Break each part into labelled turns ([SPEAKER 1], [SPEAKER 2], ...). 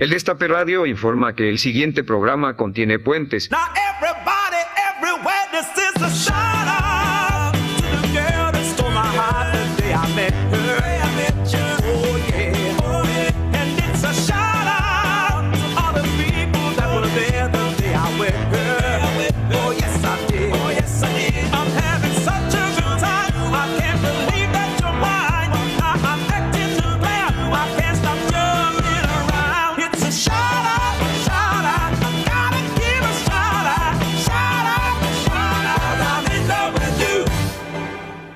[SPEAKER 1] El Destape Radio informa que el siguiente programa contiene puentes.
[SPEAKER 2] Now everybody, everywhere, this is a shout out to the girl that stole my heart the day I met her. Oh yeah, oh yeah. And it's a shout out to all the people that were there the day I met her. Oh yes I did. Oh yes I did. I'm having such a good time. I can't believe that you're mine. I- I'm acting to glad. I can't stop jumping around. It's a shout out, shout out. I gotta give a shout out, shout out, shout out. I'm in love with you.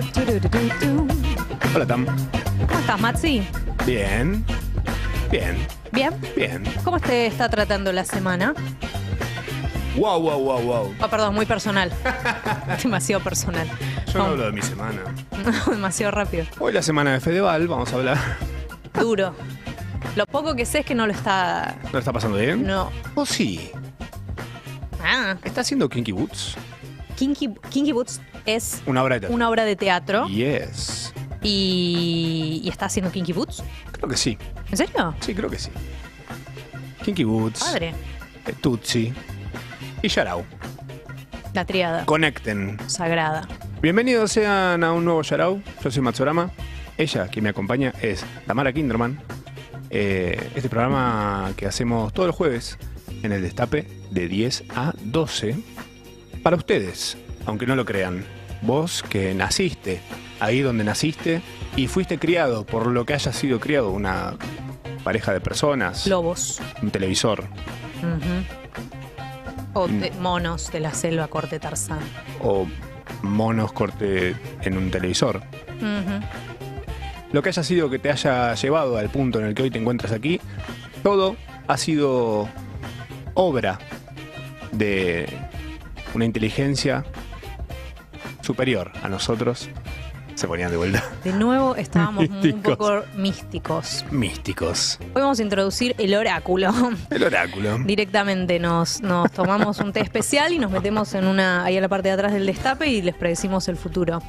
[SPEAKER 3] ¿Cómo
[SPEAKER 4] Hola, Tam.
[SPEAKER 3] estás, Maxi?
[SPEAKER 4] Bien. Bien.
[SPEAKER 3] ¿Bien?
[SPEAKER 4] Bien.
[SPEAKER 3] ¿Cómo te está tratando la semana?
[SPEAKER 4] Wow, wow, wow, wow.
[SPEAKER 3] Ah, perdón, muy personal. Demasiado personal. Oh,
[SPEAKER 4] Yo no hablo de mi semana.
[SPEAKER 3] Demasiado rápido.
[SPEAKER 4] Hoy la semana de Fedeval, vamos a hablar.
[SPEAKER 3] Duro. Lo poco que sé es que no lo está.
[SPEAKER 4] ¿No está pasando bien?
[SPEAKER 3] No.
[SPEAKER 4] ¿O Oh, sí?
[SPEAKER 3] Ah.
[SPEAKER 4] ¿Está haciendo Kinky Boots?
[SPEAKER 3] Kinky, Kinky Boots es
[SPEAKER 4] Una obra de teatro.
[SPEAKER 3] una obra de teatro
[SPEAKER 4] Yes.
[SPEAKER 3] y, y está haciendo Kinky Boots.
[SPEAKER 4] Creo que sí.
[SPEAKER 3] ¿En serio?
[SPEAKER 4] Sí, creo que sí. Kinky Boots,
[SPEAKER 3] Padre.
[SPEAKER 4] eh, Tutsi y Yarao.
[SPEAKER 3] La triada.
[SPEAKER 4] Conecten.
[SPEAKER 3] Sagrada.
[SPEAKER 4] Bienvenidos sean a un nuevo Yarao. Yo soy Matsurama. Ella, que me acompaña, es Tamara Kinderman. Eh, este programa que hacemos todos los jueves en el Destape de 10 a 12 para ustedes, aunque no lo crean. Vos que naciste ahí donde naciste y fuiste criado por lo que haya sido criado una pareja de personas,
[SPEAKER 3] Lobos.
[SPEAKER 4] un televisor
[SPEAKER 3] Ujú.
[SPEAKER 4] Mm.
[SPEAKER 3] O de- monos de la selva corte Tarzán.
[SPEAKER 4] o monos corte en un televisor.
[SPEAKER 3] Ujú.
[SPEAKER 4] lo que haya sido que te haya llevado al punto en el que hoy te encuentras aquí, todo ha sido obra de una inteligencia superior a nosotros. Se ponían de vuelta
[SPEAKER 3] De nuevo estábamos un
[SPEAKER 4] Místicos.
[SPEAKER 3] poco místicos.
[SPEAKER 4] místicos.
[SPEAKER 3] Hoy vamos a introducir el oráculo.
[SPEAKER 4] El oráculo.
[SPEAKER 3] Directamente nos, nos tomamos un té especial y nos metemos en una ahí a la parte de atrás del destape y les predecimos el futuro.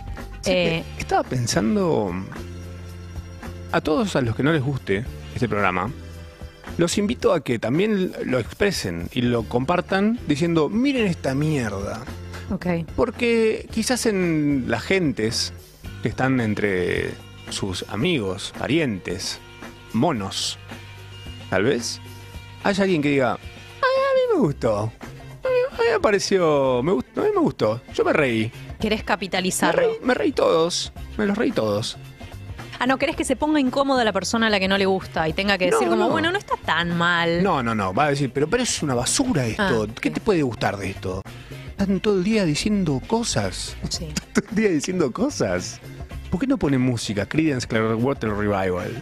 [SPEAKER 4] Sí,
[SPEAKER 3] Eh,
[SPEAKER 4] Estaba pensando a todos a los que no les guste este programa. Los invito a que también lo expresen y lo compartan diciendo, miren esta mierda.
[SPEAKER 3] ok.
[SPEAKER 4] Porque quizás en las gentes que están entre sus amigos, parientes, monos, tal vez, haya alguien que diga, "Ay, a mí me gustó. A mí, a mí me pareció, me gustó, a mí me gustó. Yo me reí.
[SPEAKER 3] ¿Querés
[SPEAKER 4] Me reí,
[SPEAKER 3] capitalizarlo?
[SPEAKER 4] me reí todos. Me los reí todos.
[SPEAKER 3] Ah, no, ¿querés que se ponga incómoda la persona a la que no le gusta y tenga que
[SPEAKER 4] No,
[SPEAKER 3] decir como,
[SPEAKER 4] no.
[SPEAKER 3] bueno, no está tan mal?
[SPEAKER 4] No, no, no. Va a decir, pero, pero es una basura esto.
[SPEAKER 3] Eh. Ah,
[SPEAKER 4] ¿Qué
[SPEAKER 3] ok.
[SPEAKER 4] te puede gustar de esto? Están todo el día diciendo cosas.
[SPEAKER 3] Sí.
[SPEAKER 4] todo el día diciendo cosas. ¿Por qué no ponen música? Creedence Clearwater Revival.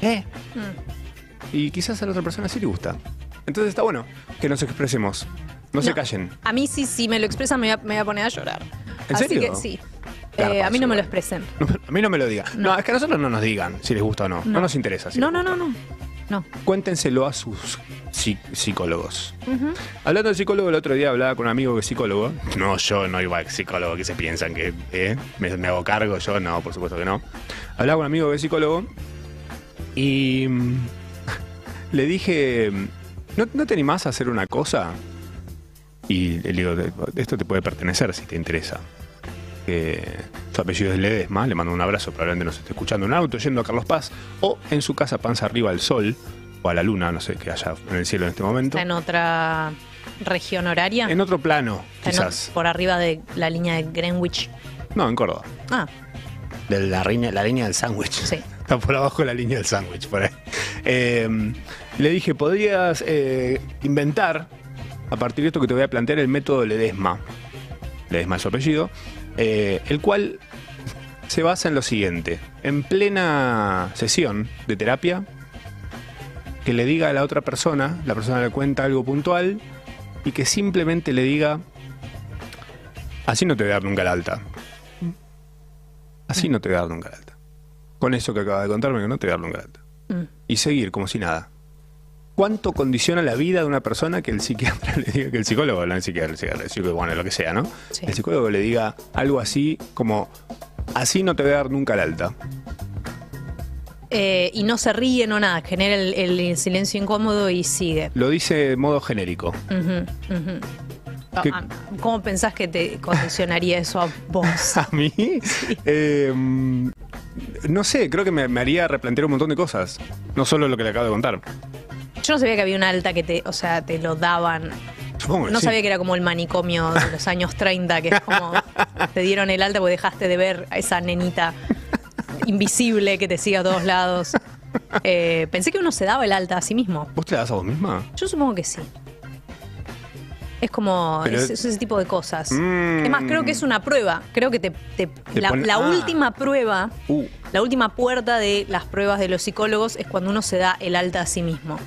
[SPEAKER 4] ¿Eh?
[SPEAKER 3] Mm.
[SPEAKER 4] Y quizás a la otra persona sí le gusta. Entonces está bueno que nos expresemos. No, se
[SPEAKER 3] No.
[SPEAKER 4] callen.
[SPEAKER 3] A mí sí, sí, me lo expresan, me voy a, me voy a poner a llorar.
[SPEAKER 4] ¿En
[SPEAKER 3] Así
[SPEAKER 4] serio?
[SPEAKER 3] que sí.
[SPEAKER 4] Garpa
[SPEAKER 3] Eh, a mí no
[SPEAKER 4] eso,
[SPEAKER 3] me lo
[SPEAKER 4] igual.
[SPEAKER 3] expresen.
[SPEAKER 4] No, a mí no me lo digan. No. es que a nosotros no nos digan si les gusta o no. No,
[SPEAKER 3] No.
[SPEAKER 4] nos interesa. si
[SPEAKER 3] No,
[SPEAKER 4] les
[SPEAKER 3] no,
[SPEAKER 4] gusta.
[SPEAKER 3] no, no. No.
[SPEAKER 4] Cuéntenselo a sus psi- psicólogos.
[SPEAKER 3] Ujú.
[SPEAKER 4] Hablando de psicólogo, el otro día hablaba con un amigo que es psicólogo. No, yo no iba a psicólogo, que se piensan que eh, me, me hago cargo, yo no, por supuesto que no. Hablaba con un amigo que es psicólogo y mm, le dije, ¿no, no te animás a hacer una cosa? Y le digo, esto te puede pertenecer si te interesa. Eh, su apellido es Ledesma, le mando un abrazo, probablemente nos esté escuchando en un auto, yendo a Carlos Paz, o en su casa panza arriba al sol, o a la luna, no sé qué haya en el cielo en este momento.
[SPEAKER 3] Está en otra región horaria.
[SPEAKER 4] En otro plano,
[SPEAKER 3] Está en
[SPEAKER 4] quizás.
[SPEAKER 3] ot- por arriba de la línea de Greenwich.
[SPEAKER 4] No, en Córdoba.
[SPEAKER 3] Ah,
[SPEAKER 4] De la, reina- la línea del sándwich.
[SPEAKER 3] Sí.
[SPEAKER 4] Está por abajo de la línea del sándwich, por ahí. Eh, le dije, podrías eh, inventar, a partir de esto que te voy a plantear, el método Ledesma. Ledesma es su apellido. eh, el cual se basa en lo siguiente. En plena sesión de terapia, que le diga a la otra persona, la persona le cuenta algo puntual, y que simplemente le diga, así no te voy a dar nunca el alta.
[SPEAKER 3] Mm.
[SPEAKER 4] Así no te voy a dar nunca el alta. Con eso que acaba de contarme, que no te voy a dar nunca el alta.
[SPEAKER 3] Mm.
[SPEAKER 4] Y seguir como si nada. ¿Cuánto condiciona la vida de una persona que el psiquiatra le diga, que el psicólogo, no el psiquiatra, el psiquiatra, el psicólogo, bueno, lo que sea, ¿no?
[SPEAKER 3] Sí.
[SPEAKER 4] El psicólogo le diga algo así como, así no te voy a dar nunca el alta.
[SPEAKER 3] Eh, y no se ríen o nada, genera el, el silencio incómodo y sigue.
[SPEAKER 4] Lo dice de modo genérico.
[SPEAKER 3] Ujú, ujú. Ah,
[SPEAKER 4] ¿Qué-
[SPEAKER 3] ah, ¿Cómo pensás que te condicionaría eso a vos?
[SPEAKER 4] ¿A mí? Eh, mm, no sé, creo que me, me haría replantear un montón de cosas. No solo lo que le acabo de contar.
[SPEAKER 3] Yo no sabía que había una alta que te, o sea, te lo daban.
[SPEAKER 4] Supongo que
[SPEAKER 3] No
[SPEAKER 4] sí.
[SPEAKER 3] sabía que era como el manicomio de los años 30, que es como te dieron el alta porque dejaste de ver a esa nenita invisible que te sigue a todos lados. Eh, pensé que uno se daba el alta a sí mismo.
[SPEAKER 4] ¿Vos te la das a vos misma?
[SPEAKER 3] Yo supongo que sí. Es como
[SPEAKER 4] Pero-
[SPEAKER 3] es- es ese tipo de cosas.
[SPEAKER 4] Mm.
[SPEAKER 3] Es más, creo que es una prueba. Creo que te, te- la,
[SPEAKER 4] pone-
[SPEAKER 3] la
[SPEAKER 4] ah.
[SPEAKER 3] última prueba,
[SPEAKER 4] Uh.
[SPEAKER 3] la última puerta de las pruebas de los psicólogos es cuando uno se da el alta a sí mismo.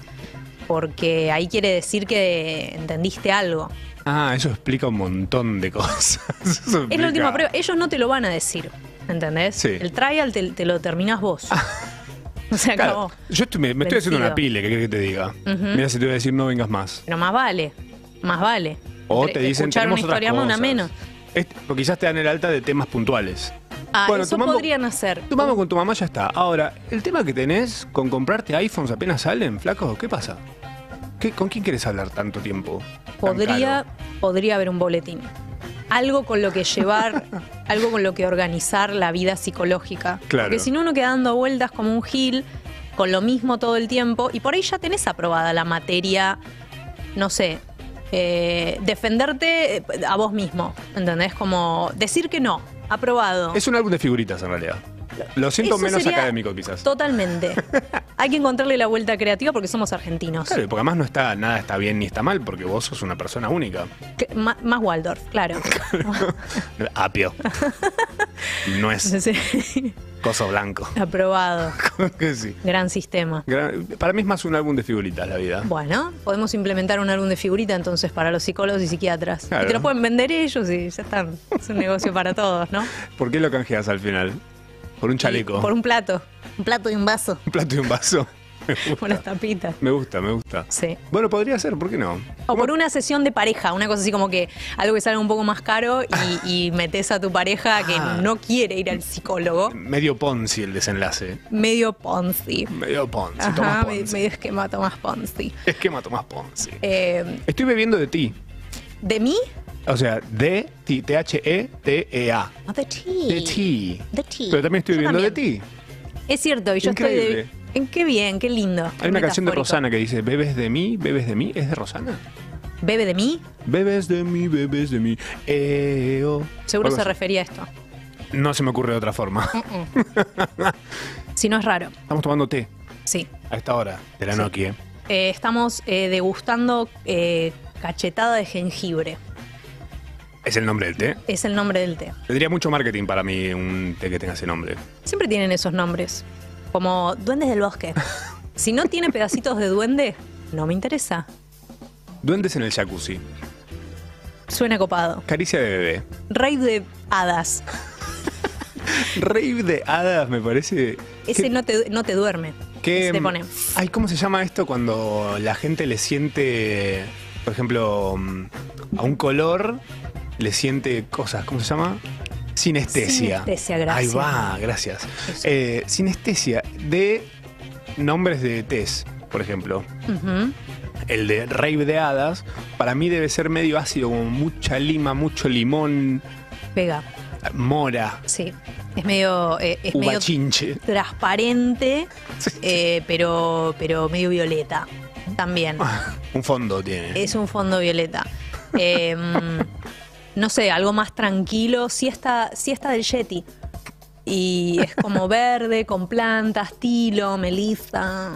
[SPEAKER 3] Porque ahí quiere decir que entendiste algo.
[SPEAKER 4] Ah, eso explica un montón de cosas. Eso
[SPEAKER 3] Es la
[SPEAKER 4] explica-
[SPEAKER 3] última prueba. Ellos no te lo van a decir. ¿Entendés?
[SPEAKER 4] Sí. Ah.
[SPEAKER 3] El trial te, te lo terminás vos. o sea,
[SPEAKER 4] Claro,
[SPEAKER 3] acabó.
[SPEAKER 4] yo estoy- me, me estoy haciendo
[SPEAKER 3] Vencido.
[SPEAKER 4] una pile, ¿qué querés que te diga? Mira, si te voy a decir no vengas más.
[SPEAKER 3] Pero más vale. Más vale.
[SPEAKER 4] O
[SPEAKER 3] Entre
[SPEAKER 4] te dicen
[SPEAKER 3] escuchar
[SPEAKER 4] tenemos
[SPEAKER 3] una historia más,
[SPEAKER 4] otras
[SPEAKER 3] una
[SPEAKER 4] cosas.
[SPEAKER 3] menos.
[SPEAKER 4] Este- o quizás te dan el alta de temas puntuales.
[SPEAKER 3] Ah,
[SPEAKER 4] Bueno,
[SPEAKER 3] eso
[SPEAKER 4] tomando-
[SPEAKER 3] podrían hacer.
[SPEAKER 4] Tu mamá con tu mamá ya está. Ahora, el tema que tenés con comprarte iPhones apenas salen, flaco, ¿qué pasa? ¿Qué- ¿Con quién querés hablar tanto tiempo? Tan
[SPEAKER 3] Podría,
[SPEAKER 4] caro.
[SPEAKER 3] podría haber un boletín. Algo con lo que llevar, algo con lo que organizar la vida psicológica.
[SPEAKER 4] Claro.
[SPEAKER 3] Porque si no, uno queda dando vueltas como un gil, con lo mismo todo el tiempo, y por ahí ya tenés aprobada la materia, no sé, eh, defenderte eh, a vos mismo, ¿entendés? Como decir que no, aprobado.
[SPEAKER 4] Es un álbum de figuritas en realidad. Lo siento
[SPEAKER 3] Eso
[SPEAKER 4] menos
[SPEAKER 3] sería
[SPEAKER 4] académico quizás.
[SPEAKER 3] Totalmente. Hay que encontrarle la vuelta creativa porque somos argentinos.
[SPEAKER 4] Claro, porque además no está nada está bien ni está mal, porque vos sos una persona única.
[SPEAKER 3] Que- ma- más Waldorf, claro.
[SPEAKER 4] Apio. No es
[SPEAKER 3] Sí.
[SPEAKER 4] coso blanco.
[SPEAKER 3] aprobado.
[SPEAKER 4] que sí.
[SPEAKER 3] Gran sistema.
[SPEAKER 4] Gran- Para mí es más un álbum de figuritas la vida.
[SPEAKER 3] Bueno, podemos implementar un álbum de figurita entonces para los psicólogos y psiquiatras.
[SPEAKER 4] Claro.
[SPEAKER 3] Y te lo pueden vender ellos y ya están. Es un negocio para todos, ¿no?
[SPEAKER 4] ¿Por qué lo canjeas al final? Por un chaleco.
[SPEAKER 3] Y por un plato. Un plato y un vaso.
[SPEAKER 4] un plato y un vaso. Me gusta.
[SPEAKER 3] Unas tapitas.
[SPEAKER 4] Me gusta, me gusta.
[SPEAKER 3] Sí.
[SPEAKER 4] Bueno, podría ser, ¿por qué no?
[SPEAKER 3] O Ah, por una sesión de pareja, una cosa así como que algo que salga un poco más caro y, y metes a tu pareja que
[SPEAKER 4] Ah.
[SPEAKER 3] no quiere ir al psicólogo.
[SPEAKER 4] Medio Ponzi el desenlace.
[SPEAKER 3] Medio Ponzi.
[SPEAKER 4] Medio Ponzi.
[SPEAKER 3] Ajá,
[SPEAKER 4] Tomás
[SPEAKER 3] me-
[SPEAKER 4] Ponzi.
[SPEAKER 3] medio esquema Tomás Ponzi.
[SPEAKER 4] Esquema Tomás Ponzi.
[SPEAKER 3] Eh,
[SPEAKER 4] Estoy bebiendo de ti.
[SPEAKER 3] ¿De mí?
[SPEAKER 4] O sea, de ti. E T-H-E-T-E-A.
[SPEAKER 3] No, de ti.
[SPEAKER 4] De ti.
[SPEAKER 3] De ti.
[SPEAKER 4] Pero también estoy
[SPEAKER 3] Yo
[SPEAKER 4] bebiendo de
[SPEAKER 3] también.
[SPEAKER 4] ti.
[SPEAKER 3] Es cierto, y yo
[SPEAKER 4] Increíble.
[SPEAKER 3] estoy de. en Qué bien, qué lindo.
[SPEAKER 4] Hay una canción de
[SPEAKER 3] Metafórico.
[SPEAKER 4] Rosana que dice, bebes de mí, bebes de mí. ¿Es de Rosana?
[SPEAKER 3] ¿Bebe de mí?
[SPEAKER 4] Bebes de mí, bebes de mí. Eh, oh.
[SPEAKER 3] Seguro
[SPEAKER 4] Algo
[SPEAKER 3] se Mm.
[SPEAKER 4] así.
[SPEAKER 3] refería a esto.
[SPEAKER 4] No se me ocurre de otra forma.
[SPEAKER 3] Si no es raro,
[SPEAKER 4] Estamos tomando té
[SPEAKER 3] sí.
[SPEAKER 4] a esta hora de la Nokia.
[SPEAKER 3] Eh, estamos eh, degustando eh, cachetada de jengibre.
[SPEAKER 4] Es el nombre del té.
[SPEAKER 3] Es el nombre del té.
[SPEAKER 4] Tendría mucho marketing para mí un té que tenga ese nombre.
[SPEAKER 3] Siempre tienen esos nombres. Como duendes del bosque. Si no tiene pedacitos de duende, no me interesa.
[SPEAKER 4] Duendes en el jacuzzi.
[SPEAKER 3] Suena copado.
[SPEAKER 4] Caricia de bebé.
[SPEAKER 3] Rey de hadas.
[SPEAKER 4] Rave de hadas, me parece.
[SPEAKER 3] Ese
[SPEAKER 4] ¿Qué-
[SPEAKER 3] no te, no te duerme.
[SPEAKER 4] qué-
[SPEAKER 3] Se te pone.
[SPEAKER 4] mm, Ay, ¿cómo se llama esto cuando la gente le siente, por ejemplo, mm, a un color, le siente cosas? ¿Cómo se llama? Sinestesia.
[SPEAKER 3] Sinestesia, gracias.
[SPEAKER 4] Ahí va, gracias.
[SPEAKER 3] Eso.
[SPEAKER 4] Eh, sinestesia de nombres de tés, por ejemplo.
[SPEAKER 3] Ujú.
[SPEAKER 4] el de Rave de Hadas, para mí debe ser medio ácido, como mucha lima, mucho limón,
[SPEAKER 3] Pega.
[SPEAKER 4] mora,
[SPEAKER 3] Sí. Es medio. eh, es
[SPEAKER 4] uva
[SPEAKER 3] medio
[SPEAKER 4] chinche.
[SPEAKER 3] transparente,
[SPEAKER 4] Sí, sí.
[SPEAKER 3] eh, pero, pero medio violeta también.
[SPEAKER 4] Ah. Un fondo tiene.
[SPEAKER 3] Es un fondo violeta. Eh, mm, no sé, algo más tranquilo. Siesta, siesta del Yeti. Y es como verde, con plantas, tilo, melisa,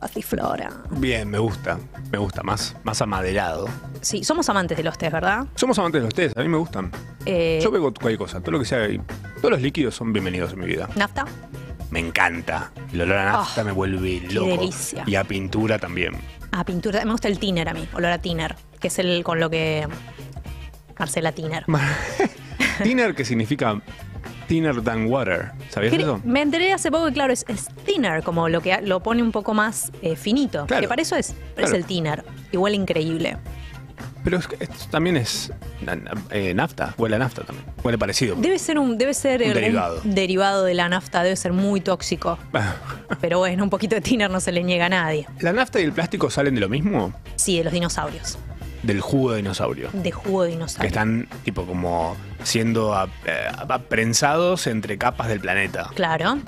[SPEAKER 3] pasiflora.
[SPEAKER 4] Bien, me gusta, me gusta, más, más amaderado.
[SPEAKER 3] Sí, somos amantes de los tés, ¿verdad?
[SPEAKER 4] Somos amantes de los tés, a mí me gustan.
[SPEAKER 3] Eh,
[SPEAKER 4] Yo bebo cualquier cosa, todo lo que sea, todos los líquidos son bienvenidos en mi vida.
[SPEAKER 3] ¿Nafta?
[SPEAKER 4] Me encanta. El olor a nafta
[SPEAKER 3] Ah,
[SPEAKER 4] me vuelve
[SPEAKER 3] qué
[SPEAKER 4] loco.
[SPEAKER 3] delicia.
[SPEAKER 4] Y a pintura también.
[SPEAKER 3] Ah, pintura. Me gusta el tiner a mí, olor a tiner, que es el con lo que. Marcela Tiner.
[SPEAKER 4] thinner, que significa thinner than water. ¿Sabías
[SPEAKER 3] Cre-
[SPEAKER 4] eso?
[SPEAKER 3] Me enteré hace poco que, claro, es, es thinner, como lo que lo pone un poco más eh, finito.
[SPEAKER 4] Claro.
[SPEAKER 3] Que para eso es, pero es
[SPEAKER 4] Claro.
[SPEAKER 3] el thinner. Igual increíble.
[SPEAKER 4] Pero es que esto también es na- na- eh, nafta. Huele a nafta también. Huele parecido.
[SPEAKER 3] Debe ser un debe ser
[SPEAKER 4] Un
[SPEAKER 3] algún
[SPEAKER 4] derivado.
[SPEAKER 3] derivado de la nafta, debe ser muy tóxico. Pero bueno, un poquito de thinner no se le niega a nadie.
[SPEAKER 4] Ah, ¿La nafta y el plástico salen de lo mismo?
[SPEAKER 3] Sí, de los dinosaurios,
[SPEAKER 4] Del jugo de dinosaurio.
[SPEAKER 3] de jugo de
[SPEAKER 4] Que
[SPEAKER 3] dinosaurio.
[SPEAKER 4] están tipo como siendo ap- eh, ap- prensados entre capas del planeta.
[SPEAKER 3] Claro.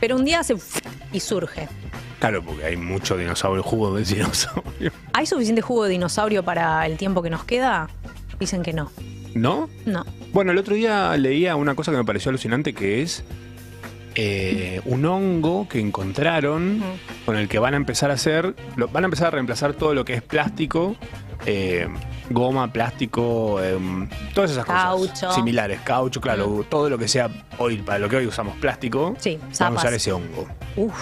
[SPEAKER 3] Pero un día hace y surge.
[SPEAKER 4] Claro, porque hay mucho dinosaurio, jugo de dinosaurio.
[SPEAKER 3] ¿Hay suficiente jugo de dinosaurio para el tiempo que nos queda? Dicen que no.
[SPEAKER 4] ¿No?
[SPEAKER 3] No.
[SPEAKER 4] Bueno, el otro día leía una cosa que me pareció alucinante que es eh, un hongo que encontraron con el que van a empezar a hacer, lo- van a empezar a reemplazar todo lo que es plástico, eh, goma, plástico, em, todas esas
[SPEAKER 3] Caucho.
[SPEAKER 4] cosas similares, caucho, claro, todo lo que sea hoy, para lo que hoy usamos plástico,
[SPEAKER 3] Sí,
[SPEAKER 4] van a
[SPEAKER 3] zapas.
[SPEAKER 4] usar ese hongo.
[SPEAKER 3] Uf.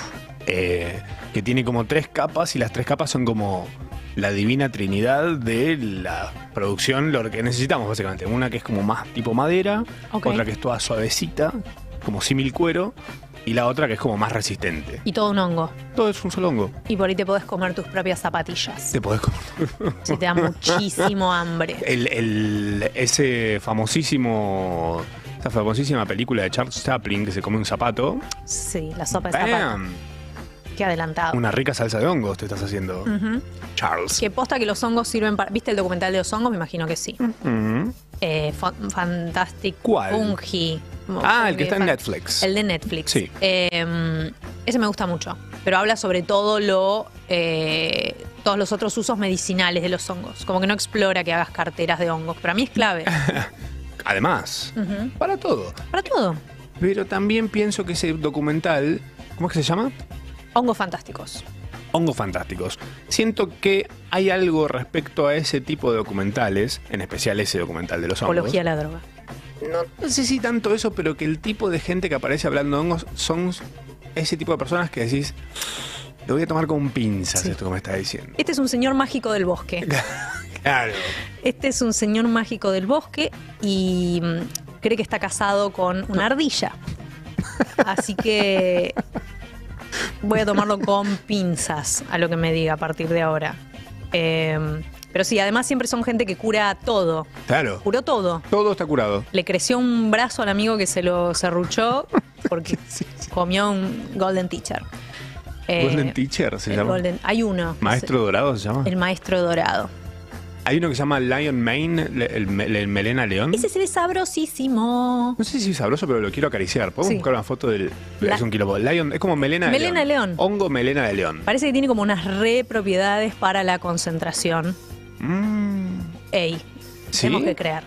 [SPEAKER 4] eh, que tiene como tres capas y las tres capas son como la divina trinidad de la producción, lo que necesitamos básicamente. Una que es como más tipo madera,
[SPEAKER 3] Ok.
[SPEAKER 4] otra que es toda suavecita, como símil cuero, y la otra que es como más resistente.
[SPEAKER 3] Y todo un hongo.
[SPEAKER 4] Todo es un solo hongo.
[SPEAKER 3] Y por ahí te podés comer tus propias zapatillas.
[SPEAKER 4] Te podés comer.
[SPEAKER 3] Si te da muchísimo hambre.
[SPEAKER 4] El, el- ese famosísimo, esa famosísima película de Charles Chaplin que se come un zapato.
[SPEAKER 3] Sí, la sopa de zapatos.
[SPEAKER 4] ¡Bam!
[SPEAKER 3] Qué adelantado.
[SPEAKER 4] Una rica salsa de hongos te estás haciendo,
[SPEAKER 3] Ujú.
[SPEAKER 4] Charles.
[SPEAKER 3] Que posta que los hongos sirven para. ¿Viste el documental de los hongos? Me imagino que sí.
[SPEAKER 4] Mm.
[SPEAKER 3] Eh, fa- Fantastic
[SPEAKER 4] ¿Cuál?
[SPEAKER 3] Fungi.
[SPEAKER 4] Ah, el que está en
[SPEAKER 3] Fan-
[SPEAKER 4] Netflix.
[SPEAKER 3] El de Netflix.
[SPEAKER 4] Sí.
[SPEAKER 3] Eh, ese me gusta mucho. Pero habla sobre todo lo. eh, todos los otros usos medicinales de los hongos. Como que no explora que hagas carteras de hongos. Para mí es clave.
[SPEAKER 4] Además,
[SPEAKER 3] Ujú.
[SPEAKER 4] para todo.
[SPEAKER 3] Para todo.
[SPEAKER 4] Pero también pienso que ese documental, ¿cómo es que se llama?
[SPEAKER 3] Hongos fantásticos.
[SPEAKER 4] Hongos Fantásticos. Siento que hay algo respecto a ese tipo de documentales, en especial ese documental de los hongos.
[SPEAKER 3] Apología a la droga.
[SPEAKER 4] No, no sé si tanto eso, pero que el tipo de gente que aparece hablando de hongos son ese tipo de personas que decís, lo voy a tomar con pinzas
[SPEAKER 3] Sí.
[SPEAKER 4] esto que me está diciendo.
[SPEAKER 3] Este es un señor mágico del bosque.
[SPEAKER 4] Claro.
[SPEAKER 3] Este es un señor mágico del bosque y mm, cree que está casado con una ardilla. Así que voy a tomarlo con pinzas a lo que me diga a partir de ahora. Eh, pero sí, además siempre son gente que cura todo.
[SPEAKER 4] Claro.
[SPEAKER 3] Curó todo.
[SPEAKER 4] Todo está curado.
[SPEAKER 3] Le creció un brazo al amigo que se lo serruchó porque comió un Golden Teacher. Eh,
[SPEAKER 4] Golden Teacher se
[SPEAKER 3] el
[SPEAKER 4] llama.
[SPEAKER 3] Golden- hay uno. que
[SPEAKER 4] Maestro Dorado se llama.
[SPEAKER 3] se- El maestro dorado.
[SPEAKER 4] Hay uno que se llama Lion Mane, le- el, me- el Melena León.
[SPEAKER 3] Ese se ve sabrosísimo.
[SPEAKER 4] No sé si es sabroso, pero lo quiero acariciar. Podemos
[SPEAKER 3] Sí.
[SPEAKER 4] buscar una foto del.
[SPEAKER 3] La-
[SPEAKER 4] Es un quilombo. Lion, es como melena de
[SPEAKER 3] Melena
[SPEAKER 4] león.
[SPEAKER 3] de león.
[SPEAKER 4] Hongo melena de león.
[SPEAKER 3] Parece que tiene como unas re propiedades para la concentración.
[SPEAKER 4] Mm,
[SPEAKER 3] Ey,
[SPEAKER 4] ¿Sí?
[SPEAKER 3] tenemos que creer.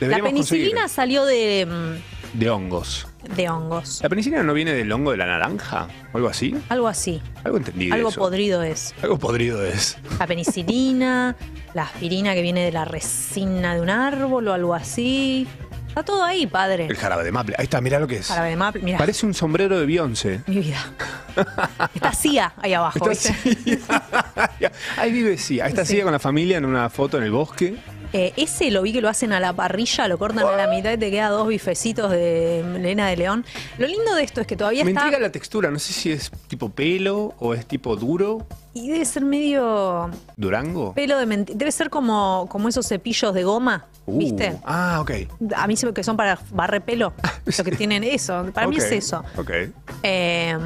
[SPEAKER 3] La
[SPEAKER 4] deberíamos
[SPEAKER 3] penicilina
[SPEAKER 4] conseguir
[SPEAKER 3] salió de,
[SPEAKER 4] De hongos.
[SPEAKER 3] mm, de hongos.
[SPEAKER 4] ¿La penicilina no viene del hongo de la naranja? ¿O algo así?
[SPEAKER 3] Algo así.
[SPEAKER 4] Algo entendí. de
[SPEAKER 3] Algo
[SPEAKER 4] eso.
[SPEAKER 3] podrido es.
[SPEAKER 4] Algo podrido es.
[SPEAKER 3] La penicilina, la aspirina que viene de la resina de un árbol o algo así. Está todo ahí, padre.
[SPEAKER 4] El jarabe de maple. Ahí está, mirá lo que es.
[SPEAKER 3] Jarabe de maple. Mira,
[SPEAKER 4] Parece un sombrero de Beyoncé.
[SPEAKER 3] mi vida. Está CIA ahí abajo.
[SPEAKER 4] Está
[SPEAKER 3] ¿viste?
[SPEAKER 4] así. Ahí vive sí. Ahí está
[SPEAKER 3] Sí.
[SPEAKER 4] Sia con la familia en una foto en el bosque.
[SPEAKER 3] Eh, ese lo vi que lo hacen a la parrilla, lo cortan a la mitad y te queda dos bifecitos de melena de león. Lo lindo de esto es que todavía
[SPEAKER 4] Me
[SPEAKER 3] está.
[SPEAKER 4] intriga la textura. No sé si es tipo pelo o es tipo duro.
[SPEAKER 3] Y debe ser medio
[SPEAKER 4] ¿Durango?
[SPEAKER 3] pelo de mentira. Debe ser como, como esos cepillos de goma,
[SPEAKER 4] Uh,
[SPEAKER 3] ¿viste?
[SPEAKER 4] Ah, ok.
[SPEAKER 3] A mí se me que son para barrer pelo. Lo que tienen eso. Para mí
[SPEAKER 4] Ah,
[SPEAKER 3] es
[SPEAKER 4] Ok,
[SPEAKER 3] eso.
[SPEAKER 4] Ok.
[SPEAKER 3] Eh,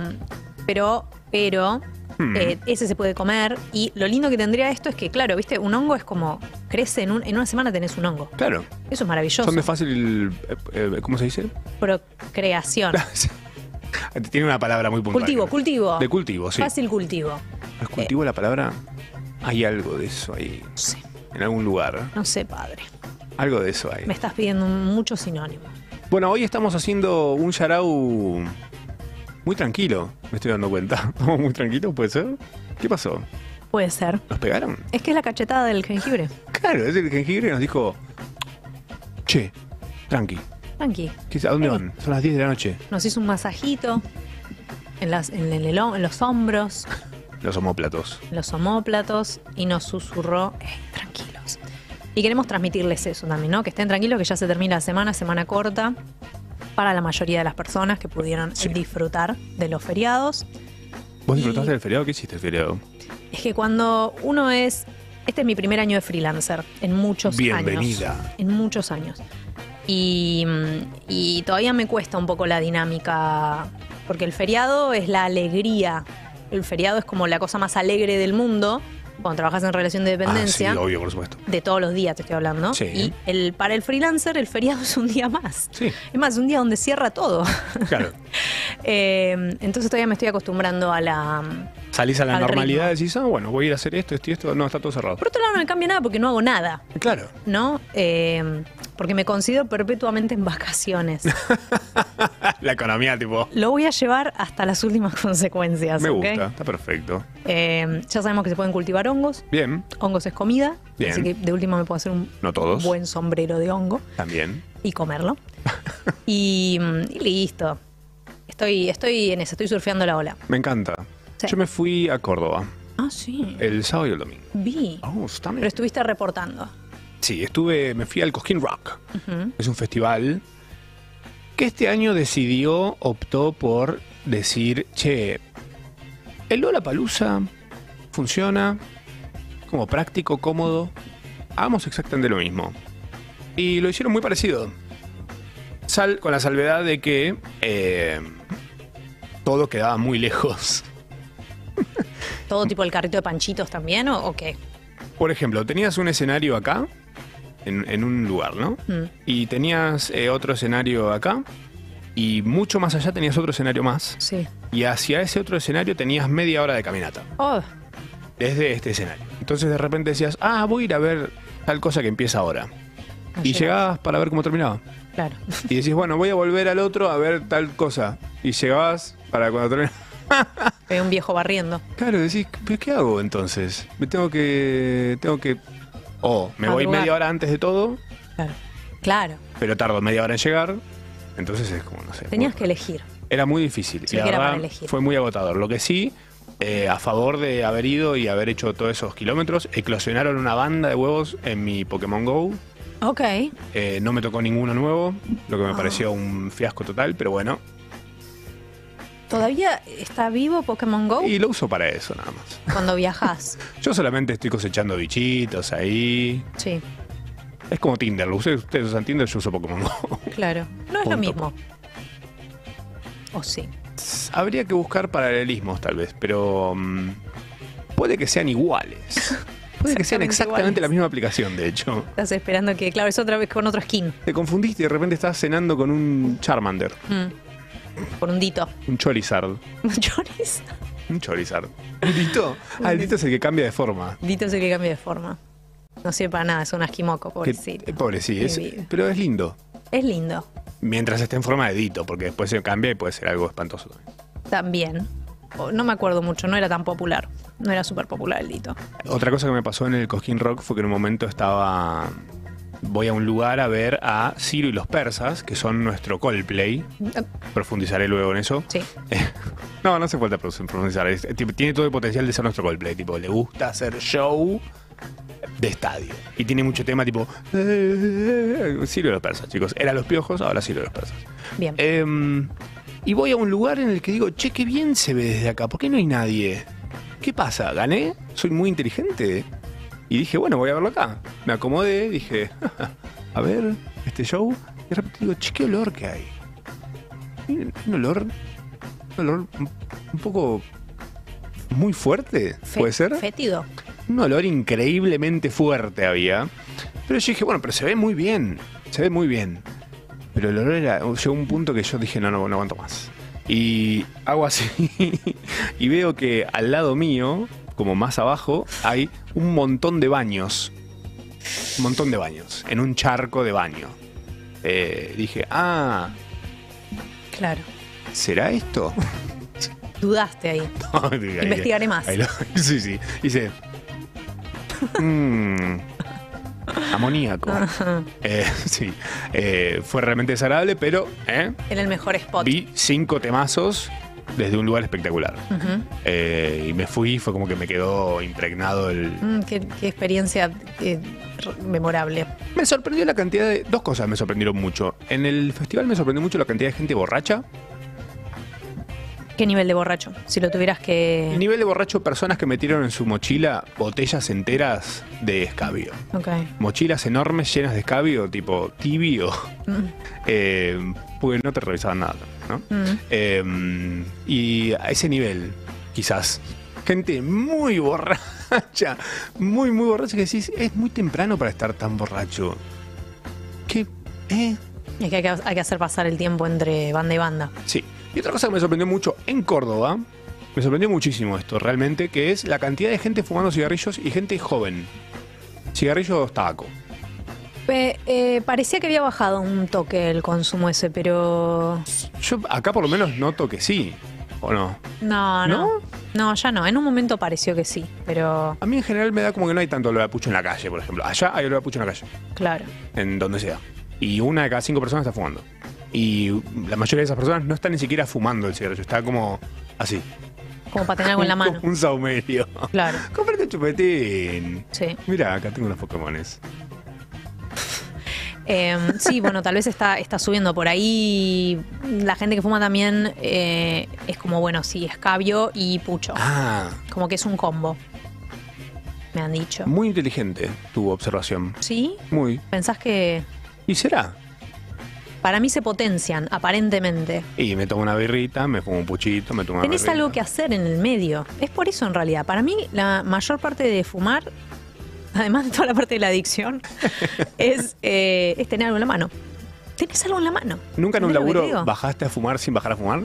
[SPEAKER 3] pero, pero.
[SPEAKER 4] Hmm.
[SPEAKER 3] eh, ese se puede comer y lo lindo que tendría esto es que, claro, viste, un hongo es como crece en, un- en una semana tenés un hongo.
[SPEAKER 4] Claro.
[SPEAKER 3] Eso es maravilloso.
[SPEAKER 4] Son de fácil. eh, eh, ¿Cómo se dice?
[SPEAKER 3] Procreación.
[SPEAKER 4] Tiene una palabra muy puntual.
[SPEAKER 3] Cultivo, cultivo.
[SPEAKER 4] De cultivo, sí.
[SPEAKER 3] Fácil cultivo.
[SPEAKER 4] ¿Es cultivo la palabra? Hay algo de eso ahí.
[SPEAKER 3] No sé,
[SPEAKER 4] En algún lugar.
[SPEAKER 3] no sé, padre.
[SPEAKER 4] Algo de eso ahí.
[SPEAKER 3] Me estás pidiendo mucho sinónimo.
[SPEAKER 4] Bueno, hoy estamos haciendo un yarau. Muy tranquilo, me estoy dando cuenta. ¿Vamos muy tranquilo? ¿Puede ser? ¿Qué pasó?
[SPEAKER 3] Puede ser.
[SPEAKER 4] ¿Nos pegaron?
[SPEAKER 3] Es que es la cachetada del jengibre.
[SPEAKER 4] Claro, es el jengibre que nos dijo. Che, tranqui.
[SPEAKER 3] Tranqui.
[SPEAKER 4] ¿qué- ¿A dónde van? Son las 10 de la noche.
[SPEAKER 3] Nos hizo un masajito. en, las- en el- en el hom- en los hombros,
[SPEAKER 4] Los homóplatos.
[SPEAKER 3] en los homóplatos y nos susurró, "Ey, tranquilos. Y queremos transmitirles eso también, ¿no? Que estén tranquilos, que ya se termina la semana, semana corta, para la mayoría de las personas que pudieron disfrutar de los feriados.
[SPEAKER 4] ¿Vos
[SPEAKER 3] Y-
[SPEAKER 4] disfrutaste del feriado? ¿Qué hiciste el feriado?
[SPEAKER 3] Es que cuando uno es. Este es mi primer año de freelancer, en muchos
[SPEAKER 4] Bienvenida.
[SPEAKER 3] años. En muchos años. Y, mm, y todavía me cuesta un poco la dinámica, porque el feriado es la alegría. El feriado es como la cosa más alegre del mundo cuando trabajas en relación de dependencia.
[SPEAKER 4] Ah, sí, obvio, por supuesto.
[SPEAKER 3] de todos los días te estoy hablando.
[SPEAKER 4] Sí.
[SPEAKER 3] Y el, para el freelancer el feriado es un día más.
[SPEAKER 4] Sí,
[SPEAKER 3] Es más, un día donde cierra todo.
[SPEAKER 4] claro.
[SPEAKER 3] Eh, entonces todavía me estoy acostumbrando a la,
[SPEAKER 4] Salís a la
[SPEAKER 3] Al
[SPEAKER 4] normalidad y
[SPEAKER 3] ritmo.
[SPEAKER 4] decís, ah, bueno, voy a ir a hacer esto, esto y esto. No, está todo cerrado.
[SPEAKER 3] Por otro lado, no me cambia nada porque no hago nada,
[SPEAKER 4] Claro.
[SPEAKER 3] ¿no? Eh, porque me considero perpetuamente en vacaciones.
[SPEAKER 4] La economía, tipo.
[SPEAKER 3] Lo voy a llevar hasta las últimas consecuencias.
[SPEAKER 4] Me
[SPEAKER 3] ¿ok?
[SPEAKER 4] gusta, está perfecto.
[SPEAKER 3] Eh, ya sabemos que se pueden cultivar hongos.
[SPEAKER 4] Bien,
[SPEAKER 3] Hongos es comida.
[SPEAKER 4] Bien.
[SPEAKER 3] Así que de última me puedo hacer un
[SPEAKER 4] no todos.
[SPEAKER 3] buen sombrero de hongo
[SPEAKER 4] También.
[SPEAKER 3] y comerlo. y, mm, y listo. Estoy, estoy en eso, estoy surfeando la ola.
[SPEAKER 4] Me encanta.
[SPEAKER 3] Sí.
[SPEAKER 4] Yo me fui a Córdoba
[SPEAKER 3] Ah, sí.
[SPEAKER 4] el sábado y el domingo.
[SPEAKER 3] Vi.
[SPEAKER 4] Oh, está bien.
[SPEAKER 3] Pero estuviste reportando.
[SPEAKER 4] Sí, estuve, me fui al Cosquín Rock.
[SPEAKER 3] Ujú.
[SPEAKER 4] Es un festival que este año decidió, optó por decir, che, el Lola Palusa funciona como práctico, cómodo. Hagamos exactamente lo mismo. Y lo hicieron muy parecido. Sal, con la salvedad de que eh, todo quedaba muy lejos.
[SPEAKER 3] ¿Todo tipo el carrito de panchitos también o, o qué?
[SPEAKER 4] Por ejemplo, tenías un escenario acá, en, en un lugar, ¿no?
[SPEAKER 3] Mm.
[SPEAKER 4] Y tenías eh, otro escenario acá, y mucho más allá tenías otro escenario más.
[SPEAKER 3] Sí.
[SPEAKER 4] Y hacia ese otro escenario tenías media hora de caminata,
[SPEAKER 3] Oh,
[SPEAKER 4] desde este escenario. Entonces de repente decías, ah, voy a ir a ver tal cosa que empieza ahora.
[SPEAKER 3] no
[SPEAKER 4] Y
[SPEAKER 3] llega.
[SPEAKER 4] llegabas para ver cómo terminaba.
[SPEAKER 3] Claro.
[SPEAKER 4] Y decís, bueno, voy a volver al otro a ver tal cosa. Y llegabas para cuando terminaba.
[SPEAKER 3] Ve un viejo barriendo.
[SPEAKER 4] Claro, decís, ¿pero qué hago entonces? Me tengo que. Tengo que. O me voy
[SPEAKER 3] Madrugar.
[SPEAKER 4] media hora antes de todo,
[SPEAKER 3] Claro. Claro.
[SPEAKER 4] pero tardo media hora en llegar. Entonces es como, no sé.
[SPEAKER 3] Tenías
[SPEAKER 4] muy-
[SPEAKER 3] que elegir.
[SPEAKER 4] Era muy difícil.
[SPEAKER 3] Sí,
[SPEAKER 4] y la
[SPEAKER 3] que era para
[SPEAKER 4] verdad,
[SPEAKER 3] elegir.
[SPEAKER 4] fue muy agotador. Lo que sí, eh, a favor de haber ido y haber hecho todos esos kilómetros, eclosionaron una banda de huevos en mi Pokémon Go.
[SPEAKER 3] Ok.
[SPEAKER 4] Eh, no me tocó ninguno nuevo, lo que me
[SPEAKER 3] Ah.
[SPEAKER 4] pareció un fiasco total, pero bueno.
[SPEAKER 3] ¿Todavía está vivo Pokémon Go?
[SPEAKER 4] Y lo uso para eso nada más.
[SPEAKER 3] Cuando viajas.
[SPEAKER 4] Yo solamente estoy cosechando bichitos ahí.
[SPEAKER 3] Sí,
[SPEAKER 4] Es como Tinder, lo usé, ustedes usan Tinder, yo uso Pokémon Go.
[SPEAKER 3] claro. No es
[SPEAKER 4] Punto.
[SPEAKER 3] lo mismo. O sí.
[SPEAKER 4] Habría que buscar paralelismos tal vez, pero mm, puede que sean iguales. Puede que sean
[SPEAKER 3] Exactamente
[SPEAKER 4] exactamente
[SPEAKER 3] iguales.
[SPEAKER 4] la misma aplicación, de hecho.
[SPEAKER 3] Estás esperando que, claro, es otra vez con otro skin.
[SPEAKER 4] Te confundiste y de repente estás cenando con un Charmander,
[SPEAKER 3] Mm. Por un dito.
[SPEAKER 4] un Chorizard.
[SPEAKER 3] Choris.
[SPEAKER 4] Un Chorizard. ¿Un Dito? Ah, el Dito es el que cambia de forma.
[SPEAKER 3] Dito es el que cambia de forma. No sirve para nada, es un asquimoco,
[SPEAKER 4] Que-
[SPEAKER 3] pobrecito.
[SPEAKER 4] eh, Pobre, sí,
[SPEAKER 3] Mi
[SPEAKER 4] es-
[SPEAKER 3] vida.
[SPEAKER 4] pero es lindo.
[SPEAKER 3] Es lindo.
[SPEAKER 4] Mientras esté en forma de Dito, porque después se cambia y puede ser algo espantoso también.
[SPEAKER 3] También. O- No me acuerdo mucho, no era tan popular. No era súper popular el dito.
[SPEAKER 4] Otra cosa que me pasó en el Cosquín Rock fue que en un momento estaba... Voy a un lugar a ver a Ciro y los persas, que son nuestro Coldplay. Profundizaré luego en eso.
[SPEAKER 3] Sí.
[SPEAKER 4] No, no hace falta produ- profundizar. Es- tipo, Tiene todo el potencial de ser nuestro Coldplay. Tipo, le gusta hacer show de estadio. Y tiene mucho tema tipo... eh, Sirio de los persas, chicos. Era los piojos, ahora Sirio de los persas.
[SPEAKER 3] Bien.
[SPEAKER 4] Em, y voy a un lugar en el que digo, che, qué bien se ve desde acá. ¿Por qué no hay nadie? ¿Qué pasa? ¿Gané? ¿Soy muy inteligente? Y dije, bueno, voy a verlo acá. Me acomodé, dije, a ver, este show. Y de repente digo, che, qué olor que hay. Y Un un olor. Un olor un- un poco. Muy fuerte,
[SPEAKER 3] Fe-
[SPEAKER 4] ¿puede ser?
[SPEAKER 3] Fétido.
[SPEAKER 4] Un olor increíblemente fuerte había. Pero yo dije, bueno, pero se ve muy bien. Se ve muy bien. Pero el olor era. Llegó un punto que yo dije, no, no, no aguanto más. Y hago así. y veo que al lado mío, como más abajo, hay un montón de baños. Un montón de baños. En un charco de baño. Eh, dije, ah,
[SPEAKER 3] Claro.
[SPEAKER 4] ¿será esto?
[SPEAKER 3] Dudaste ahí.
[SPEAKER 4] No, diga,
[SPEAKER 3] Investigaré
[SPEAKER 4] diga.
[SPEAKER 3] más.
[SPEAKER 4] Ahí lo- sí, sí. Dice. "Mm, amoníaco. Eh, sí. Eh, fue realmente desagradable, pero eh,
[SPEAKER 3] En el mejor spot.
[SPEAKER 4] vi cinco temazos desde un lugar espectacular. Eh, y me fui, fue como que me quedó impregnado el...
[SPEAKER 3] Mm, qué, qué experiencia eh, r- memorable.
[SPEAKER 4] Me sorprendió la cantidad de... Dos cosas me sorprendieron mucho. En el festival me sorprendió mucho la cantidad de gente borracha.
[SPEAKER 3] Qué nivel de borracho. Si lo tuvieras que.
[SPEAKER 4] El nivel de borracho, personas que metieron en su mochila botellas enteras de escabio.
[SPEAKER 3] Ok.
[SPEAKER 4] Mochilas enormes llenas de escabio, tipo tibio. Eh, porque no te revisaban nada, ¿no?
[SPEAKER 3] Mm.
[SPEAKER 4] Eh, y a ese nivel, quizás. Gente muy borracha, muy, muy borracha, que decís, es muy temprano para estar tan borracho. ¿Qué? ¿Eh?
[SPEAKER 3] Es que hay, que hay que hacer pasar el tiempo entre banda y banda.
[SPEAKER 4] Sí. Y otra cosa que me sorprendió mucho en Córdoba, me sorprendió muchísimo esto realmente, que es la cantidad de gente fumando cigarrillos y gente joven. Cigarrillos tabaco.
[SPEAKER 3] Pe- eh, parecía que había bajado un toque el consumo ese, pero.
[SPEAKER 4] Yo acá por lo menos noto que sí, ¿o no?
[SPEAKER 3] No,
[SPEAKER 4] ¿No?
[SPEAKER 3] no. No, ya no. En un momento pareció que sí, pero.
[SPEAKER 4] A mí en general me da como que no hay tanto olor a pucho en la calle, por ejemplo. Allá hay olor a pucho en la calle.
[SPEAKER 3] Claro.
[SPEAKER 4] en donde sea. Y una de cada cinco personas está fumando. Y la mayoría de esas personas no están ni siquiera fumando el cigarrillo, está como así.
[SPEAKER 3] Como para tener algo en la mano.
[SPEAKER 4] Un saumerio.
[SPEAKER 3] Claro.
[SPEAKER 4] Comprate un chupetín.
[SPEAKER 3] Sí.
[SPEAKER 4] Mira, acá tengo unos Pokémones.
[SPEAKER 3] Eh, sí, bueno, tal vez está, está subiendo por ahí. La gente que fuma también eh, es como, bueno, sí, escabio y pucho.
[SPEAKER 4] Ah,
[SPEAKER 3] Como que es un combo. Me han dicho.
[SPEAKER 4] muy inteligente tu observación.
[SPEAKER 3] ¿Sí?
[SPEAKER 4] Muy.
[SPEAKER 3] ¿Pensás que
[SPEAKER 4] ¿Y será?
[SPEAKER 3] para mí se potencian, aparentemente?
[SPEAKER 4] Y me tomo una birrita, me fumo un puchito, me tomo una
[SPEAKER 3] Tenés algo que hacer en el medio. Es por eso, en realidad. Para mí, la mayor parte de fumar, además de toda la parte de la adicción, es, eh, es tener algo en la mano. Tenés algo en la mano.
[SPEAKER 4] ¿Nunca en
[SPEAKER 3] ¿Entendés lo
[SPEAKER 4] un
[SPEAKER 3] que te
[SPEAKER 4] laburo
[SPEAKER 3] digo?
[SPEAKER 4] bajaste a fumar sin bajar a fumar?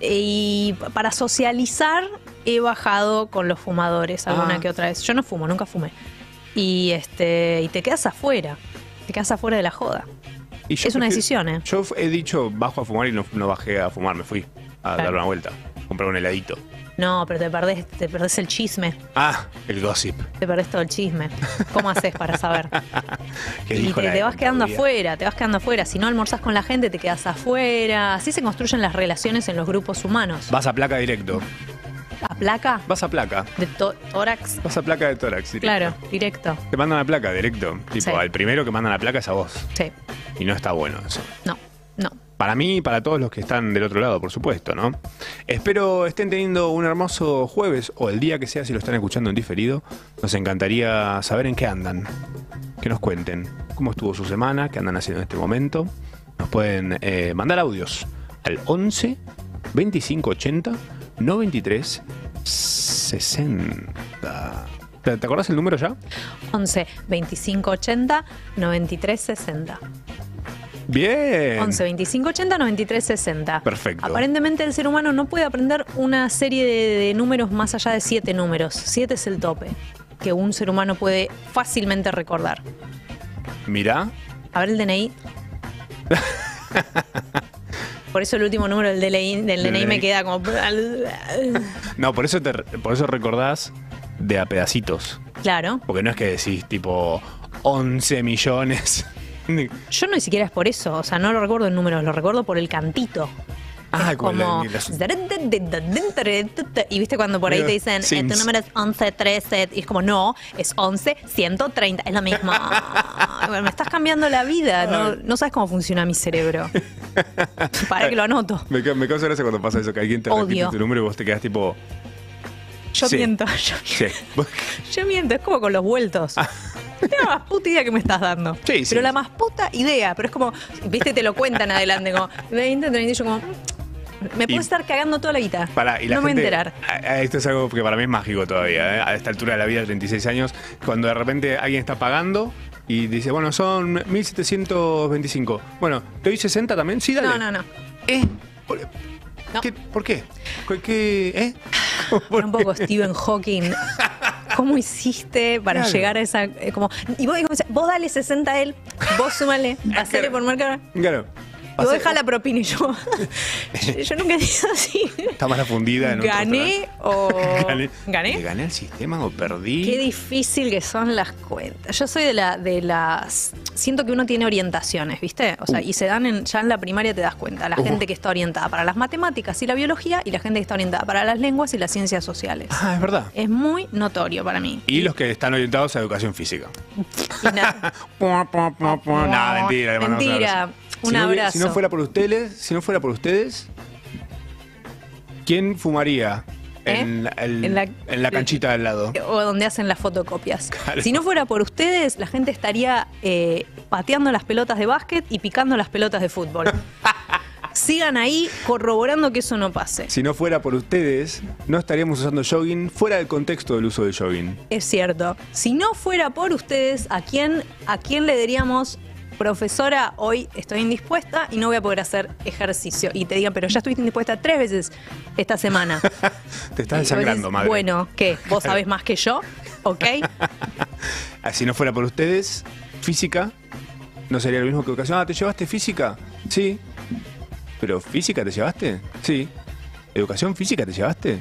[SPEAKER 3] Y para socializar he bajado con los fumadores alguna
[SPEAKER 4] Ah.
[SPEAKER 3] que otra vez. Yo no fumo, nunca fumé. Y este y te quedas afuera. Te quedas afuera de la joda.
[SPEAKER 4] Y yo
[SPEAKER 3] Es una
[SPEAKER 4] prefiero-
[SPEAKER 3] decisión, ¿eh?
[SPEAKER 4] Yo he dicho bajo a fumar y no, no bajé a fumar, me fui a dar
[SPEAKER 3] Claro.
[SPEAKER 4] una vuelta, comprar un heladito.
[SPEAKER 3] No, pero te perdés, te perdés el chisme.
[SPEAKER 4] Ah, el gossip.
[SPEAKER 3] Te perdés todo el chisme. ¿Cómo haces para saber?
[SPEAKER 4] que
[SPEAKER 3] y
[SPEAKER 4] dijo
[SPEAKER 3] te,
[SPEAKER 4] la
[SPEAKER 3] te vas quedando
[SPEAKER 4] contaduría.
[SPEAKER 3] afuera, te vas quedando afuera. Si no almorzás con la gente, te quedas afuera. Así se construyen las relaciones en los grupos humanos.
[SPEAKER 4] Vas a placa directo.
[SPEAKER 3] A placa
[SPEAKER 4] Vas a placa.
[SPEAKER 3] de to- tórax.
[SPEAKER 4] Vas a placa de tórax. directo.
[SPEAKER 3] Claro, directo.
[SPEAKER 4] Te mandan a placa directo. Tipo,
[SPEAKER 3] Sí.
[SPEAKER 4] al primero que mandan a placa es a vos.
[SPEAKER 3] Sí.
[SPEAKER 4] Y no está bueno eso.
[SPEAKER 3] No, no.
[SPEAKER 4] Para mí y para todos los que están del otro lado, por supuesto, ¿no? Espero estén teniendo un hermoso jueves o el día que sea si lo están escuchando en diferido. Nos encantaría saber en qué andan. Que nos cuenten cómo estuvo su semana, qué andan haciendo en este momento. Nos pueden eh, mandar audios al 11 25 80 93 60. ¿Te, te acordás el número ya?
[SPEAKER 3] 11 25 80 93 60.
[SPEAKER 4] Bien.
[SPEAKER 3] 11 25 80 93 60.
[SPEAKER 4] Perfecto.
[SPEAKER 3] Aparentemente el ser humano no puede aprender una serie de, de números más allá de 7 números. 7 es el tope que un ser humano puede fácilmente recordar.
[SPEAKER 4] Mirá.
[SPEAKER 3] A ver el DNI. Por eso el último número del DNI, del
[SPEAKER 4] Del
[SPEAKER 3] DNI me
[SPEAKER 4] DNI.
[SPEAKER 3] queda como.
[SPEAKER 4] No, por eso, te, por eso recordás de a pedacitos.
[SPEAKER 3] Claro.
[SPEAKER 4] Porque no es que decís tipo 11 millones.
[SPEAKER 3] Yo no ni siquiera es por eso. O sea, no lo recuerdo en números, lo recuerdo por el cantito.
[SPEAKER 4] Ah,
[SPEAKER 3] Es como.
[SPEAKER 4] la- la-
[SPEAKER 3] Y viste cuando por ahí te dicen, eh, tu
[SPEAKER 4] Sims.
[SPEAKER 3] número es 11, 13, y es como, no, es 11, 130, es lo mismo. Bueno, me estás cambiando la vida, no, no sabes cómo funciona mi cerebro. Para que lo anoto.
[SPEAKER 4] Me, ca- me causa gracia cuando pasa eso, que alguien te repite
[SPEAKER 3] Odio.
[SPEAKER 4] tu número y vos te quedás tipo.
[SPEAKER 3] Yo
[SPEAKER 4] Sí.
[SPEAKER 3] miento, yo,
[SPEAKER 4] Sí.
[SPEAKER 3] yo miento, es como con los vueltos. No tengo la más puta idea que me estás dando.
[SPEAKER 4] Ah. sí.
[SPEAKER 3] pero la más puta idea, pero es como, viste, te lo cuentan adelante, como 20, 30, y yo como, me puedo
[SPEAKER 4] Y-
[SPEAKER 3] estar cagando toda la guita.
[SPEAKER 4] Pará, y la
[SPEAKER 3] no me voy a
[SPEAKER 4] gente-
[SPEAKER 3] enterar.
[SPEAKER 4] a- a- Esto es algo que para mí es mágico todavía, ¿eh? a esta altura de la vida, 36 años, cuando de repente alguien está pagando y dice, bueno, son 1725. Bueno, ¿te doy 60 también? Sí, dale.
[SPEAKER 3] No, no, no.
[SPEAKER 4] ¿Eh? ¿Por,
[SPEAKER 3] No.
[SPEAKER 4] ¿Qué, por qué? ¿Qué- qué- eh?
[SPEAKER 3] Era un poco Stephen Hawking. ¿Cómo hiciste para
[SPEAKER 4] Claro.
[SPEAKER 3] llegar a esa. eh, como, y vos, y como, vos dale 60 a él, vos súmale, hacele por marcar.
[SPEAKER 4] Claro.
[SPEAKER 3] Y vos dejá la propina y yo. yo nunca he sido así.
[SPEAKER 4] Está más fundida en un
[SPEAKER 3] ¿Gané o.?
[SPEAKER 4] restaurante.
[SPEAKER 3] ¿Gané?
[SPEAKER 4] ¿Le gané al sistema o perdí?
[SPEAKER 3] Qué difícil que son las cuentas. Yo soy de la de las siento que uno tiene orientaciones, ¿viste? O sea, y se dan en, ya en la primaria te das cuenta, la gente que está orientada para las matemáticas y la biología y la gente que está orientada para las lenguas y las ciencias sociales.
[SPEAKER 4] Ah, es verdad.
[SPEAKER 3] Es muy notorio para mí.
[SPEAKER 4] Y los que están orientados a educación física.
[SPEAKER 3] Y na-
[SPEAKER 4] Pua, pua, pua, pua. Nada, mentira. le mandamos
[SPEAKER 3] Mentira.
[SPEAKER 4] Un abrazo.
[SPEAKER 3] Un
[SPEAKER 4] si no, hubiera-
[SPEAKER 3] abrazo.
[SPEAKER 4] si no fuera por ustedes, si no fuera por ustedes, ¿quién fumaría en,
[SPEAKER 3] ¿Eh?
[SPEAKER 4] la- el-
[SPEAKER 3] En la-
[SPEAKER 4] en la canchita al lado?
[SPEAKER 3] o donde hacen las fotocopias.
[SPEAKER 4] Claro.
[SPEAKER 3] Si no fuera por ustedes, la gente estaría eh, pateando las pelotas de básquet y picando las pelotas de fútbol. Sigan ahí corroborando que eso no pase.
[SPEAKER 4] Si no fuera por ustedes, no estaríamos usando jogging fuera del contexto del uso de jogging.
[SPEAKER 3] Es cierto. Si no fuera por ustedes, ¿a quién, ¿a quién le diríamos, profesora, hoy estoy indispuesta y no voy a poder hacer ejercicio? Y te digan, pero ya estuviste indispuesta tres veces esta semana.
[SPEAKER 4] Te
[SPEAKER 3] Y
[SPEAKER 4] estás
[SPEAKER 3] vos
[SPEAKER 4] desangrando,
[SPEAKER 3] decís,
[SPEAKER 4] madre.
[SPEAKER 3] Bueno, ¿qué? ¿Vos sabés más que yo? ¿Ok?
[SPEAKER 4] Ah, Si no fuera por ustedes, física no sería lo mismo que educación. Ah, ¿te llevaste física? Sí. ¿Pero física te llevaste? Sí. ¿Educación física te llevaste?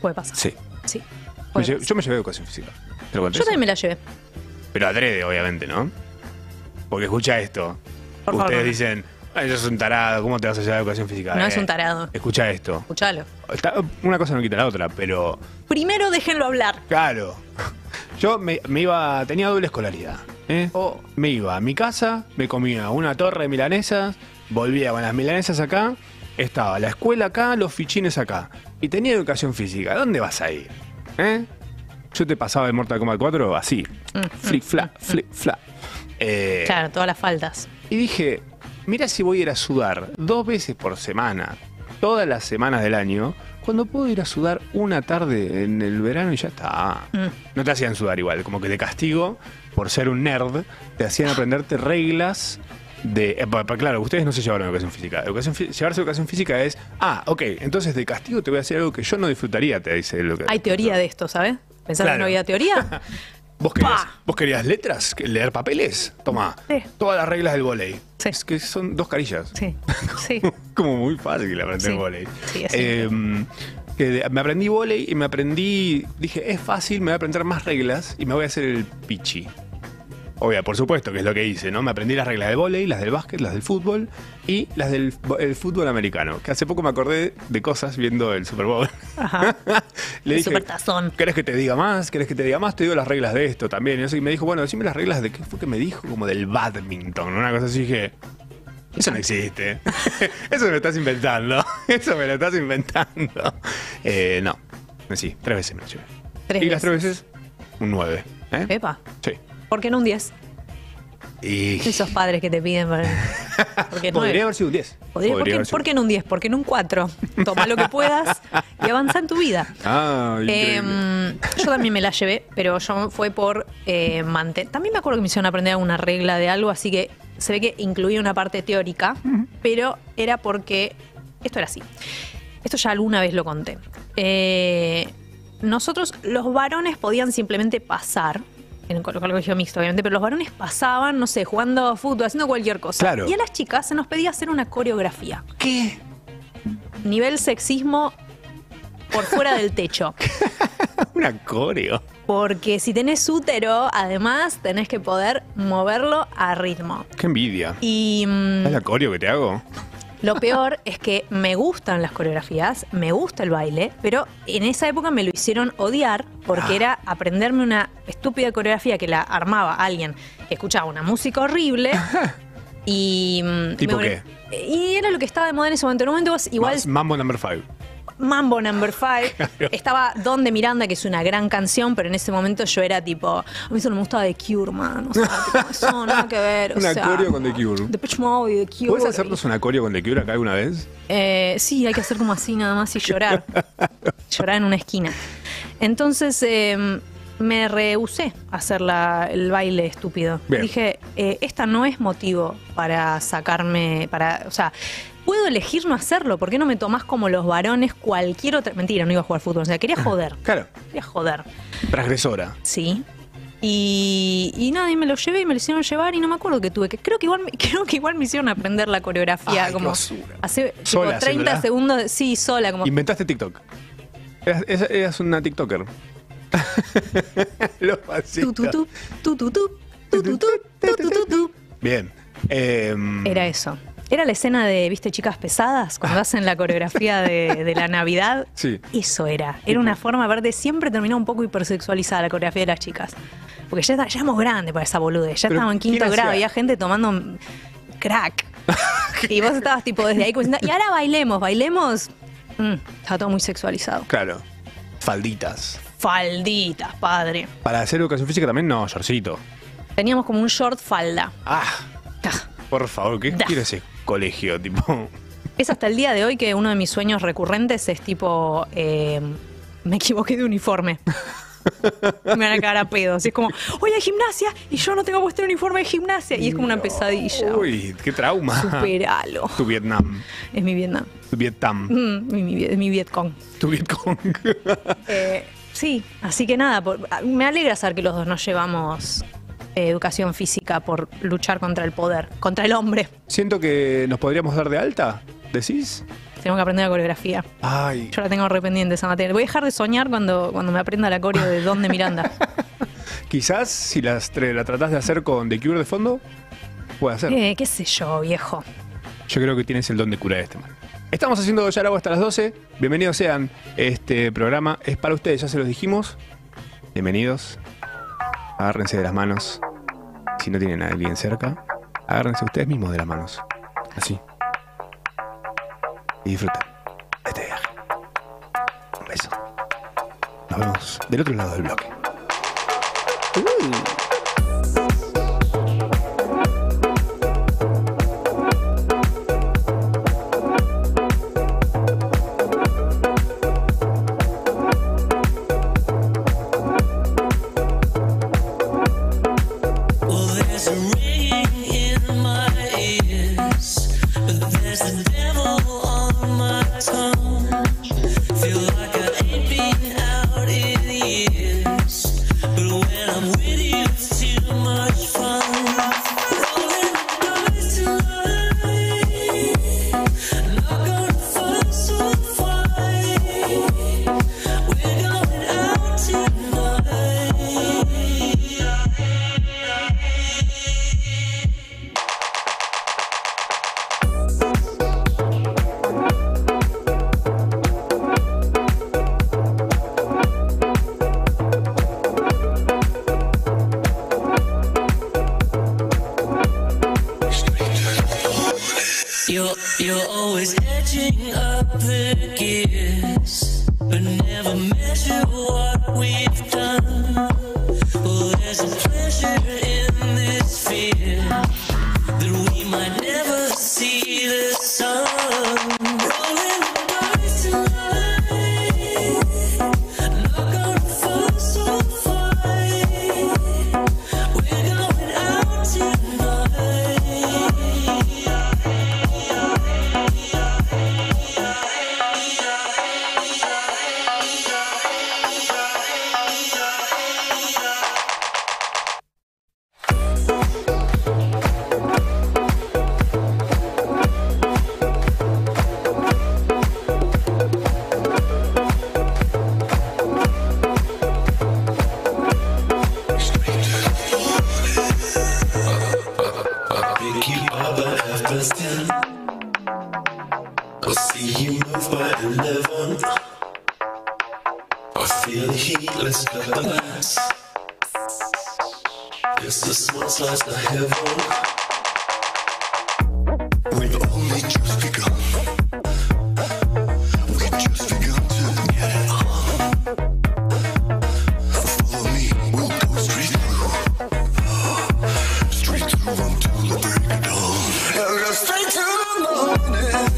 [SPEAKER 3] Puede pasar.
[SPEAKER 4] Sí.
[SPEAKER 3] Sí,
[SPEAKER 4] Me
[SPEAKER 3] puede
[SPEAKER 4] lle-
[SPEAKER 3] pasar.
[SPEAKER 4] yo me llevé educación física. ¿Te lo
[SPEAKER 3] Pues
[SPEAKER 4] conté
[SPEAKER 3] Yo
[SPEAKER 4] eso?
[SPEAKER 3] también me la llevé.
[SPEAKER 4] Pero adrede, obviamente, ¿no? Porque escucha esto.
[SPEAKER 3] Por favor,
[SPEAKER 4] Ustedes
[SPEAKER 3] no.
[SPEAKER 4] dicen, "Ay, sos un tarado, ¿cómo te vas a llevar educación física?
[SPEAKER 3] No es
[SPEAKER 4] Eh,
[SPEAKER 3] un tarado.
[SPEAKER 4] Escucha esto.
[SPEAKER 3] Escuchalo.
[SPEAKER 4] Está- una cosa no quita la otra, pero
[SPEAKER 3] Primero déjenlo hablar.
[SPEAKER 4] Claro. Yo me, me iba, tenía doble escolaridad. ¿eh? Me iba a mi casa, me comía una torre de milanesas, volvía con las milanesas acá, estaba la escuela acá, los fichines acá. Y tenía educación física. ¿Dónde vas a ir? ¿Eh? Yo te pasaba de Mortal Kombat 4 así. Flip, fla, flip, fla. Eh,
[SPEAKER 3] Claro, todas las faltas.
[SPEAKER 4] y dije, mira si voy a ir a sudar dos veces por semana, todas las semanas del año, cuando puedo ir a sudar una tarde en el verano y ya está.
[SPEAKER 3] Mm.
[SPEAKER 4] No te hacían sudar igual, como que de castigo por ser un nerd, te hacían aprenderte reglas de... eh, pa- pa- claro, ustedes no se llevaron educación física. Educación, fí- llevarse educación física es, ah, ok, entonces de castigo te voy a hacer algo que yo no disfrutaría, te dice lo que...
[SPEAKER 3] Hay teoría de esto, ¿sabes? ¿Pensás que
[SPEAKER 4] Claro.
[SPEAKER 3] no había teoría?
[SPEAKER 4] ¿Vos querías,
[SPEAKER 3] ¡Pah!
[SPEAKER 4] vos querías letras? ¿Leer papeles? Toma.
[SPEAKER 3] Sí.
[SPEAKER 4] Todas las reglas del volei.
[SPEAKER 3] Sí.
[SPEAKER 4] Es que son dos carillas.
[SPEAKER 3] Sí, sí.
[SPEAKER 4] como muy fácil aprender
[SPEAKER 3] Sí.
[SPEAKER 4] volei.
[SPEAKER 3] Sí, es
[SPEAKER 4] Eh, que de- me aprendí volei y me aprendí, dije, es fácil, me voy a aprender más reglas y me voy a hacer el pichi. Obvia, por supuesto que es lo que hice, ¿no? Me aprendí las reglas del volei, las del básquet, las del fútbol y las del bo- el fútbol americano. Que hace poco me acordé de cosas viendo el Super Bowl.
[SPEAKER 3] Ajá.
[SPEAKER 4] Le
[SPEAKER 3] El
[SPEAKER 4] dije,
[SPEAKER 3] supertazón.
[SPEAKER 4] ¿Querés que te diga más? ¿Querés que te diga más? Te digo las reglas de esto también. Y, eso, y me dijo, bueno, decime las reglas de qué fue que me dijo, como del badminton, una cosa así. Dije, eso no existe. eso me lo estás inventando. Eso me lo estás inventando. Eh, no. Sí, tres veces me lo llevé.
[SPEAKER 3] Tres
[SPEAKER 4] y las tres
[SPEAKER 3] veces.
[SPEAKER 4] veces, un nueve. ¿eh?
[SPEAKER 3] Epa,
[SPEAKER 4] Sí.
[SPEAKER 3] ¿por qué no un 10?
[SPEAKER 4] Y...
[SPEAKER 3] Esos padres que te piden para... Porque no
[SPEAKER 4] Podría
[SPEAKER 3] es-
[SPEAKER 4] haber sido un 10.
[SPEAKER 3] podría- ¿por, qué,
[SPEAKER 4] haber sido-
[SPEAKER 3] por qué no un 10? ¿Por qué no un 4? Toma lo que puedas y avanza en tu vida.
[SPEAKER 4] Ah, increíble.
[SPEAKER 3] Em, yo también me la llevé, pero yo fue por eh, mante- También me acuerdo que me hicieron aprender alguna regla de algo, así que se ve que incluía una parte teórica, pero era porque esto era así. Esto ya alguna vez lo conté. Eh, nosotros, los varones podían simplemente pasar. En el co- colegio mixto, obviamente, pero los varones pasaban, no sé, jugando fútbol, haciendo cualquier cosa.
[SPEAKER 4] Claro.
[SPEAKER 3] Y a las chicas se nos pedía hacer una coreografía.
[SPEAKER 4] ¿Qué?
[SPEAKER 3] Nivel sexismo por fuera del techo.
[SPEAKER 4] Una coreo.
[SPEAKER 3] Porque si tenés útero, además tenés que poder moverlo a ritmo.
[SPEAKER 4] Qué envidia.
[SPEAKER 3] Y mm,
[SPEAKER 4] ¿Es la coreo que te hago?
[SPEAKER 3] lo peor es que me gustan las coreografías, me gusta el baile, pero en esa época me lo hicieron odiar porque era aprenderme una estúpida coreografía que la armaba alguien que escuchaba una música horrible. Y, mm,
[SPEAKER 4] ¿Tipo
[SPEAKER 3] me- y era lo que estaba de moda en ese momento. En un momento vos igual
[SPEAKER 4] Mas- Mambo number five.
[SPEAKER 3] Mambo Number Five. Estaba Don de Miranda, que es una gran canción, pero en ese momento yo era tipo, a mí solo me gustaba The Cure, man. O sea, tipo, eso nada que ver. O
[SPEAKER 4] Un
[SPEAKER 3] sea,
[SPEAKER 4] acorio con The Cure.
[SPEAKER 3] Depeche Mode y The Cure.
[SPEAKER 4] ¿Puedes hacernos un acorio con The Cure acá alguna vez?
[SPEAKER 3] Eh, sí, hay que hacer como así nada más y llorar. llorar en una esquina. Entonces eh, me rehusé a hacer la- el baile estúpido.
[SPEAKER 4] Bien.
[SPEAKER 3] Dije, eh, esta no es motivo para sacarme, para, o sea, puedo elegir no hacerlo. ¿Por qué no me tomás como los varones cualquier otra? Mentira, no iba a jugar fútbol. O sea, quería joder.
[SPEAKER 4] Claro,
[SPEAKER 3] Quería joder.
[SPEAKER 4] transgresora.
[SPEAKER 3] Sí. Y, y nada, y me lo llevé y me lo hicieron llevar y no me acuerdo que tuve que. Creo que igual, me- creo que igual me hicieron aprender la coreografía.
[SPEAKER 4] Ay, qué
[SPEAKER 3] como
[SPEAKER 4] basura.
[SPEAKER 3] hace tipo,
[SPEAKER 4] Sola
[SPEAKER 3] 30
[SPEAKER 4] haciéndola.
[SPEAKER 3] segundos. de- Sí, sola, como.
[SPEAKER 4] Inventaste TikTok. Eras, eras- eras una TikToker. Los
[SPEAKER 3] tu,
[SPEAKER 4] pasitos.
[SPEAKER 3] tu, tu, tu, tu, tu, tu, tu, tu, tu, tu, tu, tu.
[SPEAKER 4] Bien. Em,
[SPEAKER 3] Era eso. Era la escena de, viste, chicas pesadas, cuando hacen la coreografía de, de la Navidad.
[SPEAKER 4] Ah. Sí. pues.
[SPEAKER 3] Eso era. Era una forma, aparte, siempre terminaba un poco hipersexualizada la coreografía de las chicas. Porque ya, está- ya éramos grandes para esa boludez. Ya
[SPEAKER 4] Pero
[SPEAKER 3] estábamos en
[SPEAKER 4] ¿quién
[SPEAKER 3] quinto grado,
[SPEAKER 4] hacía?
[SPEAKER 3] había gente tomando crack. y vos estabas tipo desde ahí como diciendo, y ahora bailemos, bailemos. Mm, está todo muy sexualizado.
[SPEAKER 4] Claro. Falditas.
[SPEAKER 3] Falditas, padre.
[SPEAKER 4] Para hacer educación física también no, Yorcito.
[SPEAKER 3] Teníamos como un short falda.
[SPEAKER 4] Ah,
[SPEAKER 3] Ah.
[SPEAKER 4] por favor, ¿qué
[SPEAKER 3] Da.
[SPEAKER 4] quiere ese colegio? Tipo.
[SPEAKER 3] Es hasta el día de hoy que uno de mis sueños recurrentes es tipo. eh, me equivoqué de uniforme. Me van a cagar a pedos. Y es como, oye, hay gimnasia y yo no tengo puesto el uniforme de gimnasia. Y es como una pesadilla.
[SPEAKER 4] Uy, qué trauma.
[SPEAKER 3] Superalo.
[SPEAKER 4] Tu Vietnam.
[SPEAKER 3] Es mi Vietnam.
[SPEAKER 4] Tu Vietnam.
[SPEAKER 3] Mm, mi, mi, Viet- mi Vietcong.
[SPEAKER 4] Tu Vietcong.
[SPEAKER 3] Eh, sí, así que nada, por- a- me alegra saber que los dos nos llevamos eh, educación física por luchar contra el poder, contra el hombre.
[SPEAKER 4] Siento que nos podríamos dar de alta, ¿decís?
[SPEAKER 3] Tenemos que aprender la coreografía.
[SPEAKER 4] Ay.
[SPEAKER 3] Yo la tengo rependiente esa materia. Voy a dejar de soñar cuando, cuando me aprenda la coreo de Don de Miranda.
[SPEAKER 4] Quizás si las tre- la tratás de hacer con The Cure de fondo, puede hacer.
[SPEAKER 3] Eh, qué sé yo, viejo.
[SPEAKER 4] Yo creo que tienes el don de curar este mal. Estamos haciendo Yaragua hasta las 12. Bienvenidos sean. Este programa es para ustedes, ya se los dijimos. Bienvenidos. Agárrense de las manos. Si no tienen a alguien cerca, agárrense ustedes mismos de las manos. Así. Y disfruten de este viaje. Un beso. Nos vemos del otro lado del bloque.
[SPEAKER 5] Well, there's a ringing in my ears, but there's the devil on my tongue. Feel like I ain't been out in years, but when I'm with you, it's too much fun. Rolling the dice tonight, not gonna fuss or fight. We're going out tonight. You're you're always edging up the gears, but never measure what we've done. Well, there's a pleasure in this fear that we might never see the sun. Rolling the dice tonight, not gonna fuss or fight. We're going out tonight.
[SPEAKER 6] Vicky Baba after ten. I see you move by eleven. I feel the heat, let's go dance. Yes, this one slice of heaven. We've only just begun. We just begun to get it on. Follow me, we'll go straight through. Straight to room till the break of dawn. I'll go straight to the morning.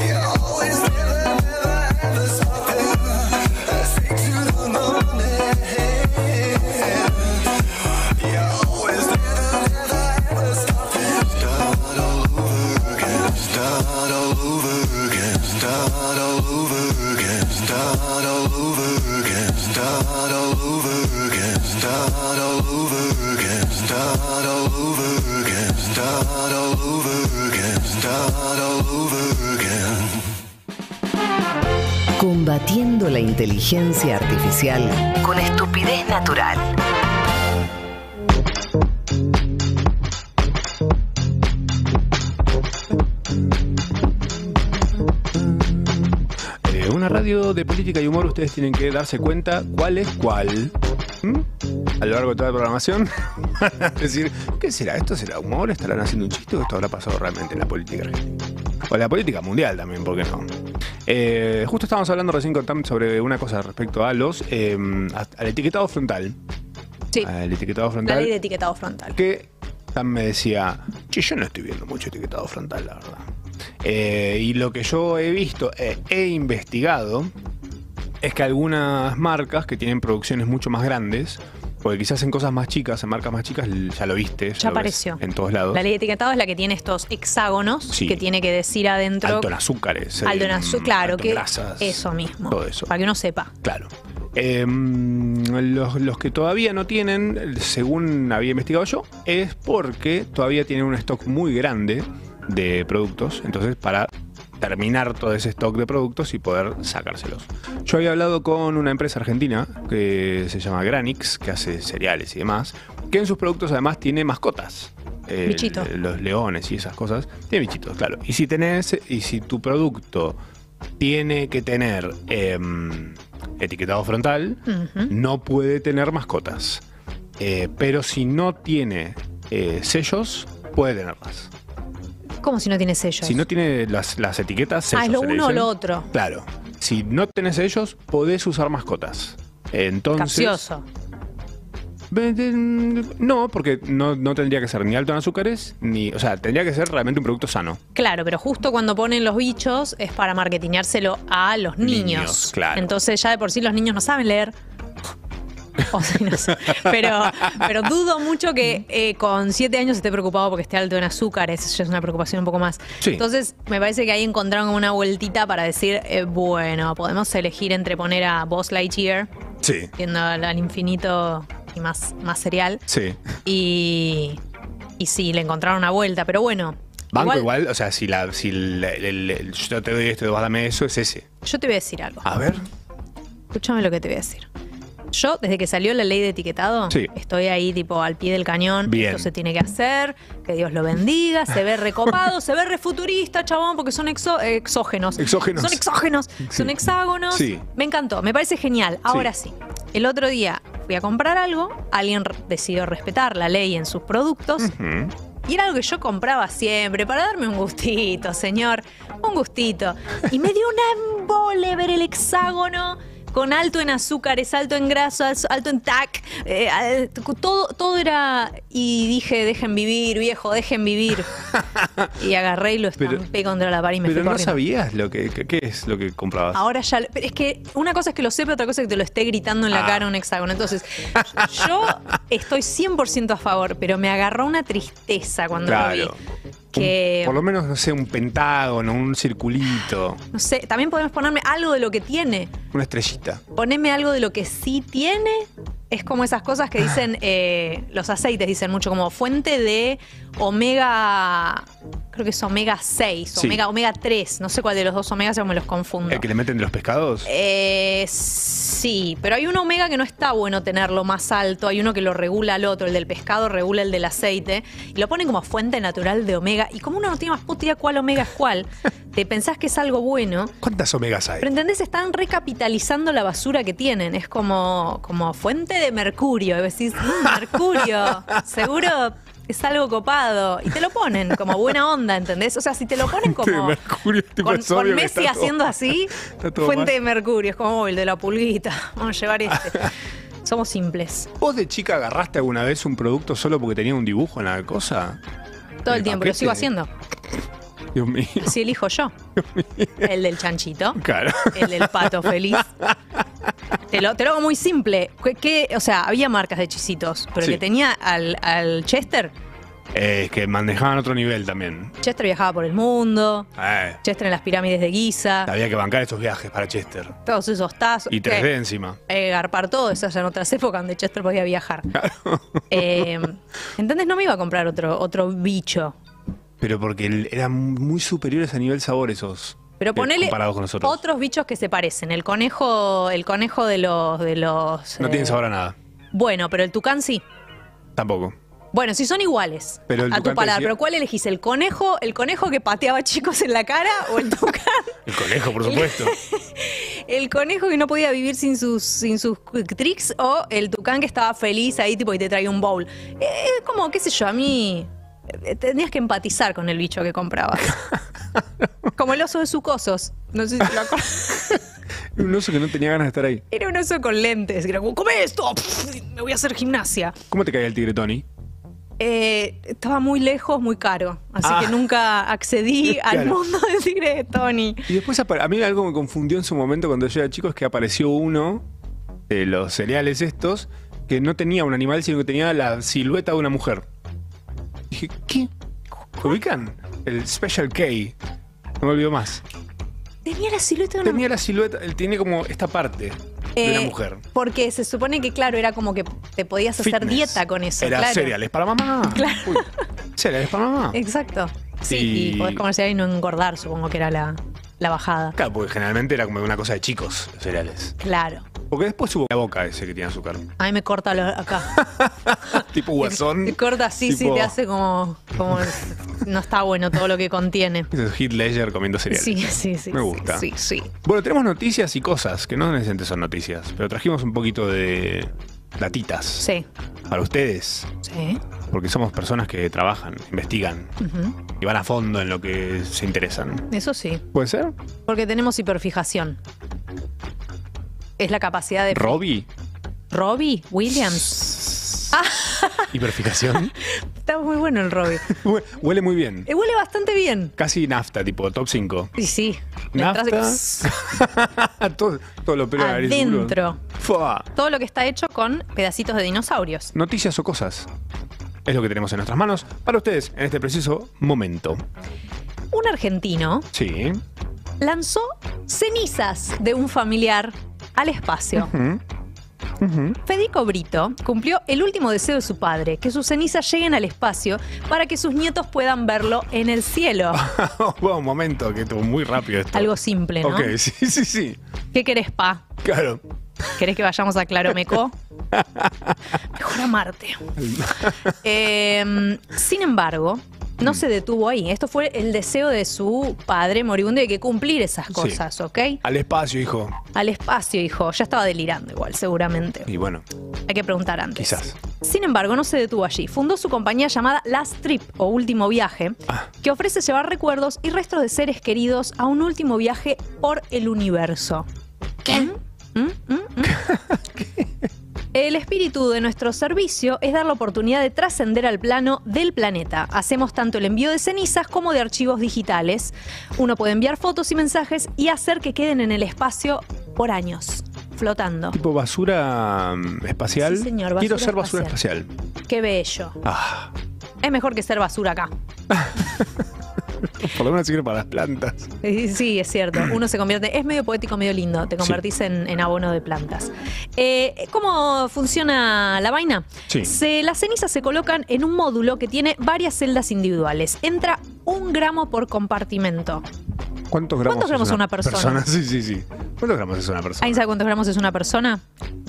[SPEAKER 6] You're always never, never, ever stopping. Straight to the morning. You're always never, never, ever stopping. start all over again, start all over again.
[SPEAKER 7] Combatiendo la inteligencia artificial con estupidez natural.
[SPEAKER 4] Eh, una radio de política y humor, ustedes tienen que darse cuenta cuál es cuál. ¿m? A lo largo de toda la programación. es decir, ¿qué será? ¿Esto será humor? ¿Estarán haciendo un chiste o esto habrá pasado realmente en la política argentina? O en la política mundial también, ¿por qué no? Eh, justo estábamos hablando recién con Tam sobre una cosa respecto a los eh, a- al etiquetado frontal.
[SPEAKER 3] Sí,
[SPEAKER 4] Al etiquetado
[SPEAKER 3] la
[SPEAKER 4] frontal.
[SPEAKER 3] ley de etiquetado frontal.
[SPEAKER 4] que Tam me decía, che, yo no estoy viendo mucho etiquetado frontal, la verdad. Eh, y lo que yo he visto eh, he investigado es que algunas marcas que tienen producciones mucho más grandes, porque quizás en cosas más chicas, en marcas más chicas, l- ya lo viste.
[SPEAKER 3] Ya
[SPEAKER 4] lo ves
[SPEAKER 3] apareció.
[SPEAKER 4] En todos lados.
[SPEAKER 3] La ley de etiquetado es la que tiene estos hexágonos
[SPEAKER 4] Sí.
[SPEAKER 3] que tiene que decir adentro.
[SPEAKER 4] Alto en azúcares. eh,
[SPEAKER 3] Alto en azu-
[SPEAKER 4] mm,
[SPEAKER 3] claro,
[SPEAKER 4] alto en
[SPEAKER 3] que
[SPEAKER 4] grasas,
[SPEAKER 3] eso mismo.
[SPEAKER 4] Todo eso.
[SPEAKER 3] Para que uno sepa.
[SPEAKER 4] Claro. Eh, los, los que todavía no tienen, según había investigado yo, es porque todavía tienen un stock muy grande de productos. Entonces, para terminar todo ese stock de productos y poder sacárselos. Yo había hablado con una empresa argentina que se llama Granix, que hace cereales y demás, que en sus productos además tiene mascotas. Eh,
[SPEAKER 3] Bichito.
[SPEAKER 4] Los leones y esas cosas. Tiene bichitos, claro. Y si tenés, y si tu producto tiene que tener em, etiquetado frontal,
[SPEAKER 3] Ujú.
[SPEAKER 4] no puede tener mascotas. Eh, pero si no tiene eh, sellos, puede tenerlas.
[SPEAKER 3] Como si no tiene sellos.
[SPEAKER 4] Si no tiene las, las etiquetas, sellos.
[SPEAKER 3] ah, es lo
[SPEAKER 4] se le
[SPEAKER 3] uno o
[SPEAKER 4] dicen.
[SPEAKER 3] lo otro.
[SPEAKER 4] Claro. Si no tenés sellos, podés usar mascotas. Entonces.
[SPEAKER 3] Capcioso.
[SPEAKER 4] Ve- de- No, porque no, no tendría que ser ni alto en azúcares, ni. O sea, tendría que ser realmente un producto sano.
[SPEAKER 3] Claro, pero justo cuando ponen los bichos es para marketineárselo a los niños.
[SPEAKER 4] Niños, claro.
[SPEAKER 3] Entonces ya de por sí los niños no saben leer. O sea, no sé. pero, pero dudo mucho que eh, con siete años esté preocupado porque esté alto en azúcares. Eso ya es una preocupación un poco más.
[SPEAKER 4] Sí.
[SPEAKER 3] Entonces me parece que ahí encontraron como una vueltita para decir, eh, bueno, podemos elegir entre poner a Boss Lightyear,
[SPEAKER 4] Sí.
[SPEAKER 3] yendo al, al infinito y más, más cereal.
[SPEAKER 4] Sí.
[SPEAKER 3] Y, y sí, le encontraron una vuelta, pero bueno.
[SPEAKER 4] Banco igual, o sea, si la, si la- el- el- el- yo te doy esto, vos dame eso, es ese.
[SPEAKER 3] Yo te voy a decir algo.
[SPEAKER 4] A ver.
[SPEAKER 3] Escúchame lo que te voy a decir. Yo, desde que salió la ley de etiquetado,
[SPEAKER 4] Sí.
[SPEAKER 3] estoy ahí tipo al pie del cañón.
[SPEAKER 4] Bien.
[SPEAKER 3] Esto se tiene que hacer, que Dios lo bendiga, se ve recopado, se ve refuturista, chabón, porque son exo- exógenos.
[SPEAKER 4] Exógenos.
[SPEAKER 3] Son exógenos, son hexágonos.
[SPEAKER 4] Sí.
[SPEAKER 3] Me encantó, me parece genial. Ahora sí, el otro día fui a comprar algo, alguien re- decidió respetar la ley en sus productos.
[SPEAKER 4] Mm.
[SPEAKER 3] Y era algo que yo compraba siempre, para darme un gustito, señor. Un gustito. Y me dio una embole ver el hexágono con alto en azúcares, alto en grasas, alto en tac. eh, al- todo, todo era. Y dije, dejen vivir, viejo, dejen vivir. Y agarré y lo
[SPEAKER 4] Pero-
[SPEAKER 3] estampé contra la pared y me
[SPEAKER 4] Pero
[SPEAKER 3] fui
[SPEAKER 4] no
[SPEAKER 3] corriendo.
[SPEAKER 4] sabías lo que, que- qué es lo que comprabas.
[SPEAKER 3] Ahora ya. lo- pero es que una cosa es que lo sepa, otra cosa es que te lo esté gritando en la
[SPEAKER 4] Ah.
[SPEAKER 3] cara un hexágono. Entonces, yo estoy 100% a favor, pero me agarró una tristeza cuando lo
[SPEAKER 4] claro.
[SPEAKER 3] vi.
[SPEAKER 4] Un-
[SPEAKER 3] Que-
[SPEAKER 4] por lo menos, no sé, un pentágono, un circulito,
[SPEAKER 3] No sé, también podemos ponerme algo de lo que tiene.
[SPEAKER 4] una estrellita.
[SPEAKER 3] Poneme algo de lo que sí tiene. Es como esas cosas que dicen, eh, los aceites dicen mucho, como fuente de omega, creo que es omega 6,
[SPEAKER 4] Sí.
[SPEAKER 3] omega, omega 3, no sé cuál de los dos omegas, yo me los confundo.
[SPEAKER 4] El que le meten de los pescados.
[SPEAKER 3] Eh, sí, pero hay un omega que no está bueno tenerlo más alto, hay uno que lo regula al otro, el del pescado regula el del aceite, y lo ponen como fuente natural de omega, y como uno no tiene más puta idea cuál omega es cuál, te pensás que es algo bueno,
[SPEAKER 4] ¿Cuántas omegas hay?
[SPEAKER 3] pero entendés, están recapitalizando la basura que tienen, es como, como fuente de mercurio, y decís, "Mm, mercurio, seguro... Es algo copado. Y te lo ponen como buena onda, ¿entendés? O sea, si te lo ponen
[SPEAKER 4] Fuente de
[SPEAKER 3] como
[SPEAKER 4] mercurio, tipo,
[SPEAKER 3] con,
[SPEAKER 4] es obvio
[SPEAKER 3] con
[SPEAKER 4] que
[SPEAKER 3] Messi
[SPEAKER 4] está todo-
[SPEAKER 3] haciendo así,
[SPEAKER 4] está todo
[SPEAKER 3] fuente
[SPEAKER 4] mal.
[SPEAKER 3] de mercurio, es como el de la pulguita. Vamos a llevar este. Somos simples.
[SPEAKER 4] ¿Vos de chica agarraste alguna vez un producto solo porque tenía un dibujo en la cosa?
[SPEAKER 3] Todo
[SPEAKER 4] ¿El
[SPEAKER 3] el tiempo, lo
[SPEAKER 4] paquete?
[SPEAKER 3] sigo haciendo.
[SPEAKER 4] Dios mío.
[SPEAKER 3] Así elijo yo. El del chanchito.
[SPEAKER 4] Claro.
[SPEAKER 3] El del pato feliz. Te lo, te lo hago muy simple. ¿Qué- qué- o sea, había marcas de chisitos, pero
[SPEAKER 4] Sí.
[SPEAKER 3] el que tenía al, al Chester,
[SPEAKER 4] Eh, es que manejaban otro nivel también.
[SPEAKER 3] Chester viajaba por el mundo,
[SPEAKER 4] Eh,
[SPEAKER 3] Chester en las pirámides de Giza,
[SPEAKER 4] había que bancar esos viajes para Chester.
[SPEAKER 3] todos esos tazos.
[SPEAKER 4] Y
[SPEAKER 3] ¿Qué?
[SPEAKER 4] 3D encima.
[SPEAKER 3] eh, garpar todo, esas eran otras épocas donde Chester podía viajar. Eh, entonces no me iba a comprar otro, otro bicho.
[SPEAKER 4] Pero porque el- eran muy superiores a nivel sabor esos.
[SPEAKER 3] Pero
[SPEAKER 4] eh,
[SPEAKER 3] ponele
[SPEAKER 4] Comparados con nosotros.
[SPEAKER 3] otros bichos que se parecen. El conejo, el conejo de los, de los.
[SPEAKER 4] No
[SPEAKER 3] eh,
[SPEAKER 4] tienen sabor a nada.
[SPEAKER 3] Bueno, pero el tucán sí.
[SPEAKER 4] Tampoco.
[SPEAKER 3] Bueno, si son iguales
[SPEAKER 4] Pero el
[SPEAKER 3] a tu
[SPEAKER 4] tucán te
[SPEAKER 3] paladar,
[SPEAKER 4] decía-
[SPEAKER 3] pero ¿cuál elegís? ¿El conejo, el conejo que pateaba chicos en la cara o el tucán?
[SPEAKER 4] El conejo, por supuesto.
[SPEAKER 3] ¿El conejo que no podía vivir sin sus, sin sus quick tricks o el tucán que estaba feliz ahí tipo y te traía un bowl? Eh, Es como, qué sé yo, a mí eh, tenías que empatizar con el bicho que comprabas. como el oso de sucosos. No sé si te lo acuerdas.
[SPEAKER 4] Un oso que no tenía ganas de estar ahí.
[SPEAKER 3] Era un oso con lentes. que Era como, come esto, Pff, me voy a hacer gimnasia.
[SPEAKER 4] ¿Cómo te caía el tigre Tony?
[SPEAKER 3] Eh, estaba muy lejos, muy caro. Así
[SPEAKER 4] Ah.
[SPEAKER 3] que nunca accedí al
[SPEAKER 4] Claro.
[SPEAKER 3] mundo del tigre de Tony.
[SPEAKER 4] Y después apa- a mí algo me confundió en su momento cuando yo era chico es que apareció uno de los cereales estos que no tenía un animal, sino que tenía la silueta de una mujer. Dije, ¿qué? ¿Ubican? El Special K. No me olvido más.
[SPEAKER 3] Tenía la silueta de una
[SPEAKER 4] Tenía la silueta, él tiene como esta parte de
[SPEAKER 3] Eh,
[SPEAKER 4] una mujer.
[SPEAKER 3] Porque se supone que, claro, era como que te podías hacer
[SPEAKER 4] Fitness.
[SPEAKER 3] dieta con eso.
[SPEAKER 4] Era
[SPEAKER 3] claro.
[SPEAKER 4] cereales para mamá.
[SPEAKER 3] Claro.
[SPEAKER 4] Uy, cereales para mamá.
[SPEAKER 3] Exacto. Sí, y,
[SPEAKER 4] Y-
[SPEAKER 3] podés comerciar y no engordar, supongo que era la, la bajada.
[SPEAKER 4] Claro, porque generalmente era como una cosa de chicos, los cereales.
[SPEAKER 3] Claro.
[SPEAKER 4] Porque después hubo la boca ese que tiene azúcar.
[SPEAKER 3] A mí me corta lo, acá.
[SPEAKER 4] tipo guasón.
[SPEAKER 3] Te corta así, sí,
[SPEAKER 4] tipo-
[SPEAKER 3] te hace como, como. No está bueno todo lo que contiene.
[SPEAKER 4] Ese es Heath Ledger comiendo cereales.
[SPEAKER 3] Sí, sí, sí.
[SPEAKER 4] Me
[SPEAKER 3] sí,
[SPEAKER 4] gusta.
[SPEAKER 3] Sí, sí.
[SPEAKER 4] Bueno, tenemos noticias y cosas que no necesariamente son noticias, pero trajimos un poquito de latitas
[SPEAKER 3] Sí.
[SPEAKER 4] para ustedes,
[SPEAKER 3] Sí.
[SPEAKER 4] porque somos personas que trabajan, investigan
[SPEAKER 3] Ujú.
[SPEAKER 4] y van a fondo en lo que se interesan.
[SPEAKER 3] Eso sí.
[SPEAKER 4] ¿Puede ser?
[SPEAKER 3] Porque tenemos hiperfijación. Es la capacidad de.
[SPEAKER 4] Robbie.
[SPEAKER 3] Robbie Williams.
[SPEAKER 4] Hiperfijación.
[SPEAKER 3] Está muy bueno el Robbie.
[SPEAKER 4] Hue- Huele muy bien.
[SPEAKER 3] Eh, huele bastante bien.
[SPEAKER 4] Casi nafta, tipo top 5.
[SPEAKER 3] Y sí. le
[SPEAKER 4] Nafta.
[SPEAKER 3] entras-
[SPEAKER 4] todo, todo lo pelo de la nariz, seguro.
[SPEAKER 3] Adentro.
[SPEAKER 4] Fua.
[SPEAKER 3] Todo lo que está hecho con pedacitos de dinosaurios.
[SPEAKER 4] Noticias o cosas. Es lo que tenemos en nuestras manos para ustedes en este preciso momento.
[SPEAKER 3] Un argentino
[SPEAKER 4] Sí.
[SPEAKER 3] lanzó cenizas de un familiar al espacio. Federico Brito cumplió el último deseo de su padre, que sus cenizas lleguen al espacio para que sus nietos puedan verlo en el cielo.
[SPEAKER 4] Hubo un momento que estuvo muy rápido esto.
[SPEAKER 3] Algo simple, ¿no?
[SPEAKER 4] Ok, sí, sí, sí.
[SPEAKER 3] ¿Qué querés, pa?
[SPEAKER 4] Claro.
[SPEAKER 3] ¿Querés que vayamos a Claromeco? Mejor a Marte. Eh, sin embargo, no se detuvo ahí. Esto fue el deseo de su padre moribundo de que cumplir esas cosas, ¿ok?
[SPEAKER 4] Al espacio, hijo.
[SPEAKER 3] Al espacio, hijo. Ya estaba delirando igual, seguramente.
[SPEAKER 4] Y bueno,
[SPEAKER 3] Hay que preguntar antes.
[SPEAKER 4] quizás.
[SPEAKER 3] Sin embargo, no se detuvo allí. Fundó su compañía llamada Last Trip o Último Viaje, que ofrece llevar recuerdos y restos de seres queridos a un último viaje por el universo. ¿Mm? ¿Qué? ¿Mm? El espíritu de nuestro servicio es dar la oportunidad de trascender al plano del planeta. Hacemos tanto el envío de cenizas como de archivos digitales. Uno puede enviar fotos y mensajes y hacer que queden en el espacio por años, flotando.
[SPEAKER 4] Tipo basura mm, espacial.
[SPEAKER 3] Sí, señor, basura
[SPEAKER 4] Quiero ser basura espacial.
[SPEAKER 3] Qué bello.
[SPEAKER 4] Ah,
[SPEAKER 3] Es mejor que ser basura acá.
[SPEAKER 4] por lo menos sirve para las plantas.
[SPEAKER 3] Eh, Sí, es cierto. Uno se convierte. Es medio poético, medio lindo. Te convertís en, en abono de plantas. Eh, ¿Cómo funciona la vaina?
[SPEAKER 4] Sí.
[SPEAKER 3] Se- las cenizas se colocan en un módulo que tiene varias celdas individuales. Entra un gramo por compartimento.
[SPEAKER 4] ¿Cuántos gramos,
[SPEAKER 3] ¿Cuántos gramos
[SPEAKER 4] es una
[SPEAKER 3] una persona?
[SPEAKER 4] Sí, sí, sí. ¿Cuántos gramos es una persona?
[SPEAKER 3] ¿Alguien sabe cuántos gramos es una persona?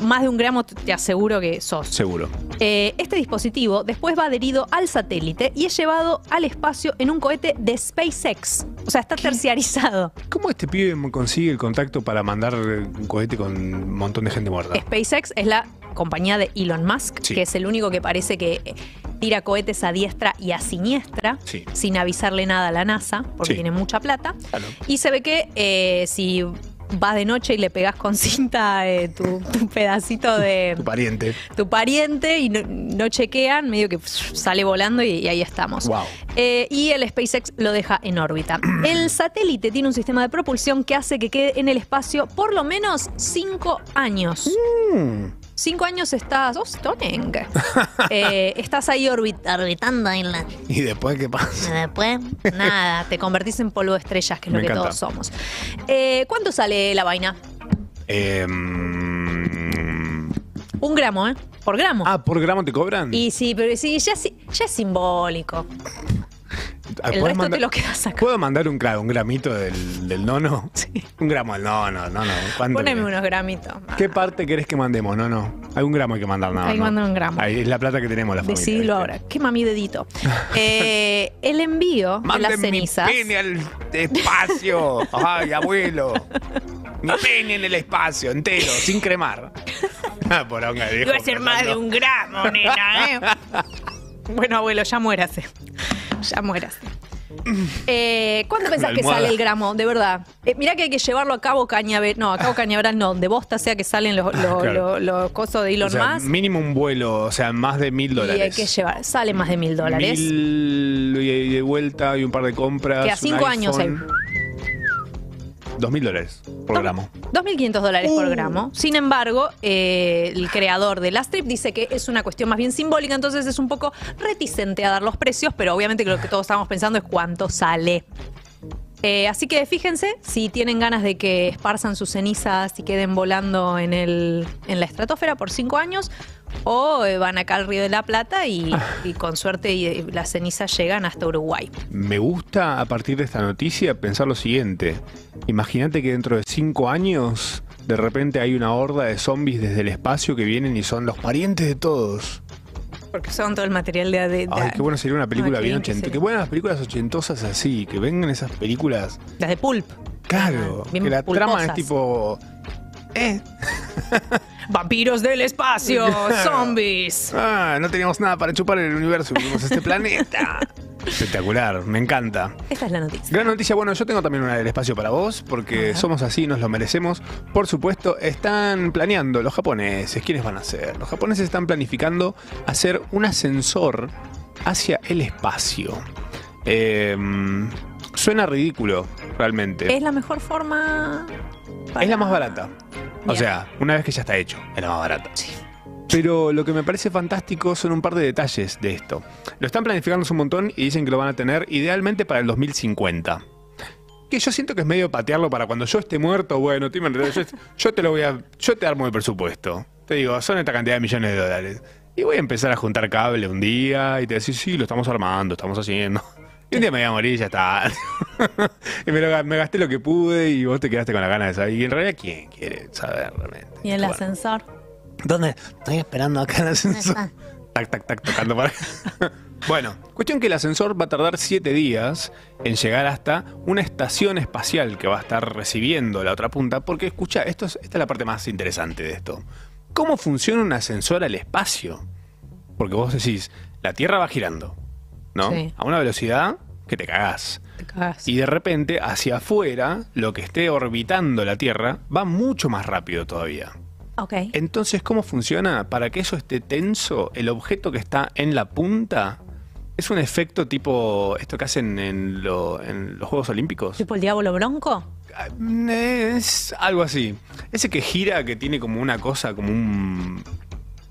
[SPEAKER 3] Más de un gramo t- te aseguro que sos.
[SPEAKER 4] Seguro.
[SPEAKER 3] Eh, este dispositivo después va adherido al satélite y es llevado al espacio en un cohete de SpaceX. O sea, está terciarizado.
[SPEAKER 4] ¿Cómo este pibe me consigue el contacto para mandar eh, un cohete con un montón de gente muerta?
[SPEAKER 3] SpaceX es la compañía de Elon Musk,
[SPEAKER 4] Sí.
[SPEAKER 3] que es el único que parece que eh, tira cohetes a diestra y a siniestra,
[SPEAKER 4] Sí.
[SPEAKER 3] sin avisarle nada a la NASA, porque
[SPEAKER 4] Sí.
[SPEAKER 3] tiene mucha plata.
[SPEAKER 4] Claro.
[SPEAKER 3] Y se ve que eh, si vas de noche y le pegas con cinta eh, tu, tu pedacito de
[SPEAKER 4] Tu pariente.
[SPEAKER 3] tu pariente y no, no chequean, medio que pf, sale volando y, y ahí estamos.
[SPEAKER 4] Wow.
[SPEAKER 3] Eh, y el SpaceX lo deja en órbita. El satélite tiene un sistema de propulsión que hace que quede en el espacio por lo menos cinco años.
[SPEAKER 4] Mm.
[SPEAKER 3] Cinco años estás. ¡Oh, stunning! Eh, estás ahí orbit- orbitando en la
[SPEAKER 4] ¿Y después qué pasa?
[SPEAKER 3] Después, nada, te convertís en polvo de estrellas, que es
[SPEAKER 4] Me
[SPEAKER 3] lo que
[SPEAKER 4] encanta.
[SPEAKER 3] todos somos. Eh, ¿Cuánto sale la vaina?
[SPEAKER 4] Eh, mm,
[SPEAKER 3] Un gramo, ¿eh? Por gramo.
[SPEAKER 4] ah, ¿por gramo te cobran?
[SPEAKER 3] Y sí, pero sí, ya, es- ya es simbólico.
[SPEAKER 4] ¿Puedes
[SPEAKER 3] El resto
[SPEAKER 4] Ah, mandar-
[SPEAKER 3] te lo quedas acá.
[SPEAKER 4] ¿Puedo mandar un, gra- un gramito del, del nono?
[SPEAKER 3] Sí.
[SPEAKER 4] Un gramo del nono, no, no. ¿Cuánto
[SPEAKER 3] Poneme
[SPEAKER 4] querés?
[SPEAKER 3] unos gramitos. más.
[SPEAKER 4] ¿Qué parte querés que mandemos? No, no. Hay un gramo hay que mandar nada.
[SPEAKER 3] Hay que
[SPEAKER 4] ¿no?
[SPEAKER 3] mandar un gramo.
[SPEAKER 4] Ahí es la plata que tenemos la familia.
[SPEAKER 3] Decidilo
[SPEAKER 4] ¿viste?
[SPEAKER 3] Ah, ahora. Quema mi dedito. Eh, el envío de las
[SPEAKER 4] Manden
[SPEAKER 3] cenizas.
[SPEAKER 4] Mi pene al espacio. Ay, abuelo. Mi pene en el espacio, entero, sin cremar. Ah, poronga, de viejo
[SPEAKER 3] Iba a ser más de
[SPEAKER 4] pensando.
[SPEAKER 3] un gramo, nena, ¿eh? Bueno, abuelo, ya muérase. Ya muérase. Eh, ¿Cuándo pensás que
[SPEAKER 4] almohada.
[SPEAKER 3] sale el gramo? De verdad. Eh, mirá que hay que llevarlo a cabo cañaveral. No, a cabo cañaveral no. De bosta sea que salen los, los,
[SPEAKER 4] Claro.
[SPEAKER 3] los- los cosos de Elon
[SPEAKER 4] O sea,
[SPEAKER 3] Musk.
[SPEAKER 4] mínimo un vuelo, o sea, más de mil
[SPEAKER 3] Y
[SPEAKER 4] dólares.
[SPEAKER 3] hay que llevar. Sale más de mil dólares.
[SPEAKER 4] Mil y de vuelta y un par de compras.
[SPEAKER 3] Que a
[SPEAKER 4] un
[SPEAKER 3] cinco años
[SPEAKER 4] iPhone. Dos mil dólares por gramo.
[SPEAKER 3] 2.500 dólares por gramo. Sin embargo, eh, el creador de la strip dice que es una cuestión más bien simbólica, entonces es un poco reticente a dar los precios, pero obviamente que lo que todos estamos pensando es cuánto sale. Eh, así que fíjense, si tienen ganas de que esparzan sus cenizas y queden volando en, el, en la estratosfera por cinco años, o eh, van acá al Río de la Plata y, y con suerte y, eh, las cenizas llegan hasta Uruguay.
[SPEAKER 4] Me gusta a partir de esta noticia pensar lo siguiente. Imagínate que dentro de cinco años de repente hay una horda de zombies desde el espacio que vienen y son los parientes de todos.
[SPEAKER 3] Porque son todo el material de... de, de-
[SPEAKER 4] Ay, qué bueno sería una película
[SPEAKER 3] qué
[SPEAKER 4] bien
[SPEAKER 3] bien que
[SPEAKER 4] ochenta.
[SPEAKER 3] sería.
[SPEAKER 4] Qué buenas las películas ochentosas así, que vengan esas películas.
[SPEAKER 3] las de pulp.
[SPEAKER 4] Claro,
[SPEAKER 3] Bien
[SPEAKER 4] que la trama es
[SPEAKER 3] pulposas.
[SPEAKER 4] tipo... Eh,
[SPEAKER 3] Vampiros del espacio, zombies.
[SPEAKER 4] ah, no teníamos nada para chupar en el universo, vivimos este planeta. Espectacular, me encanta.
[SPEAKER 3] Esta es la noticia.
[SPEAKER 4] Gran noticia, bueno, yo tengo también una del espacio para vos, porque somos así, nos lo merecemos. Por supuesto, están planeando los japoneses, ¿quiénes van a hacer? Los japoneses están planificando hacer un ascensor hacia el espacio. Eh, suena ridículo, realmente.
[SPEAKER 3] Es la mejor forma. para-
[SPEAKER 4] Es la más barata. O
[SPEAKER 3] Bien.
[SPEAKER 4] sea, una vez que ya está hecho, es la más barata. Pero lo que me parece fantástico son un par de detalles de esto. Lo están planificando un montón y dicen que lo van a tener idealmente para el 2050. Que yo siento que es medio patearlo para cuando yo esté muerto, bueno, Tim, en realidad, yo, yo te lo voy a. Yo te armo el presupuesto. Te digo, son esta cantidad de millones de dólares. Y voy a empezar a juntar cable un día y te decís, sí, lo estamos armando, estamos haciendo. Y un día me voy a morir y ya está. y me, lo ga- me gasté lo que pude y vos te quedaste con la ganas de saber. Y en realidad, ¿quién quiere saber realmente?
[SPEAKER 3] Y el
[SPEAKER 4] Bueno.
[SPEAKER 3] ascensor.
[SPEAKER 4] ¿Dónde? Estoy esperando acá el ascensor. Tac, tac, tac, tocando para. bueno, cuestión que el ascensor va a tardar siete días en llegar hasta una estación espacial que va a estar recibiendo la otra punta. Porque, escucha, esto es, esta es la parte más interesante de esto. ¿Cómo funciona un ascensor al espacio? Porque vos decís, la Tierra va girando, ¿no?
[SPEAKER 3] Sí.
[SPEAKER 4] A una velocidad que te cagás.
[SPEAKER 3] Te cagás.
[SPEAKER 4] Y de repente, hacia afuera, lo que esté orbitando la Tierra va mucho más rápido todavía.
[SPEAKER 3] Ok.
[SPEAKER 4] Entonces, ¿cómo funciona? Para que eso esté tenso, el objeto que está en la punta es un efecto tipo esto que hacen en, lo- en los Juegos Olímpicos.
[SPEAKER 3] ¿Tipo el diablo bronco?
[SPEAKER 4] Ah, Es algo así. Ese que gira, que tiene como una cosa, como un.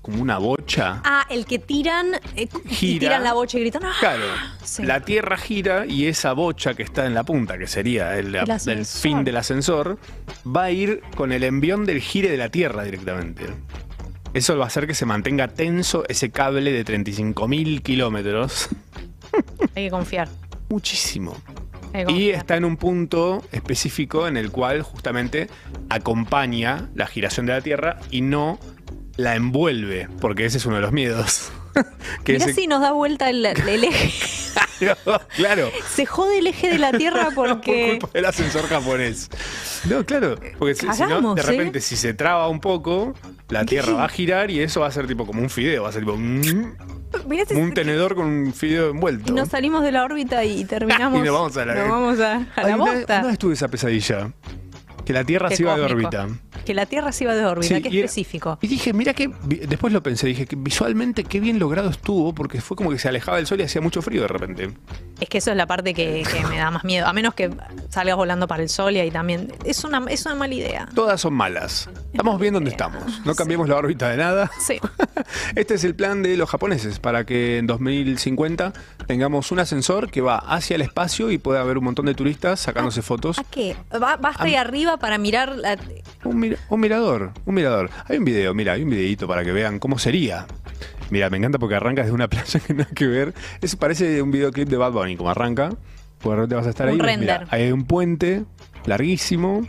[SPEAKER 4] como una bocha.
[SPEAKER 3] Ah, el que tiran. eh, y
[SPEAKER 4] Gira.
[SPEAKER 3] tiran la bocha y gritan. ¡ah!
[SPEAKER 4] Claro,
[SPEAKER 3] Sí.
[SPEAKER 4] la Tierra gira y esa bocha que está en la punta, que sería el,
[SPEAKER 3] El ascensor.
[SPEAKER 4] el fin del ascensor, va a ir con el envión del gire de la Tierra directamente. Eso va a hacer que se mantenga tenso ese cable de 35.000 kilómetros.
[SPEAKER 3] Hay que confiar.
[SPEAKER 4] Muchísimo.
[SPEAKER 3] hay que
[SPEAKER 4] Y
[SPEAKER 3] confiar.
[SPEAKER 4] está en un punto específico en el cual justamente acompaña la giración de la Tierra y no la envuelve, porque ese es uno de los miedos. que
[SPEAKER 3] Mirá
[SPEAKER 4] ese-
[SPEAKER 3] si nos da vuelta el, el eje.
[SPEAKER 4] claro.
[SPEAKER 3] Se jode el eje de la Tierra porque.
[SPEAKER 4] Por culpa del ascensor japonés. No, claro. Porque si, si no,
[SPEAKER 3] Cagamos,
[SPEAKER 4] de
[SPEAKER 3] ¿eh?
[SPEAKER 4] repente, si se traba un poco, la tierra va a girar y eso va a ser tipo como un fideo. Va a ser tipo un,
[SPEAKER 3] Mirá si-
[SPEAKER 4] como un tenedor con un fideo envuelto.
[SPEAKER 3] y nos salimos de la órbita y terminamos.
[SPEAKER 4] Y nos vamos a la- eh.
[SPEAKER 3] nos vamos a- a la
[SPEAKER 4] Ay, una,
[SPEAKER 3] bosta.
[SPEAKER 4] una vez tuve esa pesadilla. Que la tierra
[SPEAKER 3] Qué
[SPEAKER 4] se iba de
[SPEAKER 3] cósmico.
[SPEAKER 4] órbita.
[SPEAKER 3] Que la Tierra se iba de órbita.
[SPEAKER 4] Sí,
[SPEAKER 3] Qué
[SPEAKER 4] y era-
[SPEAKER 3] específico.
[SPEAKER 4] Y dije, mira que. vi- Después lo pensé, dije que visualmente qué bien logrado estuvo, porque fue como que se alejaba del sol y hacía mucho frío de repente.
[SPEAKER 3] Es que eso es la parte que, que me da más miedo. A menos que salgas volando para el sol y ahí también. Es una, es una mala idea.
[SPEAKER 4] Todas son malas. Estamos bien donde estamos. No cambiemos la órbita de nada.
[SPEAKER 3] Sí.
[SPEAKER 4] Este es el plan de los japoneses para que en 2050 tengamos un ascensor que va hacia el espacio
[SPEAKER 3] Ah,
[SPEAKER 4] y pueda haber un montón de turistas sacándose fotos.
[SPEAKER 3] ¿A qué? Va, ¿Basta ahí arriba para mirar la-
[SPEAKER 4] Un mira- un mirador, un mirador. Hay un video, mira, hay un videito para que vean cómo sería. Mira, me encanta porque arrancas de una playa que nada que ver. Eso parece un videoclip de Bad Bunny, como arranca. Por de repente vas a estar
[SPEAKER 3] Un
[SPEAKER 4] ahí. ves,
[SPEAKER 3] render.
[SPEAKER 4] mira, hay un puente larguísimo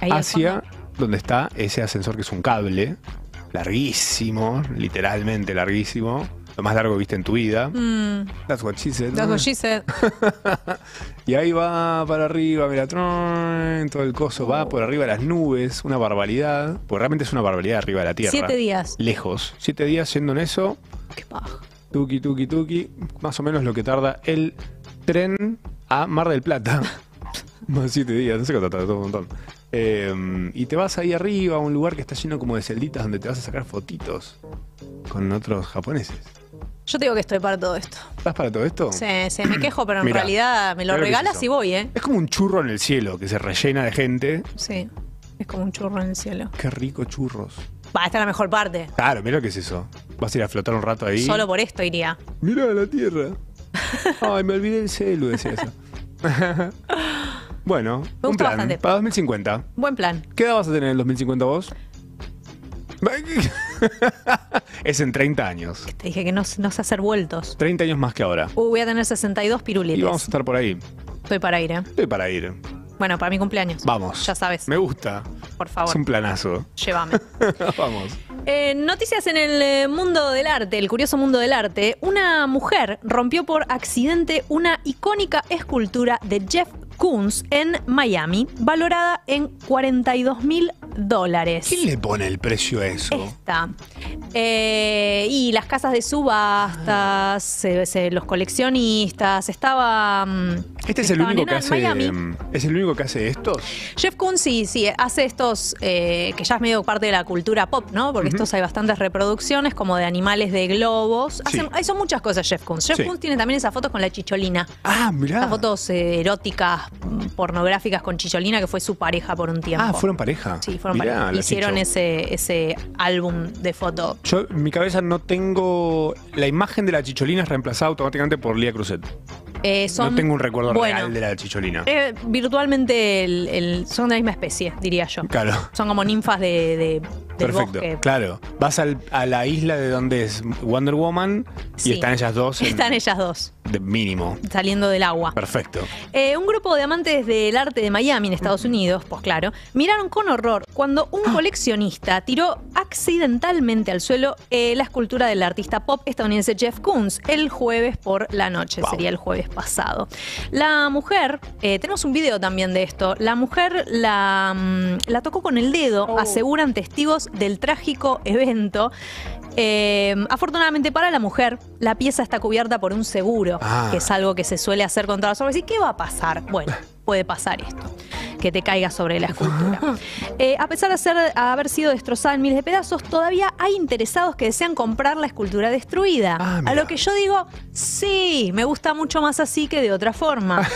[SPEAKER 3] Ahí al
[SPEAKER 4] hacia
[SPEAKER 3] fondo.
[SPEAKER 4] donde está ese ascensor que es un cable. Larguísimo, literalmente larguísimo. Lo más largo que viste en tu vida.
[SPEAKER 3] Mm,
[SPEAKER 4] That's what she said,
[SPEAKER 3] that's
[SPEAKER 4] ¿no?
[SPEAKER 3] what she said.
[SPEAKER 4] Y ahí va para arriba, mira, tron, todo el coso va por arriba de las nubes, una barbaridad, porque realmente es una barbaridad arriba de la Tierra.
[SPEAKER 3] Siete días.
[SPEAKER 4] Lejos. Siete días yendo en eso,
[SPEAKER 3] Qué paja.
[SPEAKER 4] tuki, tuki, tuki, más o menos lo que tarda el tren a Mar del Plata. Más siete días, no sé cuánto tarda, todo un montón. Eh, y te vas ahí arriba a un lugar que está lleno como de celditas donde te vas a sacar fotitos con otros japoneses.
[SPEAKER 3] Yo te digo que estoy para todo esto.
[SPEAKER 4] ¿Estás para todo esto?
[SPEAKER 3] Se, se me quejo, pero en
[SPEAKER 4] Mirá,
[SPEAKER 3] realidad me lo
[SPEAKER 4] mirá lo que es
[SPEAKER 3] regalas
[SPEAKER 4] eso.
[SPEAKER 3] y voy, ¿eh?
[SPEAKER 4] Es como un churro en el cielo que se rellena de gente.
[SPEAKER 3] Sí. Es como un churro en el cielo.
[SPEAKER 4] Qué rico churros.
[SPEAKER 3] Va, esta es la mejor parte.
[SPEAKER 4] Claro, mira lo que es eso. Vas a ir a flotar un rato ahí.
[SPEAKER 3] Solo por esto iría.
[SPEAKER 4] Mirá la tierra. Ay, me olvidé el celu, decía eso. bueno,
[SPEAKER 3] Me
[SPEAKER 4] un
[SPEAKER 3] gusta
[SPEAKER 4] plan
[SPEAKER 3] bastante.
[SPEAKER 4] para 2050.
[SPEAKER 3] Buen plan.
[SPEAKER 4] ¿Qué edad vas a tener en el 2050 vos? es en 30 años.
[SPEAKER 3] Te dije que no, no sé hacer vueltos.
[SPEAKER 4] 30 años más que ahora.
[SPEAKER 3] Uh, voy a tener 62
[SPEAKER 4] Y vamos a
[SPEAKER 3] pirulitas.
[SPEAKER 4] estar por ahí.
[SPEAKER 3] Estoy para ir, ¿eh?
[SPEAKER 4] Estoy para ir.
[SPEAKER 3] Bueno, para mi cumpleaños.
[SPEAKER 4] Vamos.
[SPEAKER 3] Ya sabes.
[SPEAKER 4] Me gusta.
[SPEAKER 3] Por
[SPEAKER 4] Es
[SPEAKER 3] favor,
[SPEAKER 4] un planazo.
[SPEAKER 3] llévame.
[SPEAKER 4] Vamos.
[SPEAKER 3] Eh, noticias en el eh, mundo del arte, el curioso mundo del arte. Una mujer rompió por accidente una icónica escultura de Jeff Koons en Miami, valorada en 42 mil dólares.
[SPEAKER 4] ¿Quién le pone el precio a eso?
[SPEAKER 3] Esta. Eh, y las casas de subastas, eh, se- los coleccionistas, estaba... mm,
[SPEAKER 4] Este es el
[SPEAKER 3] estaban
[SPEAKER 4] único
[SPEAKER 3] en
[SPEAKER 4] que hace.
[SPEAKER 3] Miami.
[SPEAKER 4] mm, ¿Es el único que hace estos?
[SPEAKER 3] Jeff Koons sí, sí, hace estos, eh, que ya es medio parte de la cultura pop, ¿no? Porque estos hay bastantes reproducciones, como de animales de globos. Hacen,
[SPEAKER 4] Sí.
[SPEAKER 3] ay, Son muchas cosas Jeff Koons. Jeff
[SPEAKER 4] Sí.
[SPEAKER 3] Koons tiene también esas fotos con la chicholina.
[SPEAKER 4] Ah, mirá.
[SPEAKER 3] Las fotos eh, eróticas, mm, pornográficas con chicholina, que fue su pareja por un tiempo.
[SPEAKER 4] Ah, fueron pareja.
[SPEAKER 3] Sí, fueron
[SPEAKER 4] Mirá,
[SPEAKER 3] pareja.
[SPEAKER 4] la
[SPEAKER 3] Hicieron
[SPEAKER 4] Chicho.
[SPEAKER 3] ese, ese álbum de fotos.
[SPEAKER 4] Yo en mi cabeza no tengo. La imagen de la chicholina es reemplazada automáticamente por Lía Cruzet.
[SPEAKER 3] Eh, son,
[SPEAKER 4] No tengo un recuerdo
[SPEAKER 3] bueno,
[SPEAKER 4] real de la chicholina.
[SPEAKER 3] eh, virtualmente el- el- son de la misma especie, diría yo.
[SPEAKER 4] Claro.
[SPEAKER 3] Son como ninfas de, de- del
[SPEAKER 4] Perfecto.
[SPEAKER 3] bosque.
[SPEAKER 4] Claro. Vas al- a la isla de donde es Wonder Woman y
[SPEAKER 3] Sí.
[SPEAKER 4] están ellas dos. en-
[SPEAKER 3] Están ellas dos,
[SPEAKER 4] De mínimo.
[SPEAKER 3] saliendo del agua.
[SPEAKER 4] Perfecto.
[SPEAKER 3] Eh, un grupo de amantes del arte de Miami en Estados Unidos, pues claro, miraron con horror cuando
[SPEAKER 4] Ah.
[SPEAKER 3] un coleccionista tiró accidentalmente al suelo eh, la escultura del artista pop estadounidense Jeff Koons el jueves por la noche,
[SPEAKER 4] Wow.
[SPEAKER 3] sería el jueves pasado. La mujer, eh, tenemos un video también de esto, la mujer la, mm, la tocó con el dedo,
[SPEAKER 4] Oh.
[SPEAKER 3] aseguran testigos del trágico evento. Eh, afortunadamente para la mujer, la pieza está cubierta por un seguro,
[SPEAKER 4] Ah.
[SPEAKER 3] que es algo que se suele hacer contra las obras. ¿Y qué va a pasar? Bueno, puede pasar esto, que te caiga sobre la escultura. Eh, a pesar de ser, haber sido destrozada en miles de pedazos, todavía hay interesados que desean comprar la escultura destruida.
[SPEAKER 4] Ah,
[SPEAKER 3] a
[SPEAKER 4] mira.
[SPEAKER 3] lo que yo digo, sí, me gusta mucho más así que de otra forma.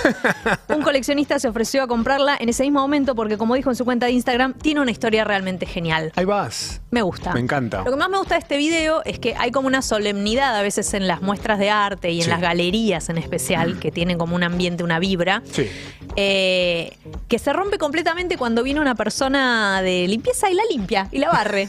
[SPEAKER 3] Un coleccionista se ofreció a comprarla en ese mismo momento porque, como dijo en su cuenta de Instagram, tiene una historia realmente genial.
[SPEAKER 4] Ahí vas.
[SPEAKER 3] Me gusta.
[SPEAKER 4] Me encanta.
[SPEAKER 3] Lo que más me gusta de este video es que hay como una solemnidad a veces en las muestras de arte y en
[SPEAKER 4] Sí. Mm.
[SPEAKER 3] las galerías en especial, que tienen como un ambiente, una vibra,
[SPEAKER 4] Sí.
[SPEAKER 3] eh, que se rompe completamente cuando viene una persona de limpieza y la limpia y la barre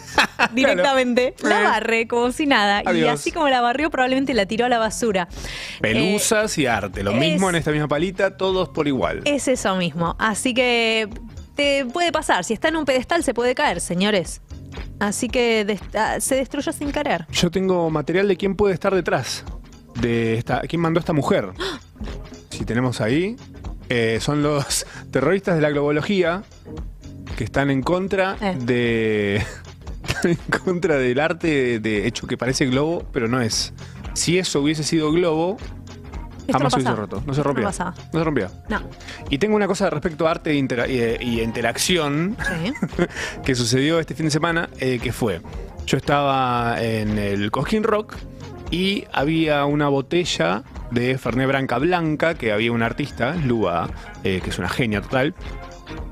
[SPEAKER 3] directamente.
[SPEAKER 4] Eh.
[SPEAKER 3] La barre como si nada. Y
[SPEAKER 4] Adiós.
[SPEAKER 3] así como la barrió, probablemente la tiró a la basura. Eh,
[SPEAKER 4] Pelusas y arte. Lo mismo
[SPEAKER 3] es-
[SPEAKER 4] en esta misma palita, todos por igual.
[SPEAKER 3] Eh, Es eso mismo. Así que te puede pasar. Si está en un pedestal, se puede caer, señores. Así que des- ah, se destruyó sin querer.
[SPEAKER 4] Yo tengo material de quién puede estar detrás. De esta, ¿Quién mandó a esta mujer? Si tenemos ahí, eh, son los terroristas de la globología que están en contra
[SPEAKER 3] Eh.
[SPEAKER 4] de. están en contra del arte de, de hecho que parece globo, pero no es. Si eso hubiese sido globo,
[SPEAKER 3] Esto
[SPEAKER 4] jamás
[SPEAKER 3] no
[SPEAKER 4] hubiese
[SPEAKER 3] pasaba.
[SPEAKER 4] roto. No
[SPEAKER 3] Esto
[SPEAKER 4] se rompió.
[SPEAKER 3] pasaba.
[SPEAKER 4] No se rompió.
[SPEAKER 3] No.
[SPEAKER 4] Y tengo una cosa respecto a arte e intera- y, eh, y interacción
[SPEAKER 3] Sí.
[SPEAKER 4] que sucedió este fin de semana, eh, que fue, yo estaba en el Cosquín Rock y había una botella de Ferné Branca Blanca, que había un artista, Lua, eh, que es una genia total.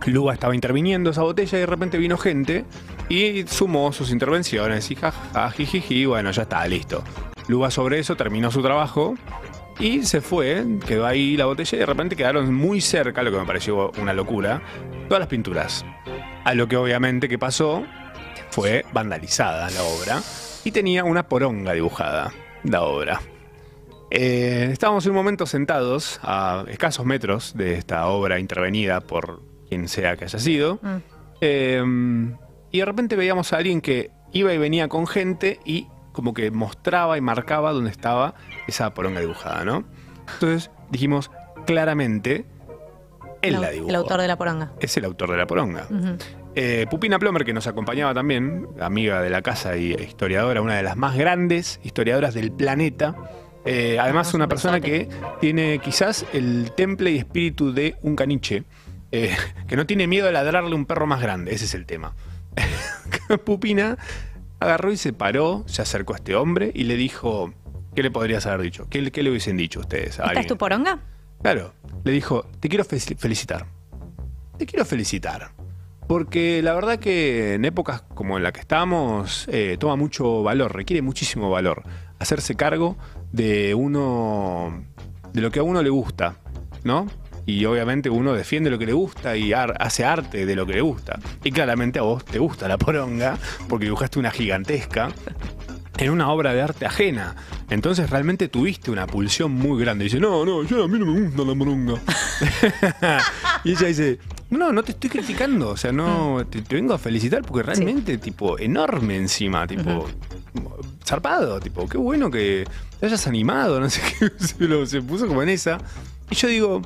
[SPEAKER 4] Lua estaba interviniendo esa botella y de repente vino gente y sumó sus intervenciones y jajaja, jijiji, bueno, ya está, listo. Lua sobre eso terminó su trabajo y se fue, quedó ahí la botella y de repente quedaron muy cerca, lo que me pareció una locura, todas las pinturas. A lo que obviamente que pasó fue vandalizada la obra y tenía una poronga dibujada la obra. Eh, estábamos en un momento sentados a escasos metros de esta obra intervenida por quien sea que haya sido.
[SPEAKER 3] Mm.
[SPEAKER 4] Eh, y de repente veíamos a alguien que iba y venía con gente y como que mostraba y marcaba dónde estaba esa poronga dibujada, ¿no? Entonces dijimos claramente, él la,
[SPEAKER 3] au-
[SPEAKER 4] dibujó.
[SPEAKER 3] el autor de la poronga.
[SPEAKER 4] Es el autor de la poronga.
[SPEAKER 3] Ujú.
[SPEAKER 4] Eh, Pupina Plomer, que nos acompañaba también, amiga de la casa y historiadora, una de las más grandes historiadoras del planeta. Eh, además,
[SPEAKER 3] un
[SPEAKER 4] una persona
[SPEAKER 3] besote.
[SPEAKER 4] que tiene quizás el temple y espíritu de un caniche, eh, que no tiene miedo a ladrarle a un perro más grande, ese es el tema. Pupina agarró y se paró, se acercó a este hombre y le dijo, ¿qué le podrías haber dicho? ¿Qué, le- qué le hubiesen dicho ustedes?
[SPEAKER 3] ¿Esta
[SPEAKER 4] a
[SPEAKER 3] es
[SPEAKER 4] alguien?
[SPEAKER 3] tu poronga?
[SPEAKER 4] Claro, le dijo, te quiero fe- felicitar. Te quiero felicitar. Porque la verdad que en épocas como en la que estamos, eh, toma mucho valor, requiere muchísimo valor hacerse cargo de uno, de lo que a uno le gusta, ¿no? Y obviamente uno defiende lo que le gusta y ar- hace arte de lo que le gusta. Y claramente a vos te gusta la poronga, porque dibujaste una gigantesca en una obra de arte ajena. Entonces realmente tuviste una pulsión muy grande. Dice, no, no, yo a mí no me gusta la moronga. y ella dice, no, no te estoy criticando. O sea, no, te, te vengo a felicitar porque realmente, tipo, enorme encima, tipo, zarpado, tipo, qué bueno que te hayas animado, no sé qué. Se, lo- se puso como en esa. Y yo digo,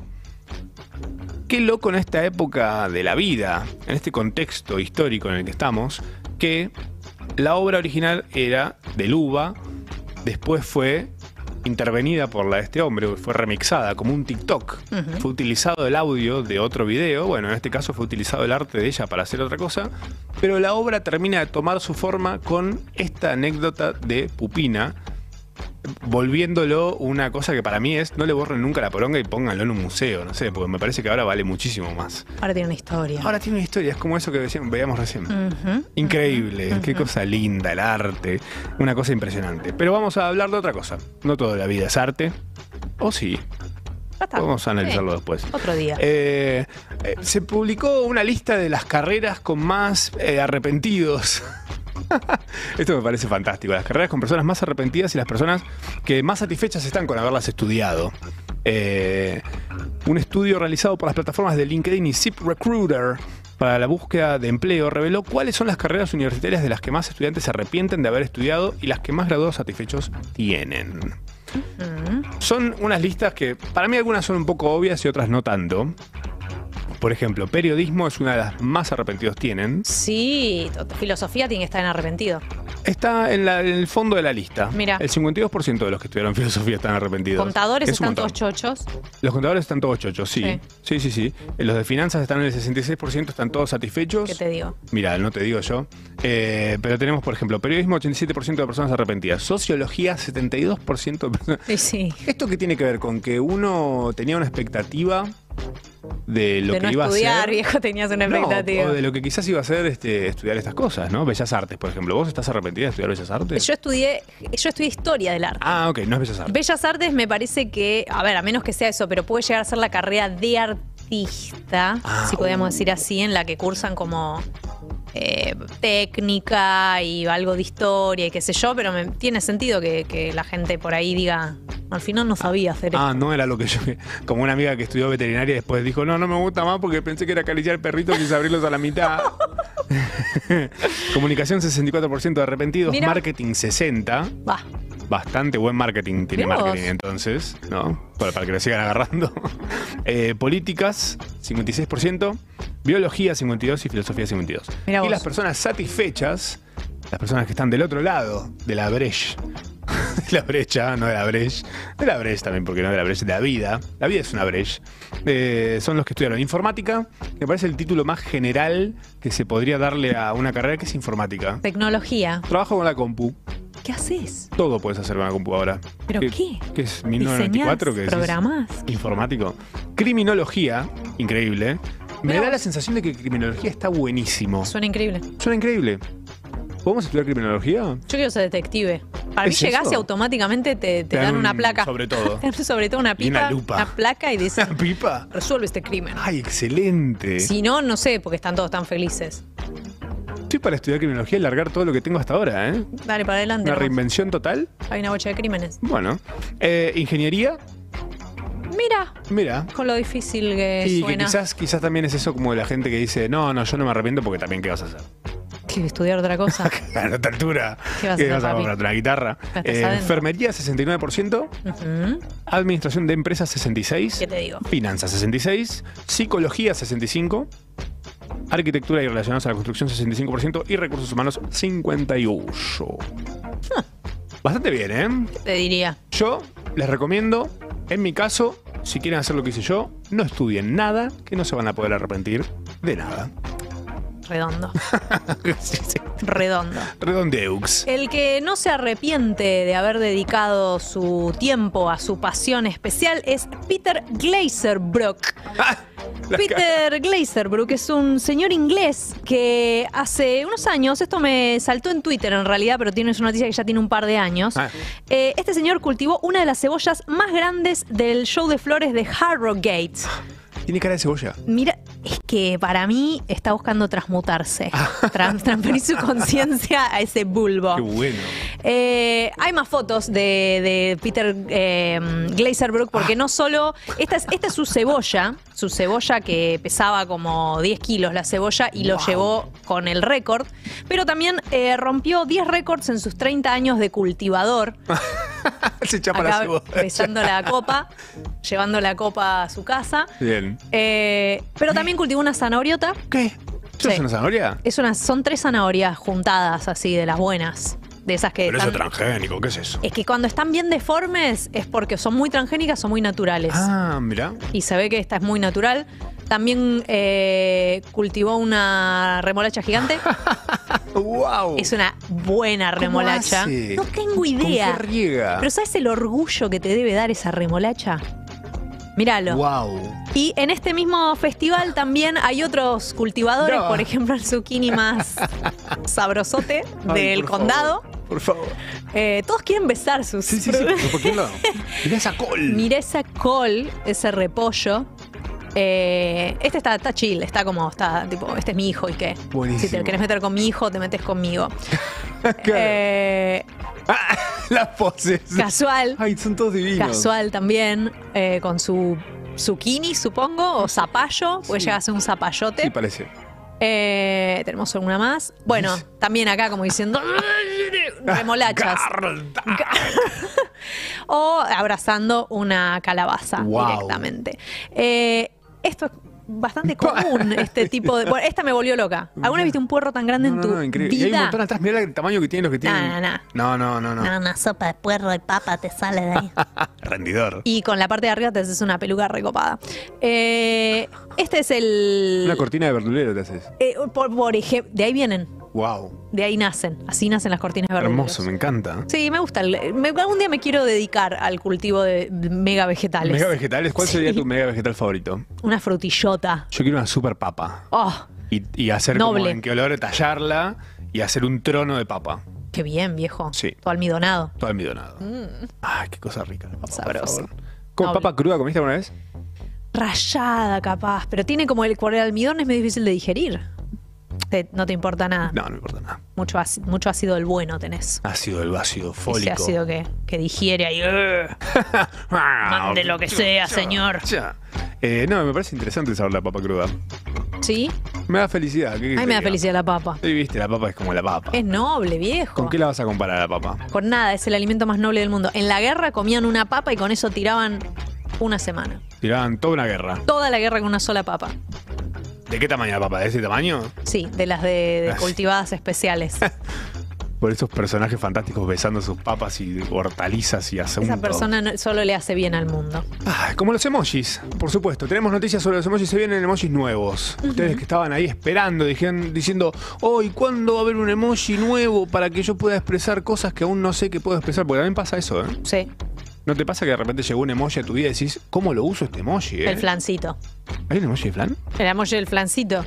[SPEAKER 4] qué loco en esta época de la vida, en este contexto histórico en el que estamos, que la obra original era del Uva, después fue intervenida por la de este hombre, fue remixada como un TikTok. Fue utilizado el audio de otro video, bueno, en este caso fue utilizado el arte de ella para hacer otra cosa, pero la obra termina de tomar su forma con esta anécdota de Pupina, volviéndolo una cosa que para mí es, no le borren nunca la poronga y pónganlo en un museo, no sé, porque me parece que ahora vale muchísimo más.
[SPEAKER 3] Ahora tiene una historia.
[SPEAKER 4] Ahora tiene una historia, es como eso que decíamos- veíamos recién.
[SPEAKER 3] Mm. Ujú.
[SPEAKER 4] Increíble, qué cosa linda el arte, una cosa impresionante. Pero vamos a hablar de otra cosa. No toda la vida es arte, o sí,
[SPEAKER 3] Ya está.
[SPEAKER 4] vamos a analizarlo
[SPEAKER 3] Sí.
[SPEAKER 4] después.
[SPEAKER 3] Otro día.
[SPEAKER 4] Eh, eh, se publicó una lista de las carreras con más eh, arrepentidos. Esto me parece fantástico. Las carreras con personas más arrepentidas y las personas que más satisfechas están con haberlas estudiado. Eh, un estudio realizado por las plataformas de LinkedIn y Zip Recruiter para la búsqueda de empleo reveló cuáles son las carreras universitarias de las que más estudiantes se arrepienten de haber estudiado y las que más graduados satisfechos tienen. Son unas listas que para mí algunas son un poco obvias y otras no tanto. Por ejemplo, periodismo es una de las más arrepentidos tienen.
[SPEAKER 3] Sí, to- filosofía tiene que estar en arrepentido.
[SPEAKER 4] Está en, la- en el fondo de la lista.
[SPEAKER 3] Mira.
[SPEAKER 4] El 52% de los que estudiaron filosofía están arrepentidos.
[SPEAKER 3] Contadores
[SPEAKER 4] Es un
[SPEAKER 3] están todos
[SPEAKER 4] montón.
[SPEAKER 3] chochos.
[SPEAKER 4] Los contadores están todos chochos, sí. Sí, sí, sí. Eh, Los de finanzas están en el 66%, están todos satisfechos.
[SPEAKER 3] ¿Qué te digo?
[SPEAKER 4] Mira, no te digo yo. Eh, pero tenemos, por ejemplo, periodismo 87% de personas arrepentidas. Sociología 72% de personas...
[SPEAKER 3] Sí, sí.
[SPEAKER 4] ¿Esto qué tiene que ver con que uno tenía una expectativa de lo
[SPEAKER 3] de
[SPEAKER 4] que
[SPEAKER 3] no
[SPEAKER 4] iba
[SPEAKER 3] estudiar,
[SPEAKER 4] a ser?
[SPEAKER 3] viejo, tenías una
[SPEAKER 4] No,
[SPEAKER 3] expectativa.
[SPEAKER 4] o de lo que quizás iba a ser este, estudiar estas cosas, ¿no? Bellas Artes, por ejemplo. ¿Vos estás arrepentida de estudiar Bellas Artes?
[SPEAKER 3] Yo estudié, yo estudié historia del arte.
[SPEAKER 4] Ah, ok, no es Bellas Artes.
[SPEAKER 3] Bellas Artes me parece que, a ver, a menos que sea eso, pero puede llegar a ser la carrera de artista,
[SPEAKER 4] Ah,
[SPEAKER 3] si podemos decir así, en la que cursan como eh, técnica y algo de historia y qué sé yo, pero me- tiene sentido que, que la gente por ahí diga, al final no sabía hacer
[SPEAKER 4] Ah,
[SPEAKER 3] esto.
[SPEAKER 4] no era lo que yo. Como una amiga que estudió veterinaria y después dijo, no, no me gusta más porque pensé que era acariciar perritos y abrirlos a la mitad. Comunicación 64% de arrepentidos,
[SPEAKER 3] Mira.
[SPEAKER 4] marketing 60%.
[SPEAKER 3] Va,
[SPEAKER 4] Bastante buen marketing tiene
[SPEAKER 3] Mirá vos.
[SPEAKER 4] marketing entonces, ¿no? Para, para que lo sigan agarrando. Eh, políticas, 56%. Biología, 52%. Y filosofía, 52%.
[SPEAKER 3] Mirá
[SPEAKER 4] y
[SPEAKER 3] vos.
[SPEAKER 4] las personas satisfechas, las personas que están del otro lado de la brecha. de la brecha, no de la brecha. De la brecha también, porque no de la brecha, de la vida. La vida es una brecha. Eh, son los que estudiaron informática, que me parece el título más general que se podría darle a una carrera que es informática.
[SPEAKER 3] tecnología.
[SPEAKER 4] Trabajo con la compu.
[SPEAKER 3] ¿Qué haces?
[SPEAKER 4] Todo puedes hacer con la computadora.
[SPEAKER 3] ¿Pero
[SPEAKER 4] ¿Qué,
[SPEAKER 3] qué?
[SPEAKER 4] qué es
[SPEAKER 3] ¿Diseñás?
[SPEAKER 4] 1994? que decís?
[SPEAKER 3] ¿Programás?
[SPEAKER 4] Informático. Criminología, increíble. Me
[SPEAKER 3] Mirá
[SPEAKER 4] da la
[SPEAKER 3] vos.
[SPEAKER 4] sensación de que criminología está buenísimo.
[SPEAKER 3] Suena increíble.
[SPEAKER 4] Suena increíble. ¿Podemos estudiar criminología?
[SPEAKER 3] Yo quiero ser detective. Para mí
[SPEAKER 4] ¿Es
[SPEAKER 3] llegás
[SPEAKER 4] eso?
[SPEAKER 3] y automáticamente te, te dan una
[SPEAKER 4] un
[SPEAKER 3] placa.
[SPEAKER 4] sobre todo.
[SPEAKER 3] Te dan sobre todo una
[SPEAKER 4] Y una
[SPEAKER 3] pipa,
[SPEAKER 4] lupa.
[SPEAKER 3] placa y dicen,
[SPEAKER 4] ¿Pipa?
[SPEAKER 3] resuelve este crimen.
[SPEAKER 4] ¡Ay, excelente!
[SPEAKER 3] Si no, no sé, porque están todos tan felices.
[SPEAKER 4] Estoy para estudiar criminología y largar todo lo que tengo hasta ahora, ¿eh?
[SPEAKER 3] Dale, para adelante.
[SPEAKER 4] Una
[SPEAKER 3] nomás.
[SPEAKER 4] reinvención total.
[SPEAKER 3] Hay una bocha de crímenes.
[SPEAKER 4] Bueno. Eh, ingeniería,
[SPEAKER 3] Mira,
[SPEAKER 4] mira.
[SPEAKER 3] con lo difícil que
[SPEAKER 4] Y que
[SPEAKER 3] suena.
[SPEAKER 4] quizás, quizás también es eso como de la gente que dice, no, no, yo no me arrepiento porque también qué vas a hacer.
[SPEAKER 3] Que estudiar otra cosa.
[SPEAKER 4] A esta altura, Eh,
[SPEAKER 3] ¿Qué vas a hacer, papi?
[SPEAKER 4] comprarte? Una guitarra.
[SPEAKER 3] Ya estás
[SPEAKER 4] Eh,
[SPEAKER 3] adentro.
[SPEAKER 4] enfermería, 69%.
[SPEAKER 3] Ujú.
[SPEAKER 4] Administración de empresas, 66%.
[SPEAKER 3] ¿Qué te digo?
[SPEAKER 4] Finanzas 66, psicología 65, arquitectura y relacionadas a la construcción 65% y recursos humanos 58. Bastante bien, ¿eh?
[SPEAKER 3] Te diría.
[SPEAKER 4] Yo les recomiendo, en mi caso, si quieren hacer lo que hice yo, no estudien nada que no se van a poder arrepentir de nada.
[SPEAKER 3] Redondo.
[SPEAKER 4] Sí, sí.
[SPEAKER 3] Redondo.
[SPEAKER 4] Redondeux.
[SPEAKER 3] El que no se arrepiente de haber dedicado su tiempo a su pasión especial es Peter Glazerbrook.
[SPEAKER 4] Ah, La cara.
[SPEAKER 3] Peter Glazerbrook es un señor inglés que hace unos años, esto me saltó en Twitter en realidad, pero tiene es una noticia que ya tiene un par de años.
[SPEAKER 4] Ah.
[SPEAKER 3] Eh, este señor cultivó una de las cebollas más grandes del show de flores de Harrogate.
[SPEAKER 4] Tiene cara de cebolla.
[SPEAKER 3] Mira, es que para mí está buscando transmutarse, Tran- transferir su conciencia a ese bulbo.
[SPEAKER 4] Ah. Qué bueno.
[SPEAKER 3] Eh, hay más fotos de, de Peter eh, Glazerbrook
[SPEAKER 4] Ah.
[SPEAKER 3] porque no solo. Esta es, esta es su cebolla, su cebolla que pesaba como 10 kilos la cebolla y lo llevó con el récord, pero también eh, rompió 10 récords en sus 30 años de cultivador,
[SPEAKER 4] Se echa para la
[SPEAKER 3] acá
[SPEAKER 4] cebolla.
[SPEAKER 3] besando la copa, llevando la copa a su casa.
[SPEAKER 4] Bien.
[SPEAKER 3] Eh, pero también cultivó una zanahoriota.
[SPEAKER 4] ¿Qué? ¿Eso
[SPEAKER 3] Sí.
[SPEAKER 4] es una zanahoria?
[SPEAKER 3] Es una, son tres zanahorias juntadas así, de las buenas. De esas que.
[SPEAKER 4] Pero eso es
[SPEAKER 3] están-
[SPEAKER 4] transgénico, ¿qué es eso?
[SPEAKER 3] Es que cuando están bien deformes es porque son muy transgénicas o muy naturales.
[SPEAKER 4] Ah, mira.
[SPEAKER 3] Y se ve que esta es muy natural. También eh, cultivó una remolacha gigante.
[SPEAKER 4] ¡Wow!
[SPEAKER 3] es una buena remolacha.
[SPEAKER 4] hace?
[SPEAKER 3] No tengo idea.
[SPEAKER 4] ¿Con qué riega?
[SPEAKER 3] Pero ¿sabes el orgullo que te debe dar esa remolacha? Míralo.
[SPEAKER 4] ¡Wow!
[SPEAKER 3] Y en este mismo festival también hay otros cultivadores,
[SPEAKER 4] No.
[SPEAKER 3] por ejemplo el zucchini más sabrosote
[SPEAKER 4] Ay,
[SPEAKER 3] del
[SPEAKER 4] por
[SPEAKER 3] condado.
[SPEAKER 4] favor, por favor.
[SPEAKER 3] Eh, todos quieren besar sus...
[SPEAKER 4] Sí, sí, sí. pero ¿Por qué no? Mirá esa col.
[SPEAKER 3] Mirá esa col, ese repollo. Eh, este está, está chill, está como, está tipo, este es mi hijo y qué. Si te
[SPEAKER 4] Buenísimo.
[SPEAKER 3] querés meter con mi hijo, te metes conmigo.
[SPEAKER 4] Claro.
[SPEAKER 3] Eh,
[SPEAKER 4] Ah, las poses.
[SPEAKER 3] casual,
[SPEAKER 4] Ay, son todos divinos.
[SPEAKER 3] casual también, eh, con su zucchini, supongo, o zapallo, porque
[SPEAKER 4] Sí.
[SPEAKER 3] llega a ser un zapallote.
[SPEAKER 4] Sí, parece.
[SPEAKER 3] Eh, Tenemos alguna más. Bueno, también acá como diciendo remolachas.
[SPEAKER 4] Garda.
[SPEAKER 3] o abrazando una calabaza
[SPEAKER 4] Wow.
[SPEAKER 3] directamente. Eh, esto es bastante común, este tipo de... Bueno, esta me volvió loca. ¿Alguna viste un puerro tan grande
[SPEAKER 4] No,
[SPEAKER 3] en tu
[SPEAKER 4] no, no, increíble. Y hay un
[SPEAKER 3] vida?
[SPEAKER 4] montón atrás. Mirá el tamaño que tienen los que tienen.
[SPEAKER 3] No, no,
[SPEAKER 4] no. No, no, no.
[SPEAKER 3] No, una sopa de puerro y papa te sale de ahí.
[SPEAKER 4] Rendidor.
[SPEAKER 3] Y con la parte de arriba te haces una peluca recopada. Eh, este es
[SPEAKER 4] Una
[SPEAKER 3] el...
[SPEAKER 4] cortina de verdulero te haces.
[SPEAKER 3] eh, por, por ejemplo, de ahí vienen,
[SPEAKER 4] ¡Wow!
[SPEAKER 3] de ahí nacen. Así nacen las cortinas verdes.
[SPEAKER 4] Hermoso, me encanta.
[SPEAKER 3] Sí, me gusta. el- me- algún día me quiero dedicar al cultivo de mega vegetales.
[SPEAKER 4] Mega vegetales. ¿Cuál
[SPEAKER 3] Sí.
[SPEAKER 4] sería tu mega vegetal favorito?
[SPEAKER 3] Una frutillota.
[SPEAKER 4] Yo quiero una super papa.
[SPEAKER 3] Oh,
[SPEAKER 4] Y, y hacer como
[SPEAKER 3] Noble.
[SPEAKER 4] en qué olor tallarla y hacer un trono de papa.
[SPEAKER 3] qué bien, viejo.
[SPEAKER 4] Sí.
[SPEAKER 3] Todo almidonado.
[SPEAKER 4] Todo almidonado. Ay, qué cosa rica. la papa, por
[SPEAKER 3] Mm. Sabroso.
[SPEAKER 4] favor. ¿Con
[SPEAKER 3] Noble.
[SPEAKER 4] papa cruda comiste alguna vez?
[SPEAKER 3] Rayada, capaz. Pero tiene como el, por el almidón es medio difícil de digerir. Te- no te importa nada.
[SPEAKER 4] No, no me importa nada.
[SPEAKER 3] Mucho, ácido, mucho ácido del bueno tenés.
[SPEAKER 4] Ácido, el ácido
[SPEAKER 3] Ese
[SPEAKER 4] fólico.
[SPEAKER 3] ácido que, que digiere ahí. ugh.
[SPEAKER 4] Ah,
[SPEAKER 3] Mande lo que sea, señor.
[SPEAKER 4] Ya. Eh, no, me parece interesante saber la papa cruda.
[SPEAKER 3] ¿Sí?
[SPEAKER 4] Me da felicidad. ¿qué
[SPEAKER 3] Ay,
[SPEAKER 4] te
[SPEAKER 3] me da
[SPEAKER 4] diga?
[SPEAKER 3] felicidad la papa.
[SPEAKER 4] Sí, viste, la papa es como la papa.
[SPEAKER 3] Es noble, viejo.
[SPEAKER 4] ¿Con qué la vas a comparar a la papa?
[SPEAKER 3] Con nada, es el alimento más noble del mundo. En la guerra comían una papa y con eso tiraban una semana.
[SPEAKER 4] Tiraban toda una guerra.
[SPEAKER 3] Toda la guerra con una sola papa.
[SPEAKER 4] ¿De qué tamaño la papa? ¿De ese tamaño?
[SPEAKER 3] Sí, de las de, de cultivadas especiales.
[SPEAKER 4] Por esos personajes fantásticos besando sus papas y hortalizas y asuntos.
[SPEAKER 3] Esa persona no- solo le hace bien al mundo.
[SPEAKER 4] Ah, como los emojis, por supuesto. Tenemos noticias sobre los emojis. Se vienen emojis nuevos. Ustedes que estaban ahí esperando, dijeron, diciendo, hoy ¿cuándo va a haber un emoji nuevo para que yo pueda expresar cosas que aún no sé que puedo expresar? Porque también pasa eso, ¿eh?
[SPEAKER 3] Sí,
[SPEAKER 4] ¿No te pasa que de repente llegó un emoji a tu vida y decís, ¿cómo lo uso este emoji? eh?
[SPEAKER 3] el flancito.
[SPEAKER 4] ¿Hay un emoji de flan?
[SPEAKER 3] El emoji del flancito.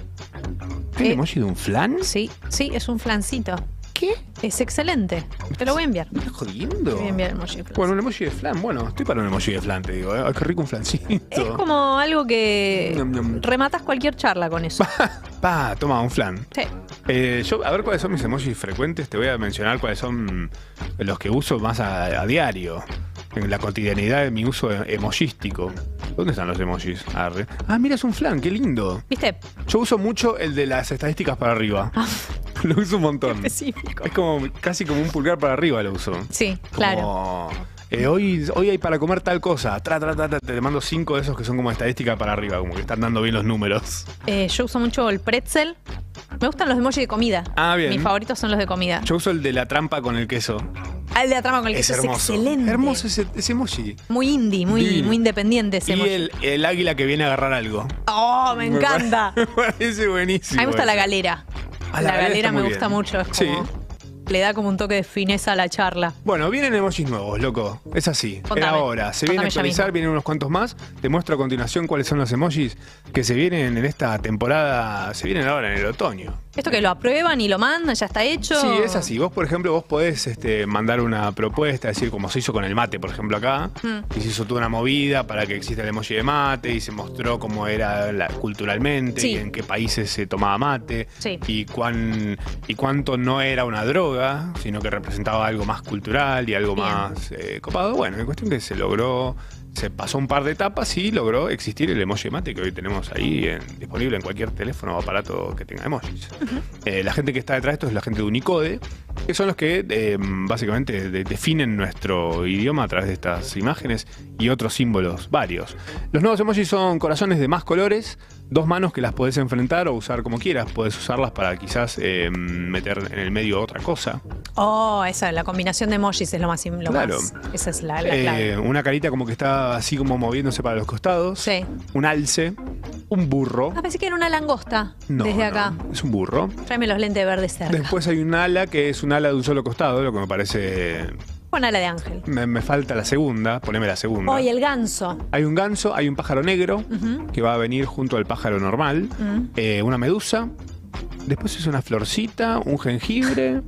[SPEAKER 4] ¿Hay
[SPEAKER 3] Eh.
[SPEAKER 4] un emoji de un flan?
[SPEAKER 3] Sí, sí, es un flancito.
[SPEAKER 4] ¿Qué?
[SPEAKER 3] Es excelente. Te lo voy a enviar. Te
[SPEAKER 4] ¿Estás jodiendo?
[SPEAKER 3] voy a enviar el emoji flash.
[SPEAKER 4] Bueno, un emoji de flan. Bueno, estoy para un emoji de flan, te digo. ¿eh? Ay, qué rico un flancito.
[SPEAKER 3] es como algo que
[SPEAKER 4] Ñam, ñam.
[SPEAKER 3] rematas cualquier charla con eso.
[SPEAKER 4] Pa, toma, un flan.
[SPEAKER 3] Sí.
[SPEAKER 4] Eh, yo, a ver cuáles son mis emojis frecuentes, te voy a mencionar cuáles son los que uso más a, a diario. En la cotidianidad de mi uso emojístico. ¿Dónde están los emojis? Arre. Ah, mira, es un flan, qué lindo.
[SPEAKER 3] ¿Viste?
[SPEAKER 4] Yo uso mucho el de las estadísticas para arriba.
[SPEAKER 3] Ah.
[SPEAKER 4] Lo uso un montón.
[SPEAKER 3] Específico.
[SPEAKER 4] Es como casi como un pulgar para arriba lo uso.
[SPEAKER 3] Sí, claro.
[SPEAKER 4] Como, eh, hoy, hoy hay para comer tal cosa. Tra, tra, tra, tra, te mando cinco de esos que son como estadística para arriba, como que están dando bien los números.
[SPEAKER 3] Eh, yo uso mucho el pretzel. Me gustan los emojis de comida.
[SPEAKER 4] Ah, bien.
[SPEAKER 3] Mis favoritos son los de comida.
[SPEAKER 4] Yo uso el de la trampa con el queso.
[SPEAKER 3] Ah, el de la trama con el
[SPEAKER 4] Es
[SPEAKER 3] queso
[SPEAKER 4] hermoso.
[SPEAKER 3] excelente.
[SPEAKER 4] Hermoso ese, ese emoji.
[SPEAKER 3] Muy indie, muy,
[SPEAKER 4] Divino.
[SPEAKER 3] muy independiente ese
[SPEAKER 4] Y
[SPEAKER 3] emoji.
[SPEAKER 4] el, el águila que viene a agarrar algo.
[SPEAKER 3] ¡Oh, me encanta!
[SPEAKER 4] Me parece
[SPEAKER 3] A
[SPEAKER 4] buenísimo.
[SPEAKER 3] mí me gusta la
[SPEAKER 4] ese.
[SPEAKER 3] galera.
[SPEAKER 4] Ah,
[SPEAKER 3] la,
[SPEAKER 4] la galera
[SPEAKER 3] galera,
[SPEAKER 4] está
[SPEAKER 3] me
[SPEAKER 4] muy
[SPEAKER 3] gusta
[SPEAKER 4] bien.
[SPEAKER 3] mucho. Es
[SPEAKER 4] Sí.
[SPEAKER 3] como, Le da como un toque de fineza a la charla.
[SPEAKER 4] Bueno, vienen emojis nuevos, loco. Es así.
[SPEAKER 3] Contame.
[SPEAKER 4] Era ahora. Se viene a
[SPEAKER 3] Contame ya
[SPEAKER 4] actualizar,
[SPEAKER 3] mismo.
[SPEAKER 4] vienen unos cuantos más. Te muestro a continuación cuáles son los emojis que se vienen en esta temporada. Se vienen ahora en el otoño.
[SPEAKER 3] Esto que lo aprueban y lo mandan, ya está hecho.
[SPEAKER 4] Sí, es así. Vos, por ejemplo, vos podés este, mandar una propuesta, decir, como se hizo con el mate, por ejemplo, acá,
[SPEAKER 3] Mm.
[SPEAKER 4] y se hizo toda una movida para que exista el emoji de mate, y se mostró cómo era la- culturalmente,
[SPEAKER 3] Sí.
[SPEAKER 4] y en qué países se tomaba mate,
[SPEAKER 3] Sí.
[SPEAKER 4] y, cuán, y cuánto no era una droga, sino que representaba algo más cultural y algo
[SPEAKER 3] Bien.
[SPEAKER 4] más eh, copado. Bueno, la cuestión que se logró... Se pasó un par de etapas y logró existir el emoji de mate que hoy tenemos ahí en- disponible en cualquier teléfono o aparato que tenga emojis. Eh, la gente que está detrás de esto es la gente de Unicode, que son los que eh, básicamente de- definen nuestro idioma a través de estas imágenes y otros símbolos varios. Los nuevos emojis son corazones de más colores, dos manos que las podés enfrentar o usar como quieras. Podés usarlas para quizás eh, meter en el medio otra cosa.
[SPEAKER 3] Oh, esa, la combinación de emojis es lo más. Lo
[SPEAKER 4] Claro.
[SPEAKER 3] más- esa es la, la clave.
[SPEAKER 4] Eh, una carita como que está así como moviéndose para los costados.
[SPEAKER 3] Sí.
[SPEAKER 4] Un alce. Un burro.
[SPEAKER 3] Ah, pensé que era una langosta
[SPEAKER 4] No,
[SPEAKER 3] desde
[SPEAKER 4] no,
[SPEAKER 3] acá.
[SPEAKER 4] es un burro.
[SPEAKER 3] Tráeme los lentes verdes cerca.
[SPEAKER 4] Después hay un ala que es un ala de un solo costado, lo que me parece
[SPEAKER 3] Pon ala de ángel.
[SPEAKER 4] Me, me falta la segunda, poneme la segunda.
[SPEAKER 3] Hoy el ganso.
[SPEAKER 4] Hay un ganso, hay un pájaro negro
[SPEAKER 3] Ujú.
[SPEAKER 4] que va a venir junto al pájaro normal,
[SPEAKER 3] Mm.
[SPEAKER 4] eh, una medusa, después es una florcita, un jengibre.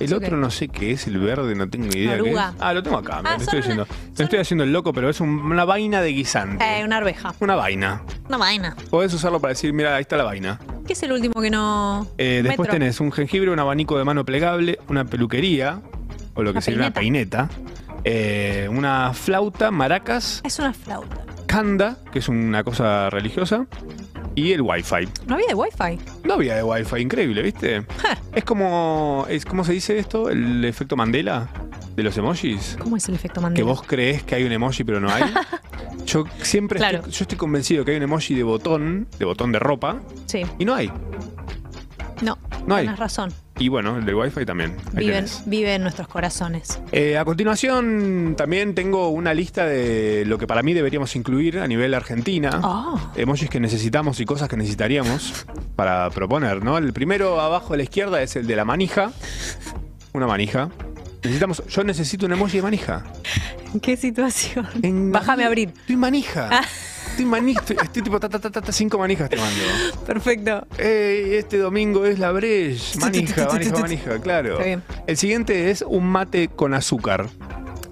[SPEAKER 4] El
[SPEAKER 3] ¿Eso
[SPEAKER 4] otro
[SPEAKER 3] qué?
[SPEAKER 4] no sé qué es, el verde, no tengo idea qué es.
[SPEAKER 3] Oruga.
[SPEAKER 4] Ah, lo tengo acá, me
[SPEAKER 3] Ah,
[SPEAKER 4] lo
[SPEAKER 3] son
[SPEAKER 4] estoy
[SPEAKER 3] una-
[SPEAKER 4] haciendo. me
[SPEAKER 3] son-
[SPEAKER 4] estoy haciendo el loco, pero es un- una vaina de guisante.
[SPEAKER 3] Eh, una arveja.
[SPEAKER 4] Una vaina.
[SPEAKER 3] Una vaina.
[SPEAKER 4] Podés usarlo para decir, mira, ahí está la vaina.
[SPEAKER 3] ¿Qué es el último que no.?
[SPEAKER 4] Eh, después
[SPEAKER 3] Metro.
[SPEAKER 4] tenés un jengibre, un abanico de mano plegable, una peluquería, o lo que
[SPEAKER 3] Una
[SPEAKER 4] sería una peineta, eh, una flauta, maracas,
[SPEAKER 3] Es una flauta.
[SPEAKER 4] Kanda, que es una cosa religiosa, y el Wi-Fi.
[SPEAKER 3] No había de wifi.
[SPEAKER 4] No había de Wi-Fi, increíble, ¿viste?
[SPEAKER 3] Ja.
[SPEAKER 4] Es como, es, ¿cómo se dice esto? El efecto Mandela de los emojis.
[SPEAKER 3] ¿Cómo es el efecto Mandela?
[SPEAKER 4] Que vos crees que hay un emoji pero no hay. Yo siempre
[SPEAKER 3] Claro.
[SPEAKER 4] estoy, yo estoy convencido que hay un emoji de botón, de botón de ropa,
[SPEAKER 3] Sí.
[SPEAKER 4] y no hay.
[SPEAKER 3] No.
[SPEAKER 4] No hay.
[SPEAKER 3] Tienes razón.
[SPEAKER 4] Y bueno, el de Wi-Fi también. Ahí
[SPEAKER 3] Viven,
[SPEAKER 4] tenés.
[SPEAKER 3] vive en nuestros corazones.
[SPEAKER 4] Eh, a continuación, también tengo una lista de lo que para mí deberíamos incluir a nivel Argentina.
[SPEAKER 3] Oh.
[SPEAKER 4] Emojis que necesitamos y cosas que necesitaríamos para proponer, ¿no? El primero abajo a la izquierda es el de la manija. Una manija. Necesitamos. Yo necesito un emoji de manija.
[SPEAKER 3] Ah, ¿Qué situación?
[SPEAKER 4] En-
[SPEAKER 3] Bájame a abrir.
[SPEAKER 4] Estoy manija.
[SPEAKER 3] Ah.
[SPEAKER 4] Estoy manija. Estoy, estoy tipo ta, ta, ta, ta, ta, cinco manijas te mando.
[SPEAKER 3] Perfecto.
[SPEAKER 4] Ey, este domingo es la breche. Manija, manija, manija, claro.
[SPEAKER 3] Está bien.
[SPEAKER 4] El siguiente es un mate con azúcar.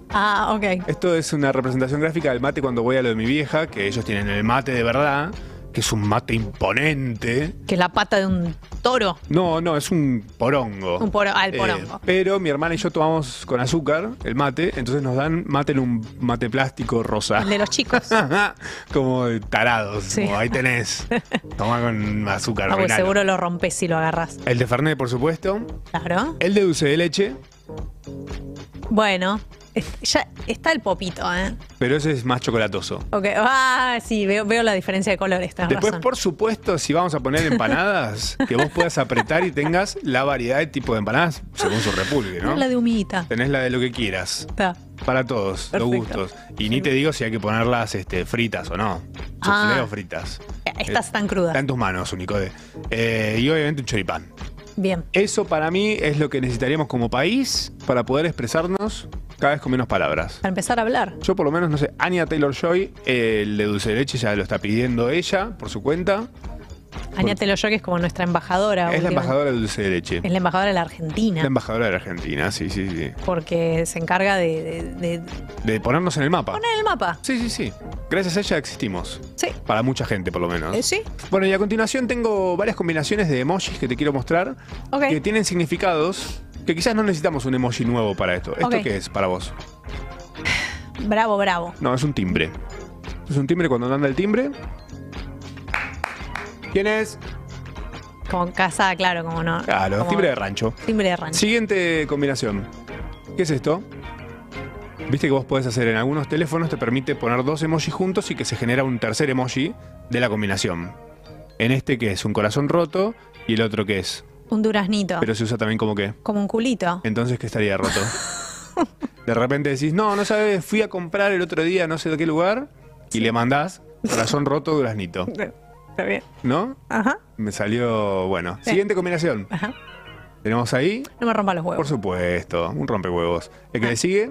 [SPEAKER 3] Ah, ok.
[SPEAKER 4] Esto es una representación gráfica del mate cuando voy a lo de mi vieja, que ellos tienen el mate de verdad, que es un mate imponente.
[SPEAKER 3] Que es la pata de un toro.
[SPEAKER 4] No, no, es un porongo. Eh,
[SPEAKER 3] Un poro- ah, el porongo.
[SPEAKER 4] pero mi hermana y yo tomamos con azúcar el mate, entonces nos dan mate en un mate plástico rosa.
[SPEAKER 3] El de los chicos.
[SPEAKER 4] como tarados.
[SPEAKER 3] Sí.
[SPEAKER 4] como ahí tenés. Toma con azúcar.
[SPEAKER 3] Ah, pues
[SPEAKER 4] arruinalo.
[SPEAKER 3] seguro lo rompes si lo agarras.
[SPEAKER 4] El de Fernet, por supuesto.
[SPEAKER 3] Claro.
[SPEAKER 4] El de dulce de leche,
[SPEAKER 3] Bueno. es- ya está el popito, ¿eh?
[SPEAKER 4] pero ese es más chocolatoso.
[SPEAKER 3] Ok. Ah, sí, veo, veo la diferencia de colores. tenés
[SPEAKER 4] Después,
[SPEAKER 3] razón.
[SPEAKER 4] por supuesto, si vamos a poner empanadas, que vos puedas apretar y tengas la variedad de tipo de empanadas según su repulgue, ¿no?
[SPEAKER 3] La de humita.
[SPEAKER 4] Tenés la de lo que quieras.
[SPEAKER 3] Está.
[SPEAKER 4] Para todos,
[SPEAKER 3] Perfecto.
[SPEAKER 4] los gustos. Y ni te digo si hay que ponerlas este, fritas o no.
[SPEAKER 3] Ah.
[SPEAKER 4] Suflé o fritas.
[SPEAKER 3] Estas
[SPEAKER 4] Eh,
[SPEAKER 3] están crudas.
[SPEAKER 4] Está en tus manos, Unicode. Eh, y obviamente un choripán.
[SPEAKER 3] Bien.
[SPEAKER 4] Eso para mí es lo que necesitaríamos como país para poder expresarnos cada vez con menos palabras.
[SPEAKER 3] Para empezar a hablar.
[SPEAKER 4] Yo por lo menos, no sé, Anya Taylor Joy, el de dulce de leche ya lo está pidiendo ella por su cuenta.
[SPEAKER 3] Ania Teloyoc es como nuestra embajadora.
[SPEAKER 4] es la
[SPEAKER 3] últimamente.
[SPEAKER 4] embajadora del dulce de leche.
[SPEAKER 3] Es la embajadora de la Argentina.
[SPEAKER 4] La embajadora de la Argentina, sí, sí, sí.
[SPEAKER 3] porque se encarga de, de- de
[SPEAKER 4] De ponernos en el mapa.
[SPEAKER 3] poner el mapa.
[SPEAKER 4] Sí, sí, sí. Gracias a ella existimos.
[SPEAKER 3] Sí.
[SPEAKER 4] Para mucha gente, por lo menos.
[SPEAKER 3] Eh, sí.
[SPEAKER 4] Bueno, y a continuación tengo varias combinaciones de emojis que te quiero mostrar.
[SPEAKER 3] Ok.
[SPEAKER 4] Que tienen significados que quizás no necesitamos un emoji nuevo para esto. ¿Esto
[SPEAKER 3] Ok.
[SPEAKER 4] qué es para vos?
[SPEAKER 3] Bravo, bravo.
[SPEAKER 4] No, es un timbre. Es un timbre cuando anda el timbre. ¿Quién es?
[SPEAKER 3] Como casa, claro, como no.
[SPEAKER 4] Claro,
[SPEAKER 3] como
[SPEAKER 4] timbre de rancho.
[SPEAKER 3] timbre de rancho.
[SPEAKER 4] Siguiente combinación. ¿Qué es esto? Viste que vos podés hacer en algunos teléfonos, te permite poner dos emojis juntos y que se genera un tercer emoji de la combinación. En este que es un corazón roto y el otro que es.
[SPEAKER 3] Un duraznito.
[SPEAKER 4] Pero Eh. se usa también como que.
[SPEAKER 3] como un culito.
[SPEAKER 4] Entonces, ¿qué estaría roto? De repente decís, no, no sabes, fui a comprar el otro día no sé de qué lugar y le mandás corazón roto duraznito.
[SPEAKER 3] Eh, Está bien.
[SPEAKER 4] ¿No?
[SPEAKER 3] Ajá,
[SPEAKER 4] Me salió, bueno.
[SPEAKER 3] Sí.
[SPEAKER 4] Siguiente combinación.
[SPEAKER 3] ajá.
[SPEAKER 4] Tenemos ahí
[SPEAKER 3] No me rompa los
[SPEAKER 4] Por
[SPEAKER 3] huevos.
[SPEAKER 4] supuesto, un rompehuevos. El que le sigue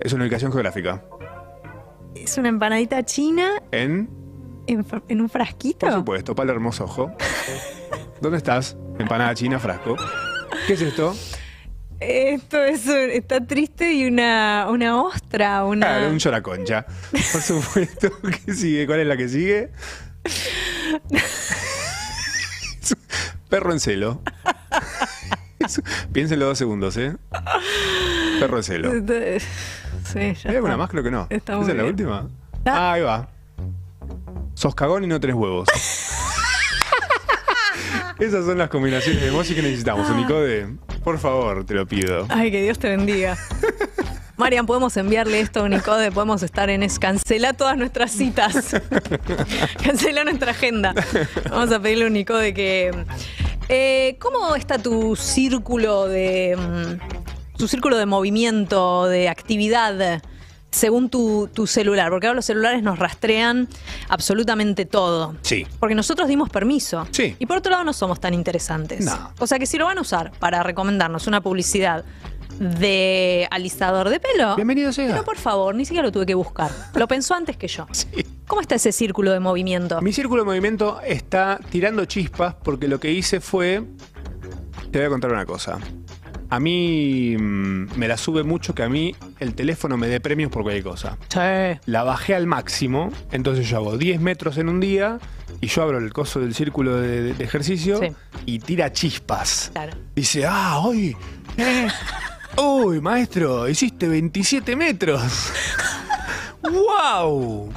[SPEAKER 4] es una ubicación geográfica.
[SPEAKER 3] Es una empanadita china
[SPEAKER 4] En,
[SPEAKER 3] en, fra- en un frasquito.
[SPEAKER 4] por supuesto, Palermo Ojo. ¿Dónde estás? Empanada china, frasco. ¿Qué es esto?
[SPEAKER 3] Esto es un- está triste y una, una ostra, una.
[SPEAKER 4] Claro, un choraconcha. Por supuesto, ¿qué sigue? ¿Cuál es la que sigue? Es un Perro en celo. Es un- Piénsenlo dos segundos, ¿eh? Perro en celo.
[SPEAKER 3] Esto- Sí, ya
[SPEAKER 4] ¿Hay alguna
[SPEAKER 3] está.
[SPEAKER 4] más? Creo que no.
[SPEAKER 3] Está
[SPEAKER 4] ¿Esa
[SPEAKER 3] muy
[SPEAKER 4] es la
[SPEAKER 3] bien.
[SPEAKER 4] última?
[SPEAKER 3] Ah.
[SPEAKER 4] Ah, ahí va. Sos cagón y no tenés huevos. Esas son las combinaciones de emojis que necesitamos, Unicode. Por favor, te lo pido.
[SPEAKER 3] Ay, que Dios te bendiga. Marian, podemos enviarle esto a Unicode, podemos estar en es. Cancela todas nuestras citas. Cancela nuestra agenda. Vamos a pedirle a Unicode que. Eh, ¿Cómo está tu círculo de. mm, tu círculo de movimiento, de actividad? Según tu, tu celular, porque ahora los celulares nos rastrean absolutamente todo.
[SPEAKER 4] Sí.
[SPEAKER 3] Porque nosotros dimos permiso.
[SPEAKER 4] Sí.
[SPEAKER 3] Y por otro lado no somos tan interesantes.
[SPEAKER 4] No.
[SPEAKER 3] O sea que si lo van a usar para recomendarnos una publicidad de alizador de pelo.
[SPEAKER 4] Bienvenido sea.
[SPEAKER 3] Pero por favor, ni siquiera lo tuve que buscar. Lo pensó antes que yo.
[SPEAKER 4] Sí.
[SPEAKER 3] ¿Cómo está ese círculo de movimiento?
[SPEAKER 4] Mi círculo de movimiento está tirando chispas porque lo que hice fue. Te voy a contar una cosa. A mí mm, me la sube mucho que a mí el teléfono me dé premios por cualquier cosa.
[SPEAKER 3] Sí.
[SPEAKER 4] la bajé al máximo, entonces yo hago 10 metros en un día y yo abro el coso del círculo de, de ejercicio
[SPEAKER 3] Sí.
[SPEAKER 4] y tira chispas.
[SPEAKER 3] Claro.
[SPEAKER 4] Dice, ah, hoy. eh, uy, maestro, hiciste 27 metros. ¡Wow!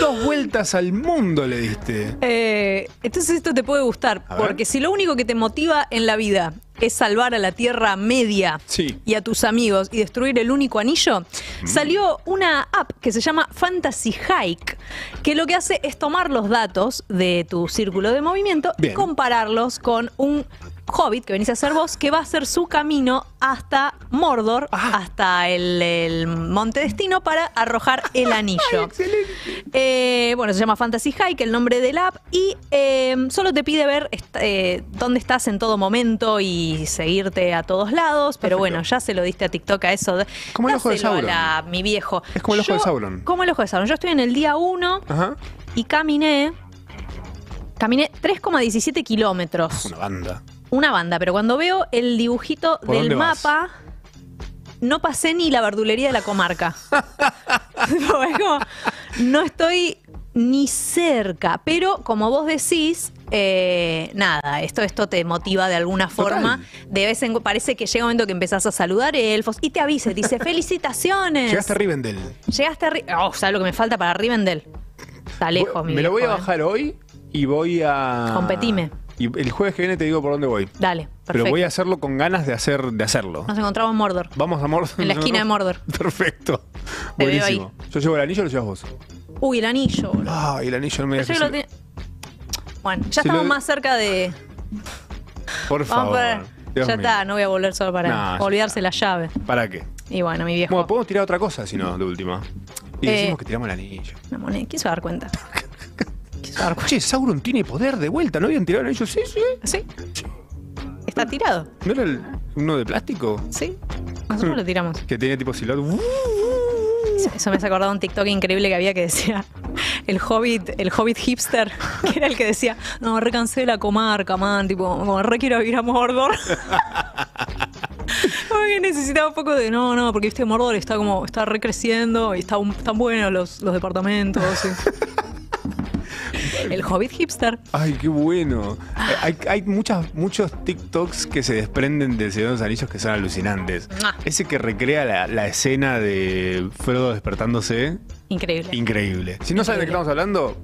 [SPEAKER 4] Dos vueltas al mundo le diste.
[SPEAKER 3] Eh, entonces esto te puede gustar,
[SPEAKER 4] A ver.
[SPEAKER 3] porque si lo único que te motiva en la vida es salvar a la Tierra Media
[SPEAKER 4] Sí.
[SPEAKER 3] y a tus amigos y destruir el único anillo,
[SPEAKER 4] Mm.
[SPEAKER 3] salió una app que se llama Fantasy Hike, que lo que hace es tomar los datos de tu círculo de movimiento
[SPEAKER 4] Bien.
[SPEAKER 3] y compararlos con un hobbit que venís a ser vos, que va a hacer su camino hasta Mordor,
[SPEAKER 4] Ah.
[SPEAKER 3] hasta el, el Monte Destino para arrojar el anillo. Eh, bueno, se llama Fantasy Hike, el nombre del app, y eh, solo te pide ver est- eh, dónde estás en todo momento y seguirte a todos lados, pero
[SPEAKER 4] Perfecto.
[SPEAKER 3] bueno, ya se lo diste a TikTok a eso. de-
[SPEAKER 4] Como el ojo de
[SPEAKER 3] dáselo a
[SPEAKER 4] Sauron.
[SPEAKER 3] la- mi viejo.
[SPEAKER 4] Es como el ojo de
[SPEAKER 3] Yo-
[SPEAKER 4] Sauron.
[SPEAKER 3] Como el ojo de Sauron. Yo estoy en el día 1
[SPEAKER 4] Ajá.
[SPEAKER 3] y caminé. Caminé 3,17 kilómetros.
[SPEAKER 4] Una banda.
[SPEAKER 3] Una banda, pero cuando veo el dibujito
[SPEAKER 4] ¿Por
[SPEAKER 3] del
[SPEAKER 4] dónde vas?
[SPEAKER 3] mapa, no pasé ni la verdulería de la comarca. Tipo, es como, no estoy ni cerca, pero como vos decís, eh, nada, esto, esto te motiva de alguna
[SPEAKER 4] Total.
[SPEAKER 3] forma. De vez en cu- parece que llega un momento que empezás a saludar elfos y te avisa, te dice felicitaciones.
[SPEAKER 4] Llegaste a Rivendell.
[SPEAKER 3] Llegaste a Ri- Oh, ¿sabes lo que me falta para Rivendell? Está lejos, mi
[SPEAKER 4] me lo voy a
[SPEAKER 3] viejo, eh.
[SPEAKER 4] bajar hoy y voy a.
[SPEAKER 3] Competime.
[SPEAKER 4] Y el jueves que viene te digo por dónde voy.
[SPEAKER 3] Dale, perfecto.
[SPEAKER 4] Pero voy a hacerlo con ganas de, hacer, de hacerlo.
[SPEAKER 3] Nos encontramos en Mordor.
[SPEAKER 4] Vamos a Mordor.
[SPEAKER 3] En la esquina de Mordor.
[SPEAKER 4] Perfecto.
[SPEAKER 3] Te veo
[SPEAKER 4] Buenísimo. Yo llevo el anillo y lo llevas vos.
[SPEAKER 3] Uy, el anillo, boludo.
[SPEAKER 4] Ah, el anillo no me
[SPEAKER 3] Pensé
[SPEAKER 4] dejes.
[SPEAKER 3] que lo tenía- Bueno, ya
[SPEAKER 4] Se lo
[SPEAKER 3] estamos
[SPEAKER 4] de-
[SPEAKER 3] más cerca de.
[SPEAKER 4] Por
[SPEAKER 3] Vamos
[SPEAKER 4] favor.
[SPEAKER 3] para-
[SPEAKER 4] Dios
[SPEAKER 3] ya
[SPEAKER 4] mío.
[SPEAKER 3] está, no voy a volver solo para
[SPEAKER 4] No, ya
[SPEAKER 3] olvidarse la llave.
[SPEAKER 4] ¿Para qué?
[SPEAKER 3] Y bueno, mi viejo.
[SPEAKER 4] Bueno, podemos tirar otra cosa si no, de última. Y
[SPEAKER 3] Mm. Eh.
[SPEAKER 4] decimos que tiramos el anillo.
[SPEAKER 3] Una moneda. ¿Quién se va a dar cuenta? ¿Quién se va a dar cuenta?
[SPEAKER 4] Che, Sauron tiene poder de vuelta. ¿No habían tirado el anillo? Sí, sí.
[SPEAKER 3] ¿Sí? Está tirado.
[SPEAKER 4] ¿No era el- uno de plástico?
[SPEAKER 3] ¿Sí?
[SPEAKER 4] Mm.
[SPEAKER 3] Nosotros lo tiramos.
[SPEAKER 4] Que tenía tipo silot.
[SPEAKER 3] Eso me has acordado un TikTok increíble que había que decía: el hobbit, el hobbit hipster, que era el que decía, no, recansé de la comarca, man, tipo, como re quiero ir a Mordor. Como que necesitaba un poco de no, no, porque viste Mordor está como, está recreciendo y está un- están buenos los, los departamentos. y- El hobbit hipster.
[SPEAKER 4] Ay, qué bueno. Eh, Hay, hay muchas, muchos TikToks que se desprenden del Señor de los Anillos que son alucinantes.
[SPEAKER 3] Mua.
[SPEAKER 4] Ese que recrea la, la escena de Frodo despertándose,
[SPEAKER 3] Increíble.
[SPEAKER 4] increíble. Si no saben de qué estamos hablando,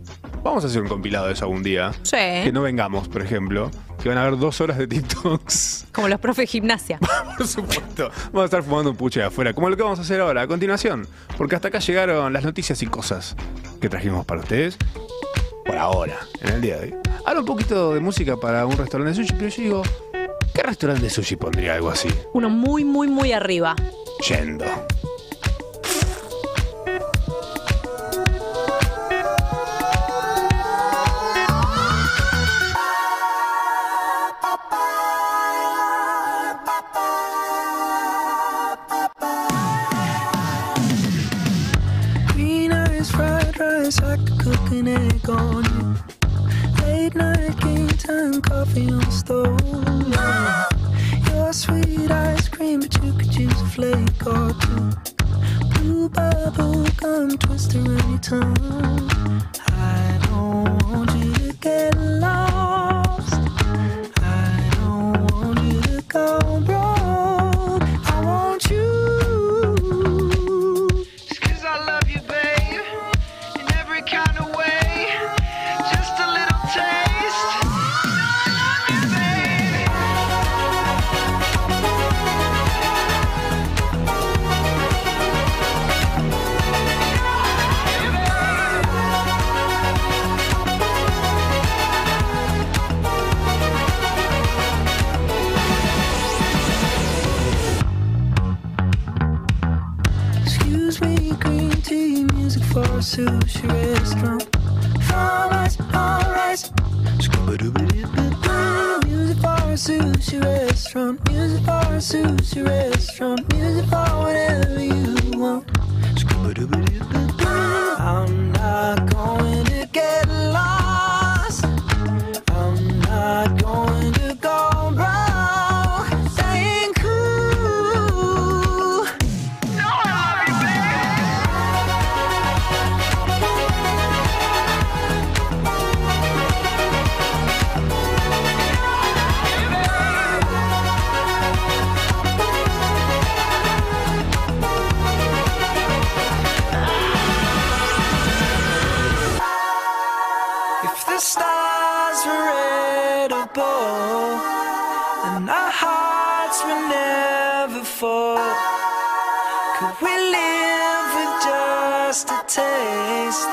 [SPEAKER 4] vamos a hacer un compilado de eso algún día.
[SPEAKER 3] Sí.
[SPEAKER 4] Que no vengamos, por ejemplo. Que van a haber dos horas de TikToks.
[SPEAKER 3] Como los profes de gimnasia.
[SPEAKER 4] Por supuesto. Vamos a estar fumando un puche de afuera, como lo que vamos a hacer ahora, a continuación. Porque hasta acá llegaron las noticias y cosas que trajimos para ustedes. Por ahora, en el día de hoy. Ahora un poquito de música para un restaurante de sushi, pero yo digo, ¿qué restaurante de sushi pondría algo así?
[SPEAKER 3] Uno muy, muy, muy arriba.
[SPEAKER 4] Yendo.
[SPEAKER 2] Green eyes, fried rice, I could cook an egg on it. Late night game time, coffee on the stove. Your sweet ice cream, but you could use a flake or two. Blue bubble gum twister in your tongue. I don't want you to get lost. I don't want you to go broke. I want you.
[SPEAKER 8] Cause I love you, babe, in every kind of way. Just a little taste. You know I love you, babe.
[SPEAKER 2] Excuse me, green tea, music for a sushi restaurant. Farm rice, all rice. Scooby-dooby-doo. Music for a sushi restaurant. Music for a sushi restaurant. Music for whatever you want. Scooby-dooby-doo. I'm not going to get lost. I'm not going to go wrong. Staying cool.
[SPEAKER 8] No, I love you, babe.
[SPEAKER 2] If the stars were red above and our hearts were never full, could we live with just a taste?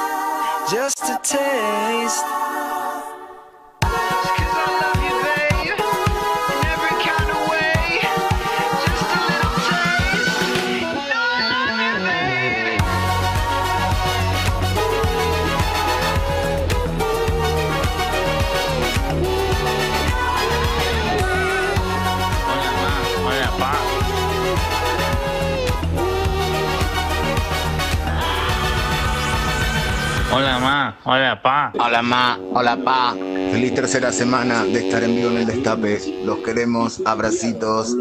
[SPEAKER 2] Just a taste.
[SPEAKER 8] Cause I love you, babe, in every kind of way. Just a little taste. You know I love you, babe.
[SPEAKER 9] Hola, ma. Hola, pa.
[SPEAKER 10] Hola ma, hola pa. Feliz tercera semana de estar en vivo en el destape. Los queremos, abracitos.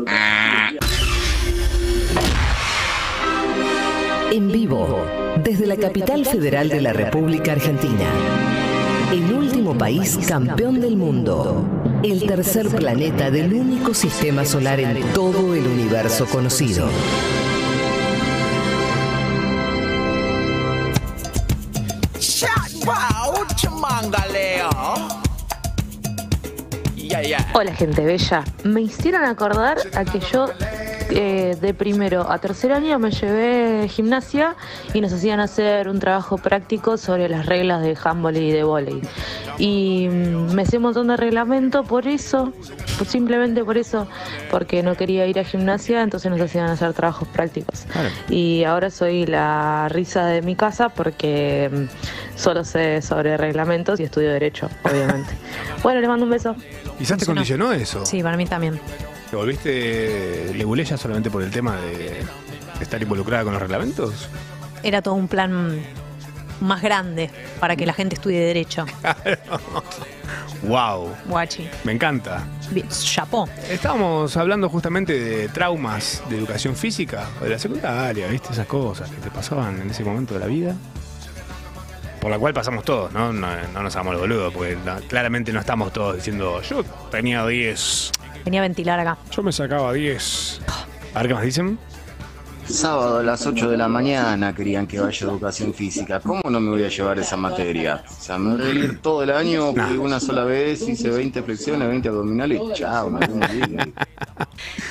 [SPEAKER 7] En vivo, desde la capital federal de la República Argentina. El último país campeón del mundo. El tercer planeta del único sistema solar en todo el universo conocido.
[SPEAKER 11] Shot wow, chamangaleo. Yeah, yeah.
[SPEAKER 12] Hola gente bella, me hicieron acordar a que yo eh, de primero a tercer año me llevé gimnasia y nos hacían hacer un trabajo práctico sobre las reglas de handball y de volei. Y mm, me sé un montón de reglamento por eso, por- simplemente por eso, porque no quería ir a gimnasia, entonces nos hacían hacer trabajos prácticos. Y ahora soy la risa de mi casa porque mm, solo sé sobre reglamentos y estudio derecho, obviamente. bueno, les mando un beso.
[SPEAKER 4] Quizás te
[SPEAKER 3] Funcionó.
[SPEAKER 4] condicionó eso.
[SPEAKER 3] Sí, para mí también.
[SPEAKER 4] ¿Te volviste leguleya solamente por el tema de estar involucrada con los reglamentos?
[SPEAKER 3] Era todo un plan más grande para que la gente estudie Derecho.
[SPEAKER 4] wow.
[SPEAKER 3] Guachi.
[SPEAKER 4] Me encanta.
[SPEAKER 3] Bien, Chapó.
[SPEAKER 4] Estábamos hablando justamente de traumas de educación física o de la secundaria, ¿viste? Esas cosas que te pasaban en ese momento de la vida. Por la cual pasamos todos, ¿no? No, no nos hagamos los boludos, porque no- claramente no estamos todos diciendo, yo tenía 10.
[SPEAKER 3] Venía a ventilar acá.
[SPEAKER 4] Yo me sacaba 10. A ver qué más dicen.
[SPEAKER 13] Sábado a las 8 de la mañana querían que vaya a educación física. ¿Cómo no me voy a llevar esa materia? O sea, me voy a ir todo el año, fui una sola vez, hice 20 flexiones, 20 abdominales, chao, me voy a morir.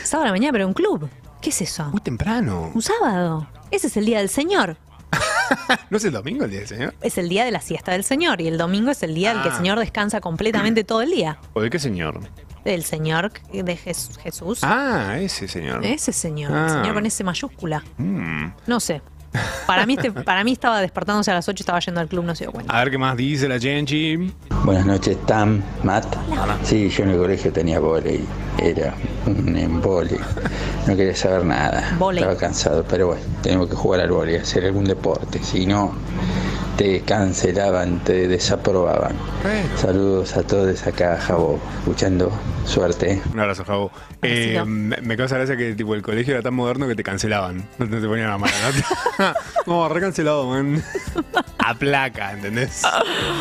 [SPEAKER 3] Sábado a la mañana, pero un club. ¿Qué es eso? Muy
[SPEAKER 4] temprano.
[SPEAKER 3] Un sábado. Ese es el día del Señor.
[SPEAKER 4] ¿No es el domingo el día del Señor?
[SPEAKER 3] Es el día de la siesta del Señor. Y el domingo es el día en que el
[SPEAKER 4] Ah.
[SPEAKER 3] Señor descansa completamente todo el día.
[SPEAKER 4] ¿O de qué señor?
[SPEAKER 3] El Señor de Jes- Jesús.
[SPEAKER 4] Ah, ese señor.
[SPEAKER 3] Ese Señor. El
[SPEAKER 4] Ah.
[SPEAKER 3] Señor con S mayúscula.
[SPEAKER 4] Mm.
[SPEAKER 3] No sé. Para mí, este- para mí estaba despertándose a las 8, estaba yendo al club, no se dio cuenta.
[SPEAKER 4] A ver qué más dice la Genji.
[SPEAKER 14] Buenas noches, Tam, Matt.
[SPEAKER 4] Hola.
[SPEAKER 14] Sí, yo en el colegio tenía volei. Era un embole. No quería saber nada.
[SPEAKER 3] Volei.
[SPEAKER 14] Estaba cansado, pero bueno, tenemos que jugar al volei, hacer algún deporte. Si no, te cancelaban, te desaprobaban.
[SPEAKER 4] Eh,
[SPEAKER 14] Saludos a todos acá, Jabo. Escuchando, suerte. ¿eh?
[SPEAKER 4] Un abrazo, Javo. Eh, me me causa gracia que tipo, el colegio era tan moderno que te cancelaban. No te, no te ponían la mala nota. no, recancelado, man. A placa, ¿entendés?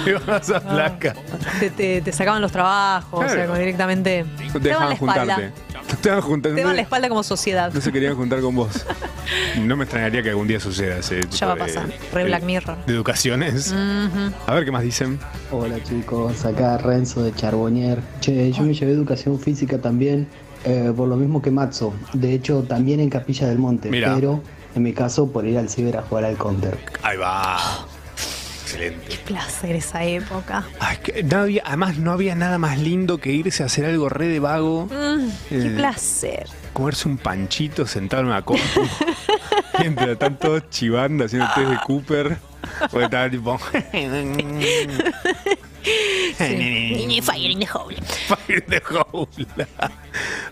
[SPEAKER 4] Te vas a placa.
[SPEAKER 3] Te, te- te sacaban los trabajos, o sea,
[SPEAKER 4] Claro.
[SPEAKER 3] como directamente.
[SPEAKER 4] No te
[SPEAKER 3] te daban la
[SPEAKER 4] dejaban
[SPEAKER 3] espalda.
[SPEAKER 4] juntarte. No te dejaban juntar.
[SPEAKER 3] Te daban la
[SPEAKER 4] No,
[SPEAKER 3] espalda como sociedad.
[SPEAKER 4] no se querían juntar con vos. No me extrañaría que algún día suceda ese tipo
[SPEAKER 3] Ya va a
[SPEAKER 4] de-
[SPEAKER 3] pasar. Re Black Mirror.
[SPEAKER 4] de educaciones.
[SPEAKER 3] Ujú.
[SPEAKER 4] A ver qué más dicen.
[SPEAKER 15] Hola chicos, acá Renzo de Charbonnier. Che, yo me llevé educación física también, eh, por lo mismo que Matzo. De hecho, también en Capilla del Monte,
[SPEAKER 4] Mirá.
[SPEAKER 15] pero en mi caso por ir al ciber a jugar al counter.
[SPEAKER 4] Ahí va. Excelente.
[SPEAKER 3] Placer esa época.
[SPEAKER 4] Ay, que no había- además, no había nada más lindo que irse a hacer algo re de vago.
[SPEAKER 3] Mm, qué
[SPEAKER 4] Eh,
[SPEAKER 3] placer.
[SPEAKER 4] comerse un panchito sentado en una compu. Mientras están todos chivando haciendo test de Cooper. O estaban tipo.
[SPEAKER 3] Sí. Fire in the hole.
[SPEAKER 4] Fire de jaula.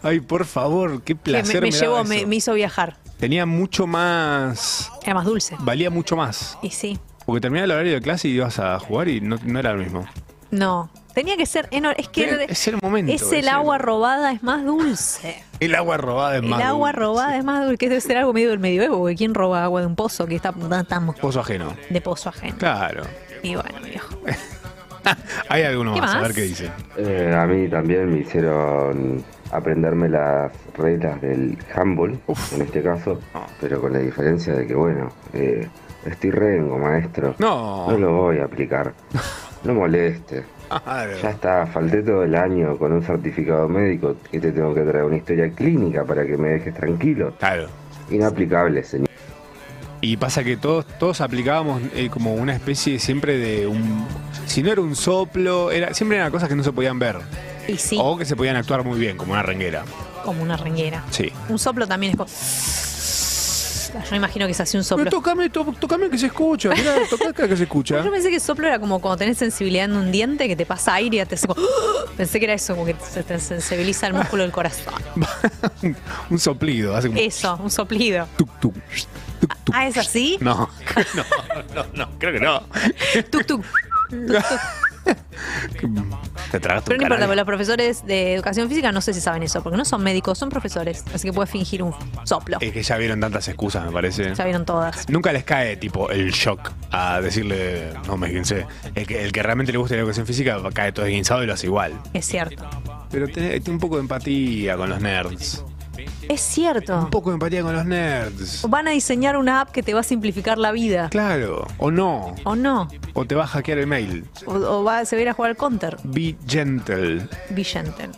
[SPEAKER 4] Ay, por favor,
[SPEAKER 3] Que
[SPEAKER 4] qué
[SPEAKER 3] me-
[SPEAKER 4] placer.
[SPEAKER 3] me,
[SPEAKER 4] me
[SPEAKER 3] llevó,
[SPEAKER 4] daba
[SPEAKER 3] me,
[SPEAKER 4] eso.
[SPEAKER 3] me hizo viajar.
[SPEAKER 4] Tenía mucho más.
[SPEAKER 3] Era más dulce.
[SPEAKER 4] Valía mucho más.
[SPEAKER 3] Y sí.
[SPEAKER 4] Porque terminaba el horario de clase y ibas a jugar y no, no era lo mismo.
[SPEAKER 3] No. Tenía que ser. en hor- Es que
[SPEAKER 4] Tiene- es el momento,
[SPEAKER 3] Es
[SPEAKER 4] es
[SPEAKER 3] el
[SPEAKER 4] el-
[SPEAKER 3] agua robada, es más dulce.
[SPEAKER 4] El agua robada es
[SPEAKER 3] El
[SPEAKER 4] más.
[SPEAKER 3] agua robada es más dulce. Que debe ser algo medio del medioevo. Porque ¿quién roba agua de un pozo que está tan
[SPEAKER 4] Pozo ajeno.
[SPEAKER 3] de pozo ajeno?
[SPEAKER 4] Claro.
[SPEAKER 3] Y bueno, viejo.
[SPEAKER 4] Hay alguno
[SPEAKER 3] ¿Qué
[SPEAKER 4] más, a
[SPEAKER 3] más?
[SPEAKER 4] ver qué dicen.
[SPEAKER 10] Eh, a mí también me hicieron aprenderme las reglas del handball, en este caso, pero con la diferencia de que, bueno, eh, estoy rengo, maestro.
[SPEAKER 4] No.
[SPEAKER 10] No lo voy a aplicar. No moleste. Ya está, falté todo el año con un certificado médico que te tengo que traer una historia clínica para que me dejes tranquilo.
[SPEAKER 4] Claro.
[SPEAKER 10] Inaplicable, señor.
[SPEAKER 4] Y pasa que todos, todos aplicábamos eh, como una especie siempre de un. Si no era un soplo, era, siempre eran cosas que no se podían ver.
[SPEAKER 3] Y sí,
[SPEAKER 4] Eh, O que se podían actuar muy bien, como una renguera.
[SPEAKER 3] como una renguera.
[SPEAKER 4] Sí.
[SPEAKER 3] Un soplo también es como. Yo me imagino que se hace un soplo.
[SPEAKER 4] tocame, que se escucha. Mirá, tocá acá que se escucha.
[SPEAKER 3] Yo pensé que soplo era como cuando tenés sensibilidad en un diente que te pasa aire y te hace como. Pensé que era eso, como que se te sensibiliza el músculo del corazón.
[SPEAKER 4] Un soplido. Hace como,
[SPEAKER 3] Eso, un soplido. Ah, ¿es así?
[SPEAKER 4] No, no, no, no, creo que no.
[SPEAKER 3] Tuk, tuk. Tuk, tuk.
[SPEAKER 4] Te tragaste
[SPEAKER 3] Pero
[SPEAKER 4] un
[SPEAKER 3] no importa,
[SPEAKER 4] caramelo.
[SPEAKER 3] porque los profesores de educación física no sé si saben eso, porque no son médicos, son profesores. Así que puedes fingir un soplo.
[SPEAKER 4] Es que ya vieron tantas excusas, me parece.
[SPEAKER 3] Ya vieron todas.
[SPEAKER 4] Nunca les cae tipo el shock a decirle, no me guincé. El que, el que realmente le gusta la educación física cae todo desguinzado y lo hace igual.
[SPEAKER 3] Es cierto.
[SPEAKER 4] Pero ten, ten un poco de empatía con los nerds.
[SPEAKER 3] Es cierto. Un
[SPEAKER 4] poco de empatía con los nerds.
[SPEAKER 3] Van a diseñar una app que te va a simplificar la vida.
[SPEAKER 4] Claro, o no,
[SPEAKER 3] O no.
[SPEAKER 4] o te va a hackear el mail.
[SPEAKER 3] O, o va, se va a ir a jugar al counter.
[SPEAKER 4] Be gentle.
[SPEAKER 3] Vicente.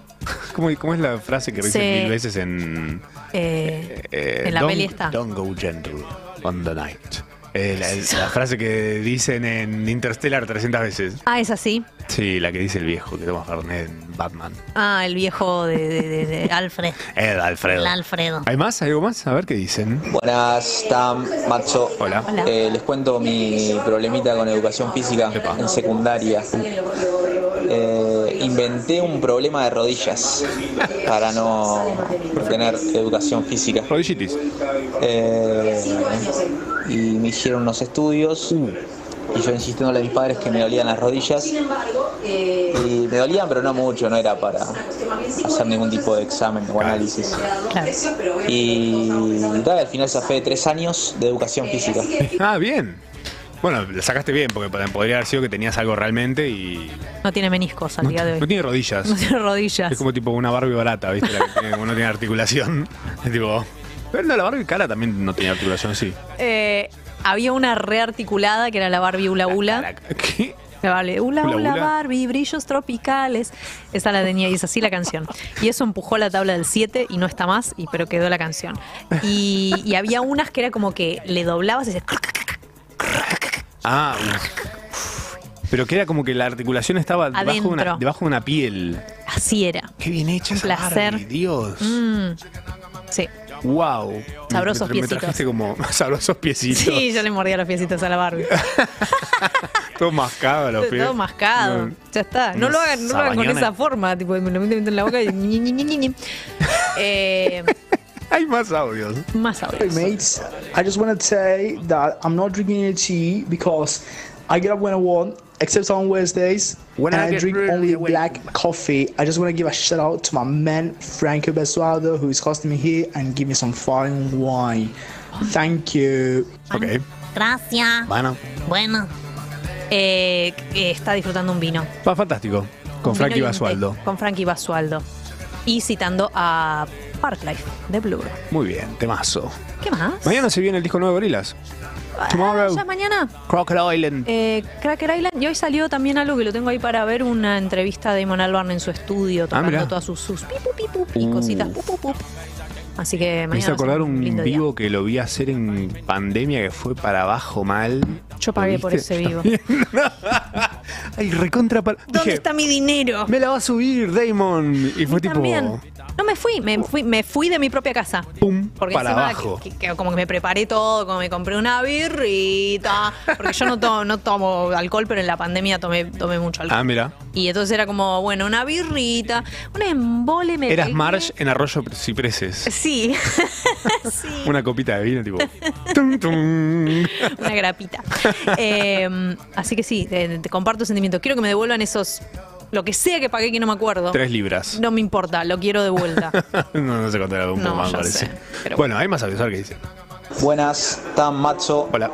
[SPEAKER 4] ¿Cómo, cómo es la frase que dicen
[SPEAKER 3] Sí.
[SPEAKER 4] mil veces en.
[SPEAKER 3] Eh,
[SPEAKER 4] eh,
[SPEAKER 3] en la
[SPEAKER 4] don't-
[SPEAKER 3] peli está.
[SPEAKER 4] Don't go gentle on the night. Eh, la, la frase que dicen en Interstellar 300 veces.
[SPEAKER 3] Ah, es así.
[SPEAKER 4] Sí, la que dice el viejo que toma Fernet en Batman.
[SPEAKER 3] Ah, el viejo de, de- de- de Alfred.
[SPEAKER 4] Ed Alfredo.
[SPEAKER 3] El Alfredo.
[SPEAKER 4] ¿Hay más? ¿Hay algo más? A ver qué dicen.
[SPEAKER 16] Buenas, Tam, Macho.
[SPEAKER 4] Hola.
[SPEAKER 16] Eh, les cuento mi problemita con educación física en secundaria. Eh, inventé un problema de rodillas para no tener educación física.
[SPEAKER 4] Rodillitis.
[SPEAKER 16] y me hicieron unos estudios y yo insistiendo a mis padres que me dolían las rodillas y me dolían pero no mucho, no era para hacer ningún tipo de examen o análisis. Y da, al final fue tres años de educación física.
[SPEAKER 4] Ah, bien. Bueno, la sacaste bien, porque pod- podría haber sido que tenías algo realmente y.
[SPEAKER 3] No tiene meniscos al
[SPEAKER 4] No,
[SPEAKER 3] día de hoy.
[SPEAKER 4] no tiene rodillas.
[SPEAKER 3] No tiene rodillas.
[SPEAKER 4] Es como tipo una Barbie barata, ¿viste? La que tiene- uno tiene articulación. Es tipo. Pero no, la Barbie cara también no tenía articulación, sí.
[SPEAKER 3] Eh, había una rearticulada que era la Barbie Ula Ula.
[SPEAKER 4] ¿Qué?
[SPEAKER 3] La Barbie Ula
[SPEAKER 4] Ula
[SPEAKER 3] Ula
[SPEAKER 4] Ula.
[SPEAKER 3] Barbie, brillos tropicales. Esa la tenía y es así la canción. Y eso empujó la tabla del 7 y no está más, y, pero quedó la canción. Y, y había unas que era como que le doblabas y se-
[SPEAKER 4] Ah, uf. pero que era como que la articulación estaba debajo de, una,
[SPEAKER 3] Adentro.
[SPEAKER 4] debajo de una piel.
[SPEAKER 3] así era.
[SPEAKER 4] Qué bien hecha
[SPEAKER 3] Un
[SPEAKER 4] esa
[SPEAKER 3] placer.
[SPEAKER 4] Barbie, Dios.
[SPEAKER 3] Mm. Sí.
[SPEAKER 4] Wow.
[SPEAKER 3] Sabrosos
[SPEAKER 4] me, me
[SPEAKER 3] piecitos.
[SPEAKER 4] trajiste como sabrosos piecitos.
[SPEAKER 3] Sí, yo le mordía los piecitos a la Barbie.
[SPEAKER 4] Todo mascado los pies.
[SPEAKER 3] Todo mascado.
[SPEAKER 4] No.
[SPEAKER 3] Ya está. No
[SPEAKER 4] Unos
[SPEAKER 3] lo hagan, no lo hagan con
[SPEAKER 4] sabañones.
[SPEAKER 3] esa forma. Tipo, me lo meten en la boca y. ñi, ñi, ñi, ñi, ñi. Eh,
[SPEAKER 4] Hay más audios.
[SPEAKER 3] más
[SPEAKER 17] Hey
[SPEAKER 3] audios.
[SPEAKER 17] mates, I just want to say that I'm not drinking any tea because I get up when I want, except on Wednesdays,
[SPEAKER 4] When
[SPEAKER 17] and
[SPEAKER 4] I
[SPEAKER 17] I,
[SPEAKER 4] get
[SPEAKER 17] drink
[SPEAKER 4] really
[SPEAKER 17] only black coffee. I just want to give a shout out to my man Franco Besuado who is hosting me here and give me some fine wine. Thank you.
[SPEAKER 4] Okay.
[SPEAKER 3] Gracias.
[SPEAKER 4] Bueno.
[SPEAKER 3] Bueno. Eh, eh, está disfrutando un vino.
[SPEAKER 4] Va fantástico. Con
[SPEAKER 3] Un
[SPEAKER 4] Frankie
[SPEAKER 3] vino y un té.
[SPEAKER 4] Basualdo.
[SPEAKER 3] Con Frankie Basualdo. Y citando a Parklife de Blur.
[SPEAKER 4] Muy bien, temazo.
[SPEAKER 3] ¿Qué más? Ah,
[SPEAKER 4] Mañana se viene el disco nuevo de Gorilas. Tomorrow.
[SPEAKER 3] Ya es mañana.
[SPEAKER 4] Crocodile Island.
[SPEAKER 3] Eh, Cracker Island. Y hoy salió también algo que lo tengo ahí para ver: una entrevista de Damon Albarn en su estudio, tocando
[SPEAKER 4] Ah, mirá.
[SPEAKER 3] todas sus, sus pipu, pipu, y cositas. pu, pu, pu. Así que mañana. va
[SPEAKER 4] Me hizo
[SPEAKER 3] a ser
[SPEAKER 4] acordar un
[SPEAKER 3] lindo día.
[SPEAKER 4] vivo que lo vi hacer en pandemia que fue para abajo mal.
[SPEAKER 3] Yo
[SPEAKER 4] ¿Lo
[SPEAKER 3] pagué por
[SPEAKER 4] viste?
[SPEAKER 3] ese vivo.
[SPEAKER 4] Ay, recontra. pa-
[SPEAKER 3] ¿Dónde
[SPEAKER 4] Dije,
[SPEAKER 3] está mi dinero?
[SPEAKER 4] Me la va a subir Damon. Y fue tipo.
[SPEAKER 3] También. No me fui, me fui, me fui de mi propia casa.
[SPEAKER 4] Pum,
[SPEAKER 3] Porque
[SPEAKER 4] para
[SPEAKER 3] encima
[SPEAKER 4] abajo.
[SPEAKER 3] que- que- como que me preparé todo, como me compré una birrita. Porque yo no, to- no tomo alcohol, pero en la pandemia tomé, tomé mucho alcohol.
[SPEAKER 4] Ah, mira.
[SPEAKER 3] Y entonces era como, bueno, una birrita, un embole me
[SPEAKER 4] Eras
[SPEAKER 3] pegué.
[SPEAKER 4] Marge en Arroyo Cipreses.
[SPEAKER 3] Sí,
[SPEAKER 4] Una copita de vino, tipo. tum, tum.
[SPEAKER 3] una grapita. Eh, así que sí, te, te comparto el sentimiento. Quiero que me devuelvan esos. Lo que sea que pagué que no me acuerdo.
[SPEAKER 4] Tres libras.
[SPEAKER 3] No me importa, lo quiero de vuelta.
[SPEAKER 4] no, no se contará un
[SPEAKER 3] No,
[SPEAKER 4] poco más,
[SPEAKER 3] ya
[SPEAKER 4] parece.
[SPEAKER 3] sé,
[SPEAKER 4] bueno, hay más audios, a ver qué dice.
[SPEAKER 16] Buenas, Tan Matzo.
[SPEAKER 4] Hola.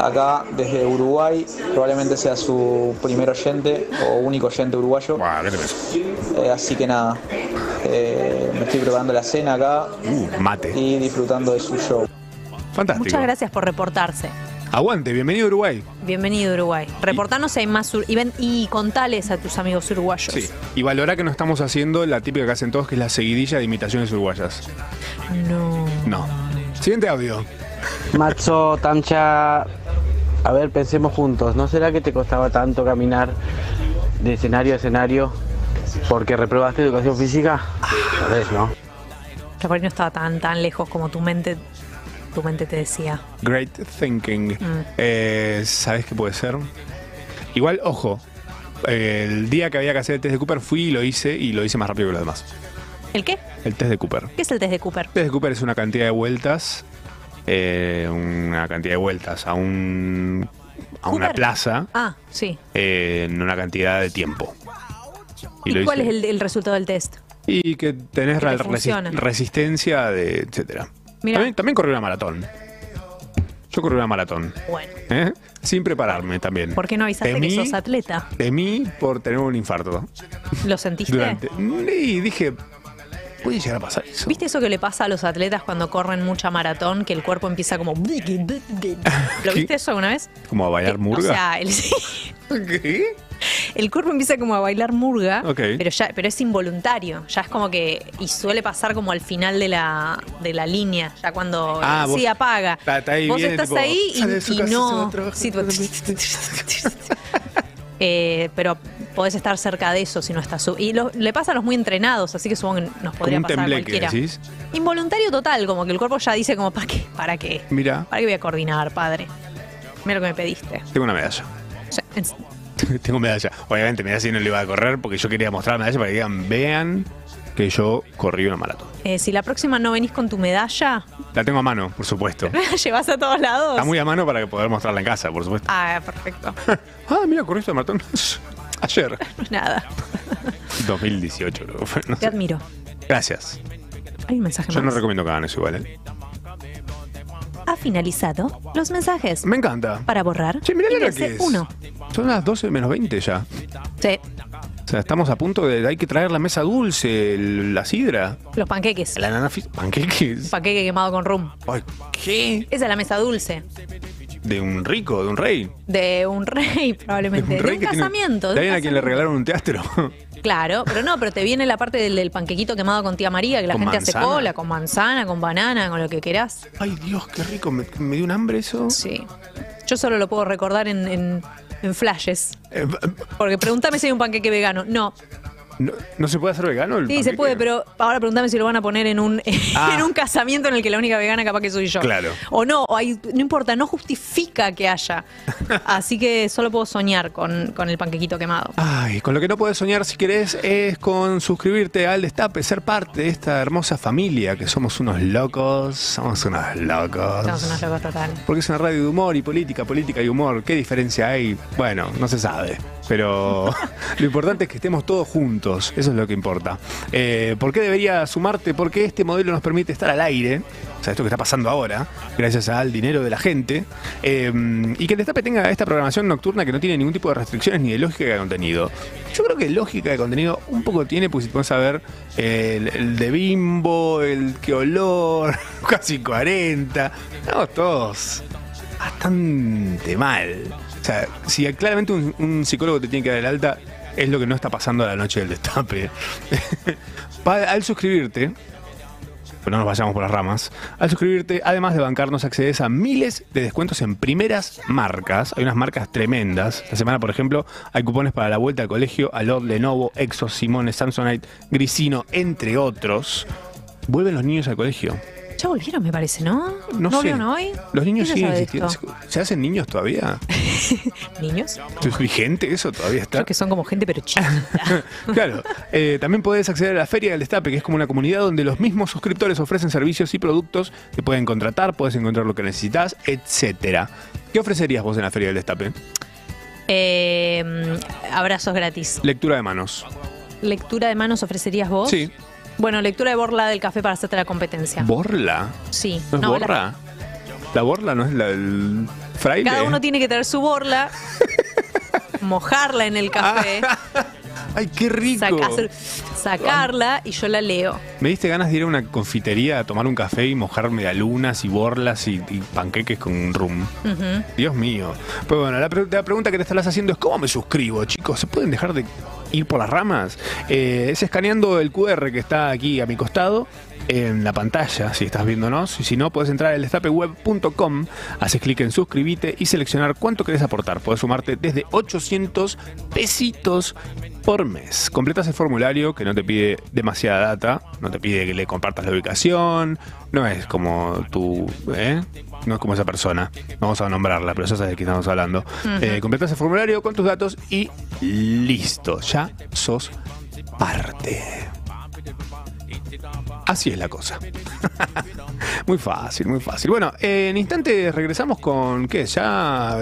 [SPEAKER 16] Acá desde Uruguay, probablemente sea su primer oyente o único oyente uruguayo. Eh, así que nada, eh, me estoy preparando la cena acá
[SPEAKER 4] Uh, mate.
[SPEAKER 16] y disfrutando de su show.
[SPEAKER 4] Fantástico.
[SPEAKER 3] Muchas gracias por reportarse.
[SPEAKER 4] Aguante, bienvenido a Uruguay.
[SPEAKER 3] Bienvenido a Uruguay. Reportanos si hay más ur- y, ven- y contales a tus amigos uruguayos.
[SPEAKER 4] Sí. Y valora que no estamos haciendo la típica que hacen todos, que es la seguidilla de imitaciones uruguayas.
[SPEAKER 3] No.
[SPEAKER 4] No. Siguiente audio.
[SPEAKER 18] Macho, Tamcha, a ver, pensemos juntos. ¿No será que te costaba tanto caminar de escenario a escenario porque reprobaste educación física? Tal vez, ¿no?
[SPEAKER 3] Capaz que no estaba tan, tan lejos como tu mente, tu mente te decía.
[SPEAKER 4] Great thinking.
[SPEAKER 3] Mm.
[SPEAKER 4] Eh, ¿Sabes qué puede ser? Igual, ojo. El día que había que hacer el test de Cooper fui y lo hice y lo hice más rápido que los demás.
[SPEAKER 3] ¿El qué?
[SPEAKER 4] El test de Cooper.
[SPEAKER 3] ¿Qué es el test de Cooper?
[SPEAKER 4] Test de Cooper es una cantidad de vueltas, eh, una cantidad de vueltas a un a una
[SPEAKER 3] Cooper.
[SPEAKER 4] plaza
[SPEAKER 3] Ah, sí.
[SPEAKER 4] eh, en una cantidad de tiempo.
[SPEAKER 3] ¿Y,
[SPEAKER 4] lo
[SPEAKER 3] cuál
[SPEAKER 4] hice.
[SPEAKER 3] es el, el resultado del test?
[SPEAKER 4] Y que tenés
[SPEAKER 3] que te
[SPEAKER 4] la resi-
[SPEAKER 3] funciona?
[SPEAKER 4] resistencia de etcétera.
[SPEAKER 3] Mirá.
[SPEAKER 4] También, también corrí una maratón. Yo corrí una maratón.
[SPEAKER 3] Bueno.
[SPEAKER 4] ¿eh? Sin prepararme también.
[SPEAKER 3] ¿Por qué no avisaste
[SPEAKER 4] Temí-
[SPEAKER 3] que sos atleta?
[SPEAKER 4] Temí por tener un infarto.
[SPEAKER 3] ¿Lo sentiste?
[SPEAKER 4] Durante. Y dije, puede llegar a pasar eso.
[SPEAKER 3] ¿Viste eso que le pasa a los atletas cuando corren mucha maratón? Que el cuerpo empieza como. ¿Lo viste eso alguna vez?
[SPEAKER 4] Como a bailar murga.
[SPEAKER 3] O sea, el, el cuerpo empieza como a bailar murga,
[SPEAKER 4] Ok.
[SPEAKER 3] pero ya, pero es involuntario. Ya es como que. Y suele pasar como al final de la, de la línea, ya cuando
[SPEAKER 4] Ah,
[SPEAKER 3] sí
[SPEAKER 4] vos-
[SPEAKER 3] apaga.
[SPEAKER 4] Está- está ahí,
[SPEAKER 3] vos
[SPEAKER 4] viene,
[SPEAKER 3] estás
[SPEAKER 4] tipo,
[SPEAKER 3] ahí
[SPEAKER 4] sale de
[SPEAKER 3] y,
[SPEAKER 4] su
[SPEAKER 3] y
[SPEAKER 4] casa, se va
[SPEAKER 3] no.
[SPEAKER 4] a trabajar.
[SPEAKER 3] Sí, tipo- Eh, pero podés estar cerca de eso si no estás. su- Y lo- le pasa a los muy entrenados, así que supongo que nos podría
[SPEAKER 4] un
[SPEAKER 3] pasar a
[SPEAKER 4] tembleque,
[SPEAKER 3] cualquiera.
[SPEAKER 4] decís.
[SPEAKER 3] Involuntario total, como que el cuerpo ya dice como ¿para qué? ¿Para qué?
[SPEAKER 4] Mira,
[SPEAKER 3] ¿Para qué voy a coordinar, padre? Mira lo que me pediste.
[SPEAKER 4] tengo una medalla.
[SPEAKER 3] O sea, en-
[SPEAKER 4] tengo medalla. Obviamente, medalla sí no le iba a correr porque yo quería mostrar medalla para que digan, vean que yo corrí una maratón.
[SPEAKER 3] Eh, si la próxima no venís con tu medalla,
[SPEAKER 4] La tengo a mano, por supuesto.
[SPEAKER 3] ¿me la llevas a todos lados?
[SPEAKER 4] Está muy a mano para poder mostrarla en casa, por supuesto.
[SPEAKER 3] Ah, perfecto.
[SPEAKER 4] Ah, mira, corriste una maratón ayer.
[SPEAKER 3] Nada,
[SPEAKER 4] 2018, creo que fue, no
[SPEAKER 3] te
[SPEAKER 4] sé.
[SPEAKER 3] admiro.
[SPEAKER 4] Gracias.
[SPEAKER 3] Hay un mensaje
[SPEAKER 4] Yo no
[SPEAKER 3] más.
[SPEAKER 4] recomiendo que hagan eso igual, ¿eh?
[SPEAKER 3] ha finalizado los mensajes.
[SPEAKER 4] Me encanta.
[SPEAKER 3] Para borrar,
[SPEAKER 4] mirá la hora
[SPEAKER 3] ingrese
[SPEAKER 4] que es.
[SPEAKER 3] uno.
[SPEAKER 4] Son las 12 menos 20 ya.
[SPEAKER 3] Sí,
[SPEAKER 4] O sea, estamos a punto de. Hay que traer la mesa dulce, el- la sidra,
[SPEAKER 3] los panqueques.
[SPEAKER 4] la nana fis- panqueques.
[SPEAKER 3] Panqueque quemado con rum.
[SPEAKER 4] Ay, ¿Qué?
[SPEAKER 3] Esa es la mesa dulce
[SPEAKER 4] de un rico, de un rey.
[SPEAKER 3] de un rey, probablemente. De un,
[SPEAKER 4] rey que tiene-
[SPEAKER 3] casamiento.
[SPEAKER 4] de
[SPEAKER 3] de un
[SPEAKER 4] alguien a quien le regalaron un teatro.
[SPEAKER 3] Claro, pero no, pero te viene la parte del, del panquequito quemado con tía María, que la
[SPEAKER 4] Con
[SPEAKER 3] gente
[SPEAKER 4] manzana.
[SPEAKER 3] hace cola, con manzana, con banana, con lo que querás.
[SPEAKER 4] Ay, Dios, qué rico, me, me dio un hambre eso.
[SPEAKER 3] Sí. Yo solo lo puedo recordar en, en- en flashes.
[SPEAKER 4] Eh,
[SPEAKER 3] Porque pregúntame si hay un panqueque vegano. No,
[SPEAKER 4] no, no se puede hacer vegano el
[SPEAKER 3] sí, se
[SPEAKER 4] panqueque?
[SPEAKER 3] puede, pero ahora pregúntame si lo van a poner en un,
[SPEAKER 4] Ah.
[SPEAKER 3] en un casamiento en el que la única vegana capaz que soy yo.
[SPEAKER 4] Claro.
[SPEAKER 3] O no, o hay- no importa, no justifica que haya. Así que solo puedo soñar con, con el panquequito quemado.
[SPEAKER 4] Ay, con lo que no puedes soñar si querés es con suscribirte al Destape, ser parte de esta hermosa familia que somos unos locos, somos unos locos.
[SPEAKER 3] Estamos unos locos totales.
[SPEAKER 4] Porque es una radio de humor y política, política y humor. ¿Qué diferencia hay? Bueno, no se sabe. Pero lo importante es que estemos todos juntos. Eso es lo que importa. Eh, ¿Por qué debería sumarte? Porque este modelo nos permite estar al aire. O sea, esto que está pasando ahora, gracias al dinero de la gente. Eh, y que el Destape tenga esta programación nocturna que no tiene ningún tipo de restricciones ni de lógica de contenido. Yo creo que lógica de contenido un poco tiene, pues si podemos saber el, el de bimbo, el que olor, casi 40. Estamos todos bastante mal. O sea, si claramente un, un psicólogo te tiene que dar el alta, es lo que no está pasando a la noche del destape. Pa- al suscribirte, pero no nos vayamos por las ramas, al suscribirte, además de bancarnos, accedes a miles de descuentos en primeras marcas. Hay unas marcas tremendas. Esta semana, por ejemplo, hay cupones para la vuelta al colegio, Alod, Lenovo, Exos, Simone, Samsonite, Grisino, entre otros. Vuelven los niños al colegio.
[SPEAKER 3] Ya volvieron, me parece, ¿no?
[SPEAKER 4] No sé.
[SPEAKER 3] volvieron hoy?
[SPEAKER 4] Los niños
[SPEAKER 3] ¿Quién
[SPEAKER 4] siguen
[SPEAKER 3] sabe de
[SPEAKER 4] existiendo.
[SPEAKER 3] esto?
[SPEAKER 4] ¿Se hacen niños todavía?
[SPEAKER 3] ¿Niños?
[SPEAKER 4] ¿Es vigente eso todavía está?
[SPEAKER 3] Creo que son como gente, pero chiquita.
[SPEAKER 4] Claro. Eh, también puedes acceder a la Feria del Destape, que es como una comunidad donde los mismos suscriptores ofrecen servicios y productos. Te pueden contratar, puedes encontrar lo que necesitas, etcétera. ¿Qué ofrecerías vos en la Feria del Destape?
[SPEAKER 3] Eh, mm, abrazos gratis.
[SPEAKER 4] Lectura de manos.
[SPEAKER 3] ¿Lectura de manos ofrecerías vos?
[SPEAKER 4] Sí.
[SPEAKER 3] Bueno, lectura de borla del café para hacerte la competencia.
[SPEAKER 4] ¿Borla?
[SPEAKER 3] Sí.
[SPEAKER 4] ¿No es
[SPEAKER 3] No, la-
[SPEAKER 4] borra? La... borla no es la del fraile?
[SPEAKER 3] cada uno tiene que traer su borla, mojarla en el café.
[SPEAKER 4] Ah. ¡Ay, qué rico!
[SPEAKER 3] saca- hacer- sacarla y yo la leo.
[SPEAKER 4] Me diste ganas de ir a una confitería a tomar un café y mojar medialunas y borlas y, y panqueques con rum.
[SPEAKER 3] Ujú.
[SPEAKER 4] Dios mío. Pues bueno, la, pre- la pregunta que te estarás haciendo es ¿cómo me suscribo, chicos? ¿Se pueden dejar de ir por las ramas? Eh, es escaneando el QR que está aquí a mi costado en la pantalla, si estás viéndonos. Y si no, puedes entrar al destapeweb.com, haces clic en suscribite y seleccionar cuánto querés aportar. Puedes sumarte desde 800 pesitos por mes. Completas el formulario que no te pide demasiada data, no te pide que le compartas la ubicación, no es como tu... ¿eh? No es como esa persona, no vamos a nombrarla, pero ya sabes de quién estamos hablando.
[SPEAKER 19] Ujú.
[SPEAKER 4] Eh, completas el formulario con tus datos y listo, ya sos parte. Así es la cosa. muy fácil, muy fácil. Bueno, eh, en instantes regresamos con... ¿Qué? Ya...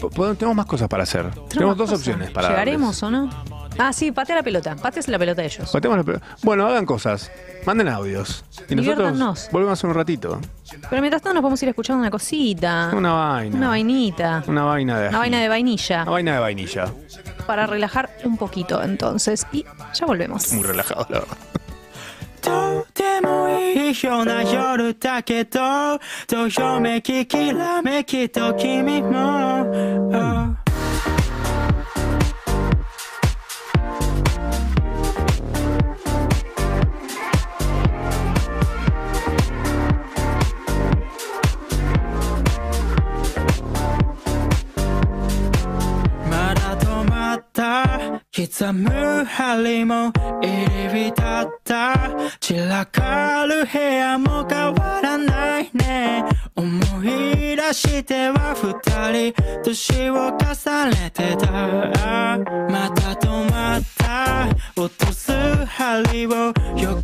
[SPEAKER 4] po- po- Tenemos más cosas para hacer. Tenemos dos
[SPEAKER 3] Cosa.
[SPEAKER 4] opciones para... darles.
[SPEAKER 3] ¿Llegaremos o no? Ah, sí, patea la pelota. Pateas la pelota de ellos.
[SPEAKER 4] Matemos la pe- Bueno, hagan cosas. Manden audios. Y nosotros
[SPEAKER 3] Diviértanos.
[SPEAKER 4] volvemos en un ratito.
[SPEAKER 3] Pero mientras tanto nos podemos ir escuchando una cosita.
[SPEAKER 4] Una vaina.
[SPEAKER 3] Ah. Una vainita.
[SPEAKER 4] Una vaina de
[SPEAKER 3] Una vaina de vainilla.
[SPEAKER 4] Una vaina de vainilla.
[SPEAKER 3] Para relajar un poquito entonces. Y ya volvemos.
[SPEAKER 4] Muy relajado, la verdad.
[SPEAKER 12] でもいいよな夜だけどどよめききらめきと君も、oh. まだ止まった刻む針も入り浸った散らかる部屋も変わらないね思い出しては二人年を重ねてたまた止まった落とす針を指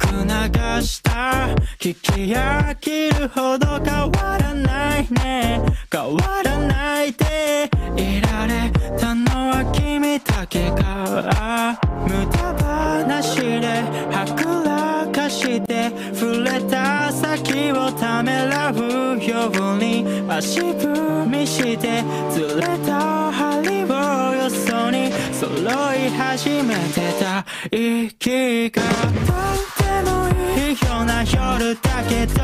[SPEAKER 12] りをためらうように足踏みしてずれた針をよそに揃い始めてた息がとてもいいような夜だけど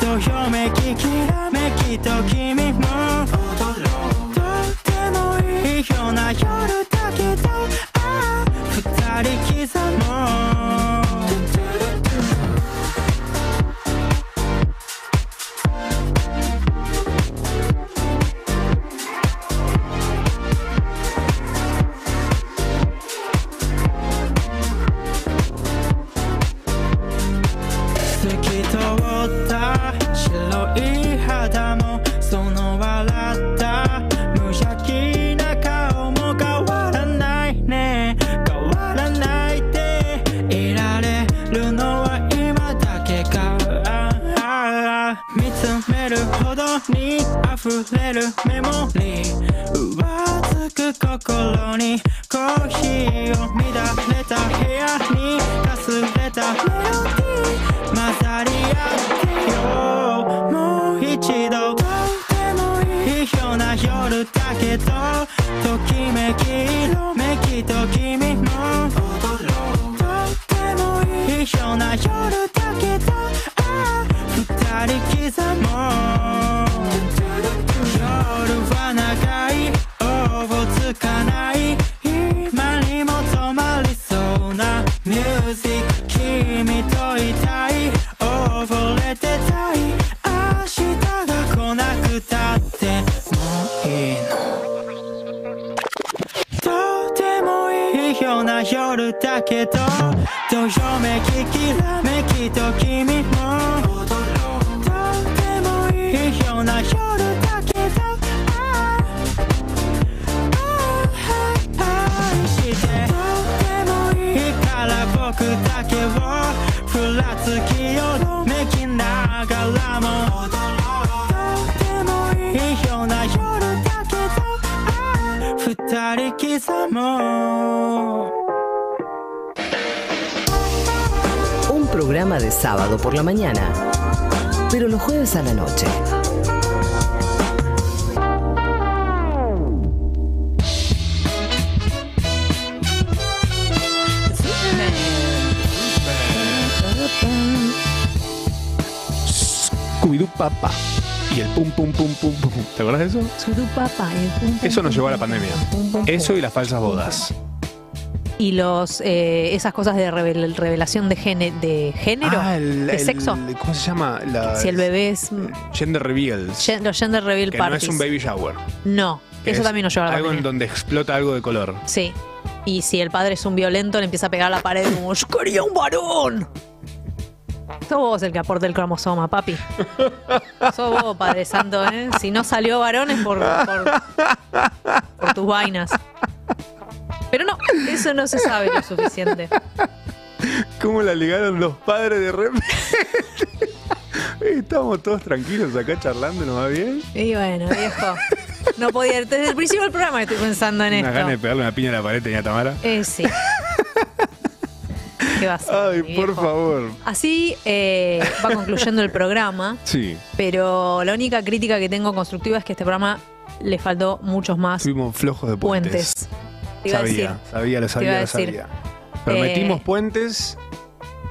[SPEAKER 12] どよめききらめきと君も踊ろうとてもいいような夜だけどああ二人刻もう透き通った白い肌もその笑った無邪気な顔も変わらないね変わらないでいられるのは今だけかああ見つめるほどに溢れるメモリー浮つく心にコーヒーを乱れた部屋にかすれたメロディー混ざり合ってよもう一度どうでもいいような夜だけどときめき色めきと君も踊ろうとってもいいような夜だけどああ二人刻も夜は長い追うつかない今にも止まりそうなミュージック君といたい溺れてたい明日が来なくたってもういいのとてもいいような夜だけどどよめききらめきと君もとてもいいような夜だけどああ愛してとてもいいから僕だけをふらつきよろめきながらもとてもいいような夜だけどああ二人刻もう
[SPEAKER 7] Un programa de sábado por la mañana, pero los jueves a la noche.
[SPEAKER 4] Scooby-Doo Papá. Y el pum pum pum pum pum. ¿Te acuerdas de eso?
[SPEAKER 3] Scooby-Doo Papá. y el pum, pum,
[SPEAKER 4] Eso nos
[SPEAKER 3] pum,
[SPEAKER 4] llevó a la
[SPEAKER 3] pum,
[SPEAKER 4] pandemia.
[SPEAKER 3] pum, pum,
[SPEAKER 4] Eso y las falsas bodas.
[SPEAKER 3] Y los, eh, esas cosas de revel- revelación de, gene, de género,
[SPEAKER 4] Ah, el-
[SPEAKER 3] de
[SPEAKER 4] el-
[SPEAKER 3] sexo.
[SPEAKER 4] ¿Cómo se llama? La-
[SPEAKER 3] si el bebé es.
[SPEAKER 4] Gender reveals.
[SPEAKER 3] gen- Los gender reveal
[SPEAKER 4] que no
[SPEAKER 3] parties.
[SPEAKER 4] es un baby shower.
[SPEAKER 3] No,
[SPEAKER 4] que
[SPEAKER 3] eso
[SPEAKER 4] es
[SPEAKER 3] también nos lleva a la
[SPEAKER 4] Algo en
[SPEAKER 3] pandemia.
[SPEAKER 4] donde explota algo de color.
[SPEAKER 3] Sí. Y si el padre es un violento, le empieza a pegar a la pared como: ¡Yo quería un varón! Sos vos el que aporta el cromosoma, papi. Sos vos, padre santo, ¿eh? Si no salió varón es por, por, por tus vainas. Pero no, eso no se sabe lo suficiente.
[SPEAKER 4] ¿Cómo la ligaron los padres de repente? Estamos todos tranquilos acá charlando, ¿no va bien?
[SPEAKER 3] Y bueno, viejo. No podía. Desde el principio del programa estoy pensando en
[SPEAKER 4] Una ganas de
[SPEAKER 3] esto.
[SPEAKER 4] pegarle una piña a la pared tenía Tamara.
[SPEAKER 3] Eh, sí. ¿Qué va a ser,
[SPEAKER 4] Ay,
[SPEAKER 3] mi
[SPEAKER 4] por
[SPEAKER 3] viejo?
[SPEAKER 4] favor.
[SPEAKER 3] Así eh, va concluyendo el programa.
[SPEAKER 4] Sí.
[SPEAKER 3] Pero la única crítica que tengo constructiva es que a este programa le faltó muchos más
[SPEAKER 4] Fuimos flojos de puentes.
[SPEAKER 3] puentes. Te iba a
[SPEAKER 4] sabía,
[SPEAKER 3] decir.
[SPEAKER 4] sabía, lo
[SPEAKER 3] Te iba
[SPEAKER 4] sabía,
[SPEAKER 3] a
[SPEAKER 4] lo
[SPEAKER 3] decir.
[SPEAKER 4] sabía. Prometimos
[SPEAKER 3] Eh,
[SPEAKER 4] puentes.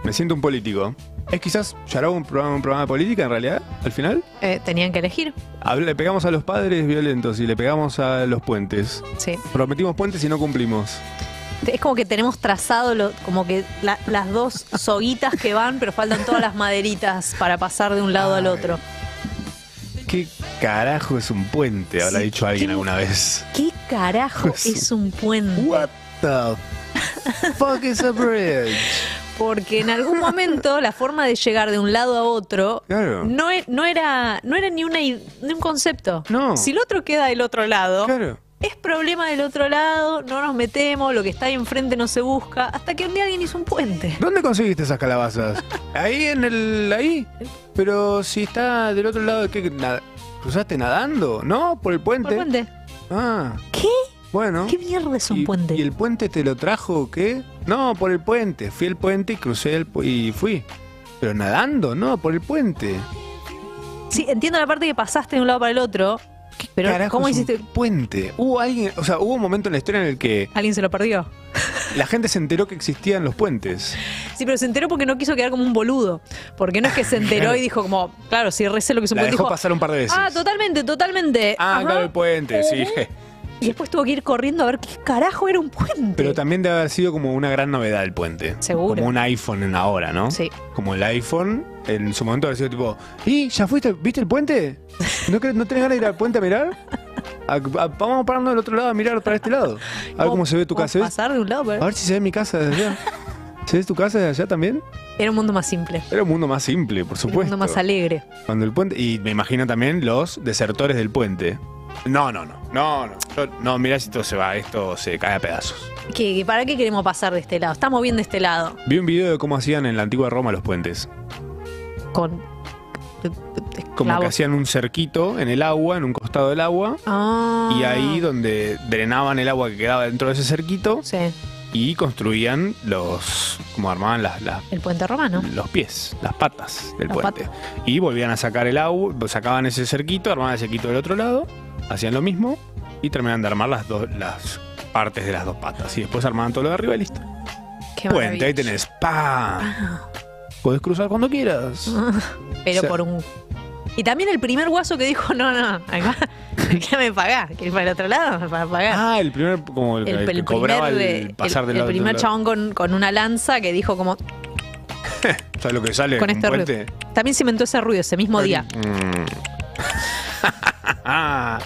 [SPEAKER 4] Me siento un político. Es quizás Yarao un programa, un programa de política en realidad, al final.
[SPEAKER 3] eh, tenían que elegir.
[SPEAKER 4] Habl- Le pegamos a los padres violentos y le pegamos a los puentes.
[SPEAKER 3] Sí.
[SPEAKER 4] Prometimos puentes y no cumplimos.
[SPEAKER 3] Es como que tenemos trazado lo- como que la- las dos soguitas que van, pero faltan todas las maderitas para pasar de un lado al otro.
[SPEAKER 4] ¿Qué carajo es un puente? Habrá dicho alguien alguna vez.
[SPEAKER 3] ¿Qué carajo
[SPEAKER 4] Sí.
[SPEAKER 3] es un puente?
[SPEAKER 4] What the fuck is a bridge?
[SPEAKER 3] Porque en algún momento la forma de llegar de un lado a otro
[SPEAKER 4] Claro.
[SPEAKER 3] no, e- no era, no era ni, una, i- ni un concepto. Si el otro queda del otro lado, es problema del otro lado, no nos metemos, lo que está ahí enfrente no se busca, hasta que un día alguien hizo un puente.
[SPEAKER 4] ¿Dónde conseguiste esas calabazas? ahí en el. ahí. Pero si está del otro lado, ¿qué? Na- ¿Cruzaste nadando? ¿No? ¿Por el puente?
[SPEAKER 3] ¿Por puente?
[SPEAKER 4] Ah.
[SPEAKER 3] ¿Qué?
[SPEAKER 4] Bueno.
[SPEAKER 3] ¿Qué mierda es un
[SPEAKER 4] y,
[SPEAKER 3] puente?
[SPEAKER 4] ¿Y el puente te lo trajo qué? No, por el puente. Fui al puente y crucé el pu- y fui. Pero nadando, no, por el puente.
[SPEAKER 3] Sí, entiendo la parte que pasaste de un lado para el otro, pero
[SPEAKER 4] Carajo,
[SPEAKER 3] ¿cómo
[SPEAKER 4] es un
[SPEAKER 3] hiciste?
[SPEAKER 4] puente. Hubo alguien, o sea, hubo un momento en la historia en el que
[SPEAKER 3] ¿Alguien se lo perdió?
[SPEAKER 4] la gente se enteró que existían los puentes.
[SPEAKER 3] Sí, pero se enteró porque no quiso quedar como un boludo. Porque no es que se enteró y dijo como, claro, sí, recé lo que es un
[SPEAKER 4] Ah, La
[SPEAKER 3] puente.
[SPEAKER 4] dejó
[SPEAKER 3] dijo,
[SPEAKER 4] pasar un par de veces.
[SPEAKER 3] Ah, totalmente, totalmente.
[SPEAKER 4] Ah,
[SPEAKER 3] Ajá. Uh-huh.
[SPEAKER 4] claro, el puente, sí.
[SPEAKER 3] Y después tuvo que ir corriendo a ver qué carajo era un puente.
[SPEAKER 4] Pero también debe haber sido como una gran novedad el puente.
[SPEAKER 3] Seguro.
[SPEAKER 4] Como un iPhone en ahora, ¿no?
[SPEAKER 3] Sí.
[SPEAKER 4] Como el iPhone, en su momento haber sido tipo, ¿y ya fuiste? ¿Viste el puente? ¿No, cre- no tenés ganas de ir al puente a mirar? A- a- vamos a pararnos del otro lado a mirar para este lado. A ver cómo se ve tu
[SPEAKER 3] Podemos
[SPEAKER 4] casa. ¿ves?
[SPEAKER 3] pasar de un lado para
[SPEAKER 4] A ver si se ve mi casa desde allá. ¿Se ve tu casa desde allá también?
[SPEAKER 3] Era un mundo más simple.
[SPEAKER 4] Era un mundo más simple, por
[SPEAKER 3] Un
[SPEAKER 4] supuesto.
[SPEAKER 3] mundo más alegre.
[SPEAKER 4] Cuando el puente. Y me imagino también los desertores del puente. No, no, no. No, no. Yo- no, mirá si esto se va, esto se cae a pedazos.
[SPEAKER 3] ¿Qué, qué- para qué queremos pasar de este lado? Estamos bien de este lado.
[SPEAKER 4] Vi un video de cómo hacían en la antigua Roma los puentes.
[SPEAKER 3] Con.
[SPEAKER 4] Como que
[SPEAKER 3] Clavos.
[SPEAKER 4] hacían un cerquito en el agua, en un costado del agua.
[SPEAKER 3] Ah.
[SPEAKER 4] Y ahí donde drenaban el agua que quedaba dentro de ese cerquito. Y construían los. como armaban las, las-
[SPEAKER 3] El puente romano.
[SPEAKER 4] los pies, las patas del
[SPEAKER 3] Las
[SPEAKER 4] puente. Y volvían a sacar el agua, sacaban ese cerquito, armaban el cerquito del otro lado, hacían lo mismo y terminaban de armar las dos, las partes de las dos patas. Y después armaban todo lo de arriba y listo.
[SPEAKER 3] Qué
[SPEAKER 4] Puente,
[SPEAKER 3] maravilla. Ah.
[SPEAKER 4] ahí tenés. ¡Pam! Podés cruzar cuando quieras.
[SPEAKER 3] Pero
[SPEAKER 4] O sea-
[SPEAKER 3] por un. Y también el primer guaso que dijo, no, no, acá, acá me pagás. ¿Querés para el otro lado? Para pagar.
[SPEAKER 4] Ah, el primer, como el,
[SPEAKER 3] el,
[SPEAKER 4] el que
[SPEAKER 3] el
[SPEAKER 4] cobraba
[SPEAKER 3] primer, de-
[SPEAKER 4] el pasar
[SPEAKER 3] el-
[SPEAKER 4] del
[SPEAKER 3] el
[SPEAKER 4] lado-
[SPEAKER 3] primer
[SPEAKER 4] del lado.
[SPEAKER 3] chabón con, con una lanza que dijo como
[SPEAKER 4] ¿Sabes lo que sale?
[SPEAKER 3] con
[SPEAKER 4] un
[SPEAKER 3] este ruido.
[SPEAKER 4] puente?
[SPEAKER 3] También se inventó ese ruido ese mismo día.
[SPEAKER 4] Ah,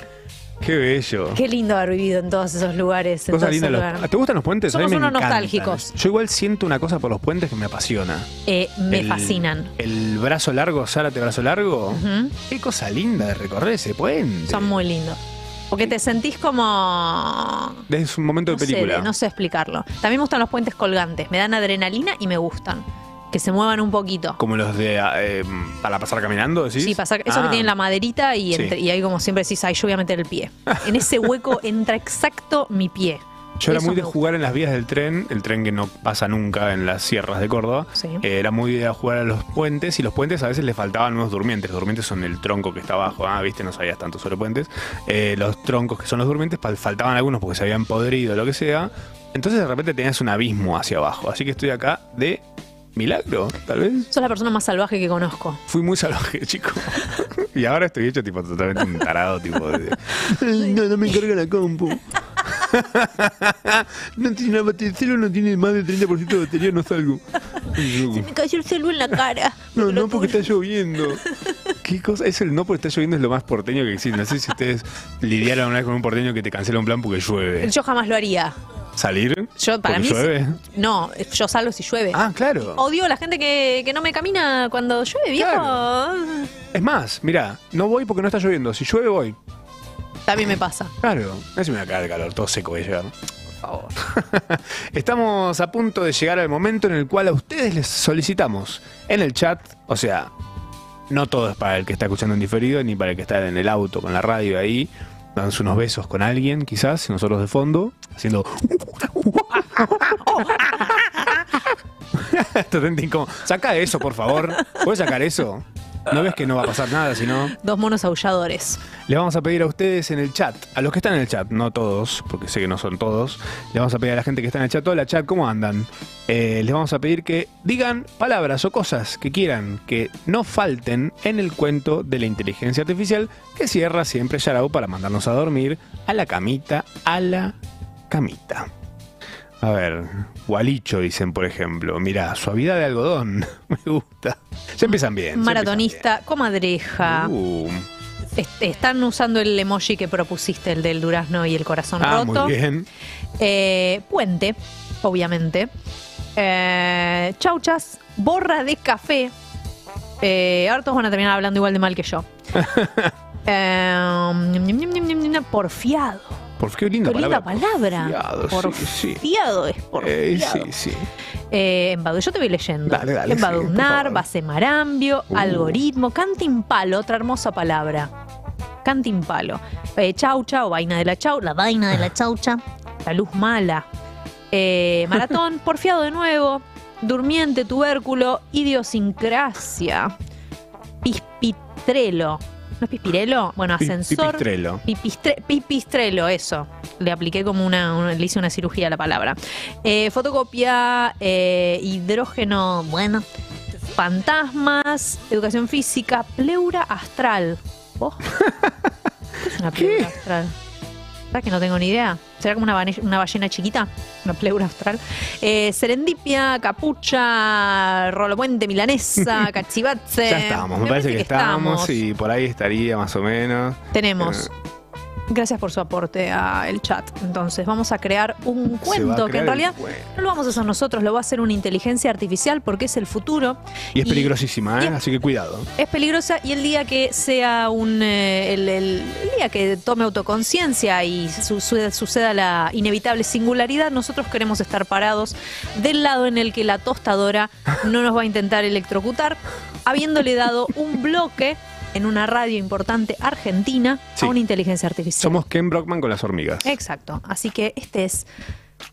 [SPEAKER 4] qué bello.
[SPEAKER 3] Qué lindo haber vivido en todos esos lugares. En
[SPEAKER 4] Cosa
[SPEAKER 3] todos
[SPEAKER 4] linda
[SPEAKER 3] esos
[SPEAKER 4] los-
[SPEAKER 3] lugares.
[SPEAKER 4] ¿Te gustan los puentes? A mí
[SPEAKER 3] Somos
[SPEAKER 4] me
[SPEAKER 3] unos
[SPEAKER 4] encantan.
[SPEAKER 3] nostálgicos.
[SPEAKER 4] Yo igual siento una cosa por los puentes que me apasiona.
[SPEAKER 3] Eh, me
[SPEAKER 4] El-
[SPEAKER 3] fascinan.
[SPEAKER 4] El brazo largo, Zárate, brazo largo.
[SPEAKER 3] Ujú.
[SPEAKER 4] Qué cosa linda de recorrer ese puente.
[SPEAKER 3] Son muy lindos. Porque te sentís como...
[SPEAKER 4] Es un momento
[SPEAKER 3] No
[SPEAKER 4] de
[SPEAKER 3] sé,
[SPEAKER 4] película.
[SPEAKER 3] de- no sé explicarlo. También me gustan los puentes colgantes. Me dan adrenalina y me gustan. Que se muevan un poquito.
[SPEAKER 4] Como los de ah, eh, para pasar caminando, Ah. ¿sí?
[SPEAKER 3] Sí, pasar, esos que tienen la maderita y, entre-
[SPEAKER 4] Sí.
[SPEAKER 3] y ahí como siempre decís, ay, yo voy a meter el pie. En ese hueco entra exacto mi pie.
[SPEAKER 4] Yo era
[SPEAKER 3] Eso
[SPEAKER 4] muy de
[SPEAKER 3] me gusta.
[SPEAKER 4] jugar en las vías del tren, el tren que no pasa nunca en las sierras de Córdoba. Eh, Era muy de jugar a los puentes y los puentes a veces les faltaban unos durmientes. Los durmientes son el tronco que está abajo. Ah, viste, no sabías tanto sobre puentes. Eh, los troncos que son los durmientes fal- faltaban algunos porque se habían podrido, lo que sea. Entonces de repente tenías un abismo hacia abajo. Así que estoy acá de milagro, tal vez.
[SPEAKER 3] Sos la persona más salvaje que conozco.
[SPEAKER 4] Fui muy salvaje, chico. y ahora estoy hecho tipo totalmente un tarado, tipo de-
[SPEAKER 6] No, no me carga la compu.
[SPEAKER 4] No tiene la batería, el celu no tiene más del 30% de batería, no salgo.
[SPEAKER 3] Me cayó el celu en la cara.
[SPEAKER 4] No, no, porque está lloviendo. ¿Qué cosa? Es el no porque está lloviendo es lo más porteño que existe. No sé si ustedes lidiaron una vez con un porteño que te cancela un plan porque llueve.
[SPEAKER 3] Yo jamás lo haría.
[SPEAKER 4] ¿Salir?
[SPEAKER 3] Yo, para
[SPEAKER 4] porque
[SPEAKER 3] mí, Oh.
[SPEAKER 4] llueve.
[SPEAKER 3] No, yo salgo si llueve.
[SPEAKER 4] Ah, claro.
[SPEAKER 3] Odio a la gente que, que no me camina cuando llueve, viejo.
[SPEAKER 4] Es más, mirá, no voy porque no está lloviendo. Si llueve, voy.
[SPEAKER 3] También me pasa.
[SPEAKER 4] Claro. No se me va a caer el calor, todo seco voy a llegar. Estamos a punto de llegar al momento en el cual a ustedes les solicitamos en el chat, o sea, no todo es para el que está escuchando en diferido, ni para el que está en el auto con la radio ahí, dándose unos besos con alguien, quizás, y nosotros de fondo, haciendo. Totalmente incómodo. Saca eso, por favor. ¿Puedes sacar eso? No ves que no va a pasar nada, sino.
[SPEAKER 3] Dos monos aulladores.
[SPEAKER 4] Le vamos a pedir a ustedes en el chat, a los que están en el chat, no todos, porque sé que no son todos, le vamos a pedir a la gente que está en el chat, toda la chat, ¿cómo andan? Eh, les vamos a pedir que digan palabras o cosas que quieran que no falten en el cuento de la inteligencia artificial que cierra siempre Yarao para mandarnos a dormir a la camita, a la camita. A ver, gualicho dicen, por ejemplo. Mirá, suavidad de algodón, me gusta. Ya empiezan bien. ya
[SPEAKER 3] Maratonista, comadreja.
[SPEAKER 4] empiezan- Uh.
[SPEAKER 3] Est- están usando el emoji que propusiste, el del durazno y el corazón
[SPEAKER 4] Ah,
[SPEAKER 3] roto.
[SPEAKER 4] muy bien.
[SPEAKER 3] Eh, puente, obviamente. Eh, chauchas, borra de café. Eh, ahora todos van a terminar hablando igual de mal que yo. Eh, ñam, ñam, ñam, ñam, ñam, porfiado.
[SPEAKER 4] Por qué linda
[SPEAKER 3] Qué linda
[SPEAKER 4] palabra.
[SPEAKER 3] palabra.
[SPEAKER 4] Porfiado, sí, sí.
[SPEAKER 3] Porfiado es
[SPEAKER 4] Eh,
[SPEAKER 3] porfiado.
[SPEAKER 4] sí, sí.
[SPEAKER 3] Eh, embadu- yo te voy leyendo.
[SPEAKER 4] Dale, dale, sí, por Uh.
[SPEAKER 3] Embadurnar, basemarambio, algoritmo, cantimpalo, otra hermosa palabra. Cantimpalo. Eh, chaucha o vaina de la chau, la vaina de la chaucha, la luz mala. Eh, maratón, porfiado de nuevo. durmiente, tubérculo, idiosincrasia, pispitrelo. ¿No es pispirelo? Bueno,
[SPEAKER 4] Pi-
[SPEAKER 3] ascensor.
[SPEAKER 4] pipistrelo.
[SPEAKER 3] Pipistre- pipistrelo, eso. Le apliqué como una, una- Le hice una cirugía a la palabra. Eh, fotocopia, eh, hidrógeno, bueno. Fantasmas, educación física, pleura astral. ¿Vos? ¿Qué es una pleura astral? ¿Sabes que no tengo ni idea? ¿Será como una, bane- una ballena chiquita? Una pleura astral. Eh, serendipia, capucha, rolopuente milanesa, cachivache.
[SPEAKER 4] Ya estábamos, me, parece que, estábamos y por ahí estaría más o menos.
[SPEAKER 3] Tenemos.
[SPEAKER 4] Eh,
[SPEAKER 3] Gracias por su aporte al chat. Entonces, vamos a crear un
[SPEAKER 4] va a
[SPEAKER 3] cuento que
[SPEAKER 4] crear
[SPEAKER 3] en
[SPEAKER 4] el
[SPEAKER 3] realidad
[SPEAKER 4] cuento.
[SPEAKER 3] no lo vamos a hacer nosotros, lo va a hacer una inteligencia artificial porque es el futuro.
[SPEAKER 4] y es peligrosísima, ¿eh? así que cuidado.
[SPEAKER 3] Es peligrosa y el día que sea un. eh, el, el- el día que tome autoconciencia y su- su- suceda la inevitable singularidad, nosotros queremos estar parados del lado en el que la tostadora no nos va a intentar electrocutar, habiéndole dado un bloque en una radio importante argentina
[SPEAKER 4] Sí.
[SPEAKER 3] a una inteligencia artificial.
[SPEAKER 4] Somos Ken Brockman con las hormigas.
[SPEAKER 3] Exacto. Así que este es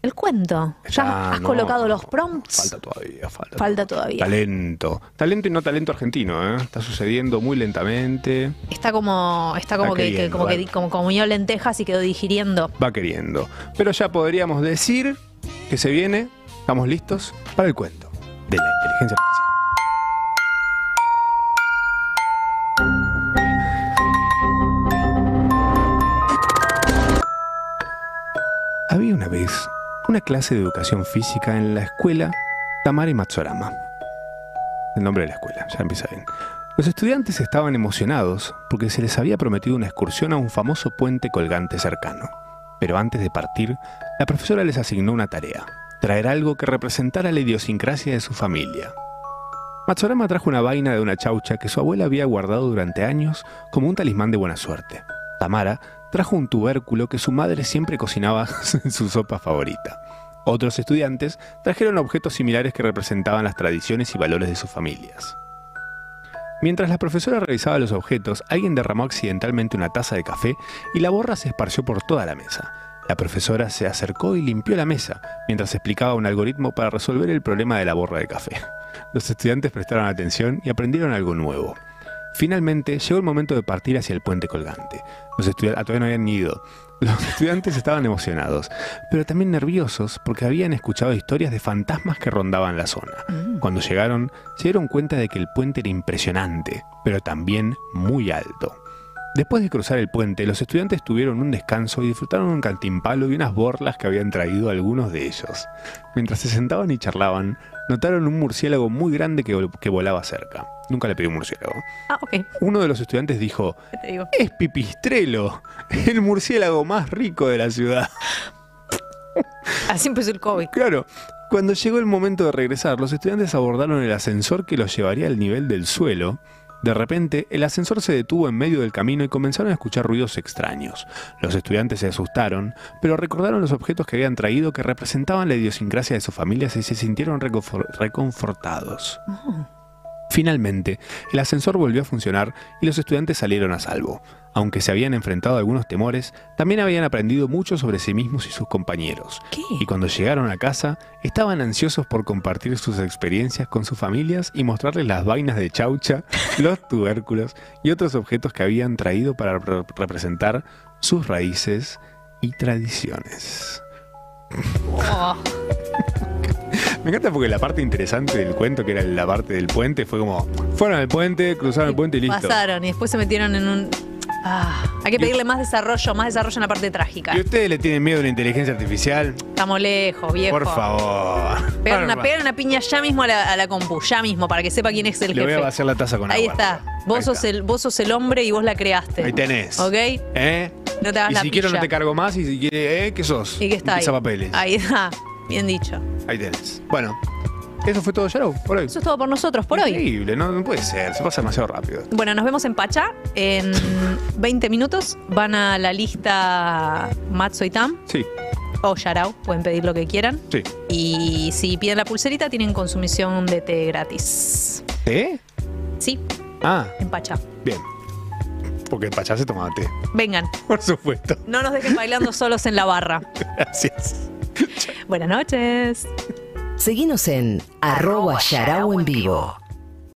[SPEAKER 3] el cuento. Ya
[SPEAKER 4] Ah,
[SPEAKER 3] has
[SPEAKER 4] no.
[SPEAKER 3] colocado los prompts. Falta
[SPEAKER 4] todavía, falta.
[SPEAKER 3] todavía.
[SPEAKER 4] Talento. Talento y no talento argentino, ¿eh? Está sucediendo muy lentamente.
[SPEAKER 3] Está como, está como
[SPEAKER 4] Está
[SPEAKER 3] que, que-
[SPEAKER 4] queriendo,
[SPEAKER 3] como que
[SPEAKER 4] va.
[SPEAKER 3] di- como comió lentejas y quedó digiriendo.
[SPEAKER 4] Va queriendo. Pero ya podríamos decir que se viene. Estamos listos para el cuento de la inteligencia artificial. Había una vez una clase de educación física en la escuela Tamari Matsorama. El nombre de la escuela, ya empieza bien. Los estudiantes estaban emocionados porque se les había prometido una excursión a un famoso puente colgante cercano. Pero antes de partir, la profesora les asignó una tarea, traer algo que representara la idiosincrasia de su familia. Matsorama trajo una vaina de una chaucha que su abuela había guardado durante años como un talismán de buena suerte. Tamara trajo un tubérculo que su madre siempre cocinaba en su sopa favorita. Otros estudiantes trajeron objetos similares que representaban las tradiciones y valores de sus familias. Mientras la profesora revisaba los objetos, alguien derramó accidentalmente una taza de café y la borra se esparció por toda la mesa. La profesora se acercó y limpió la mesa mientras explicaba un algoritmo para resolver el problema de la borra de café. Los estudiantes prestaron atención y aprendieron algo nuevo. Finalmente llegó el momento de partir hacia el puente colgante. Los estudiantes todavía no habían ido. Los estudiantes estaban emocionados, pero también nerviosos porque habían escuchado historias de fantasmas que rondaban la zona. Cuando llegaron, se dieron cuenta de que el puente era impresionante, pero también muy alto. Después de cruzar el puente, los estudiantes tuvieron un descanso y disfrutaron un cantimpalo y unas borlas que habían traído algunos de ellos. Mientras se sentaban y charlaban, notaron un murciélago muy grande que, vol- que volaba cerca. Nunca le pedí un murciélago.
[SPEAKER 3] Ah, ok.
[SPEAKER 4] Uno de los estudiantes dijo,
[SPEAKER 3] ¿Qué te digo?
[SPEAKER 4] es pipistrelo, el murciélago más rico de la ciudad.
[SPEAKER 3] Así empezó el COVID.
[SPEAKER 4] Claro. Cuando llegó el momento de regresar, los estudiantes abordaron el ascensor que los llevaría al nivel del suelo. De repente, el ascensor se detuvo en medio del camino y comenzaron a escuchar ruidos extraños. Los estudiantes se asustaron, pero recordaron los objetos que habían traído que representaban la idiosincrasia de sus familias y se sintieron reconfor- reconfortados. Finalmente, el ascensor volvió a funcionar y los estudiantes salieron a salvo. Aunque se habían enfrentado a algunos temores, también habían aprendido mucho sobre sí mismos y sus compañeros. Y cuando llegaron a casa, estaban ansiosos por compartir sus experiencias con sus familias y mostrarles las vainas de chaucha, los tubérculos y otros objetos que habían traído para re- representar sus raíces y tradiciones. Me encanta porque la parte interesante del cuento, que era la parte del puente, fue como, fueron al puente, cruzaron el puente y listo.
[SPEAKER 3] Pasaron y después se metieron en un. Ah, hay que pedirle más desarrollo, más desarrollo en la parte trágica.
[SPEAKER 4] ¿Y ustedes le tienen miedo a la inteligencia artificial?
[SPEAKER 3] Estamos lejos, viejo.
[SPEAKER 4] Por favor.
[SPEAKER 3] Pegar una,
[SPEAKER 4] Barba.
[SPEAKER 3] pegar una piña ya mismo a la, a la compu, ya mismo, para que sepa quién es el
[SPEAKER 4] Le voy
[SPEAKER 3] jefe.
[SPEAKER 4] a vaciar la taza con
[SPEAKER 3] Ahí
[SPEAKER 4] agua.
[SPEAKER 3] está. Vos, sos El, vos sos el hombre y vos la creaste.
[SPEAKER 4] Ahí tenés.
[SPEAKER 3] ¿Ok?
[SPEAKER 4] ¿Eh?
[SPEAKER 3] No te hagas
[SPEAKER 4] y
[SPEAKER 3] la
[SPEAKER 4] si quiero no
[SPEAKER 3] pilla.
[SPEAKER 4] te cargo más y si quiere, ¿eh? ¿Qué sos?
[SPEAKER 3] Y que está ahí.
[SPEAKER 4] Empieza papeles.
[SPEAKER 3] Ahí está. Bien dicho.
[SPEAKER 4] Ahí tenés. Bueno, eso fue todo, Yarou, por hoy.
[SPEAKER 3] Eso es todo por nosotros por hoy.
[SPEAKER 4] Increíble, no, no puede ser, se pasa demasiado rápido.
[SPEAKER 3] Bueno, nos vemos en Pachá en 20 minutos. Van a la lista Matzo y Tam
[SPEAKER 4] Sí,
[SPEAKER 3] o Yarao, pueden pedir lo que quieran.
[SPEAKER 4] sí.
[SPEAKER 3] Y si piden la pulserita, tienen consumición de té gratis.
[SPEAKER 4] ¿Té?
[SPEAKER 3] Sí,
[SPEAKER 4] Ah,
[SPEAKER 3] en Pachá.
[SPEAKER 4] bien. Porque Pachá se tomaba té,
[SPEAKER 3] Vengan,
[SPEAKER 4] por supuesto.
[SPEAKER 3] no nos dejen bailando solos en la barra.
[SPEAKER 4] Gracias.
[SPEAKER 3] Buenas noches.
[SPEAKER 7] Seguinos en arroba Yarao en vivo.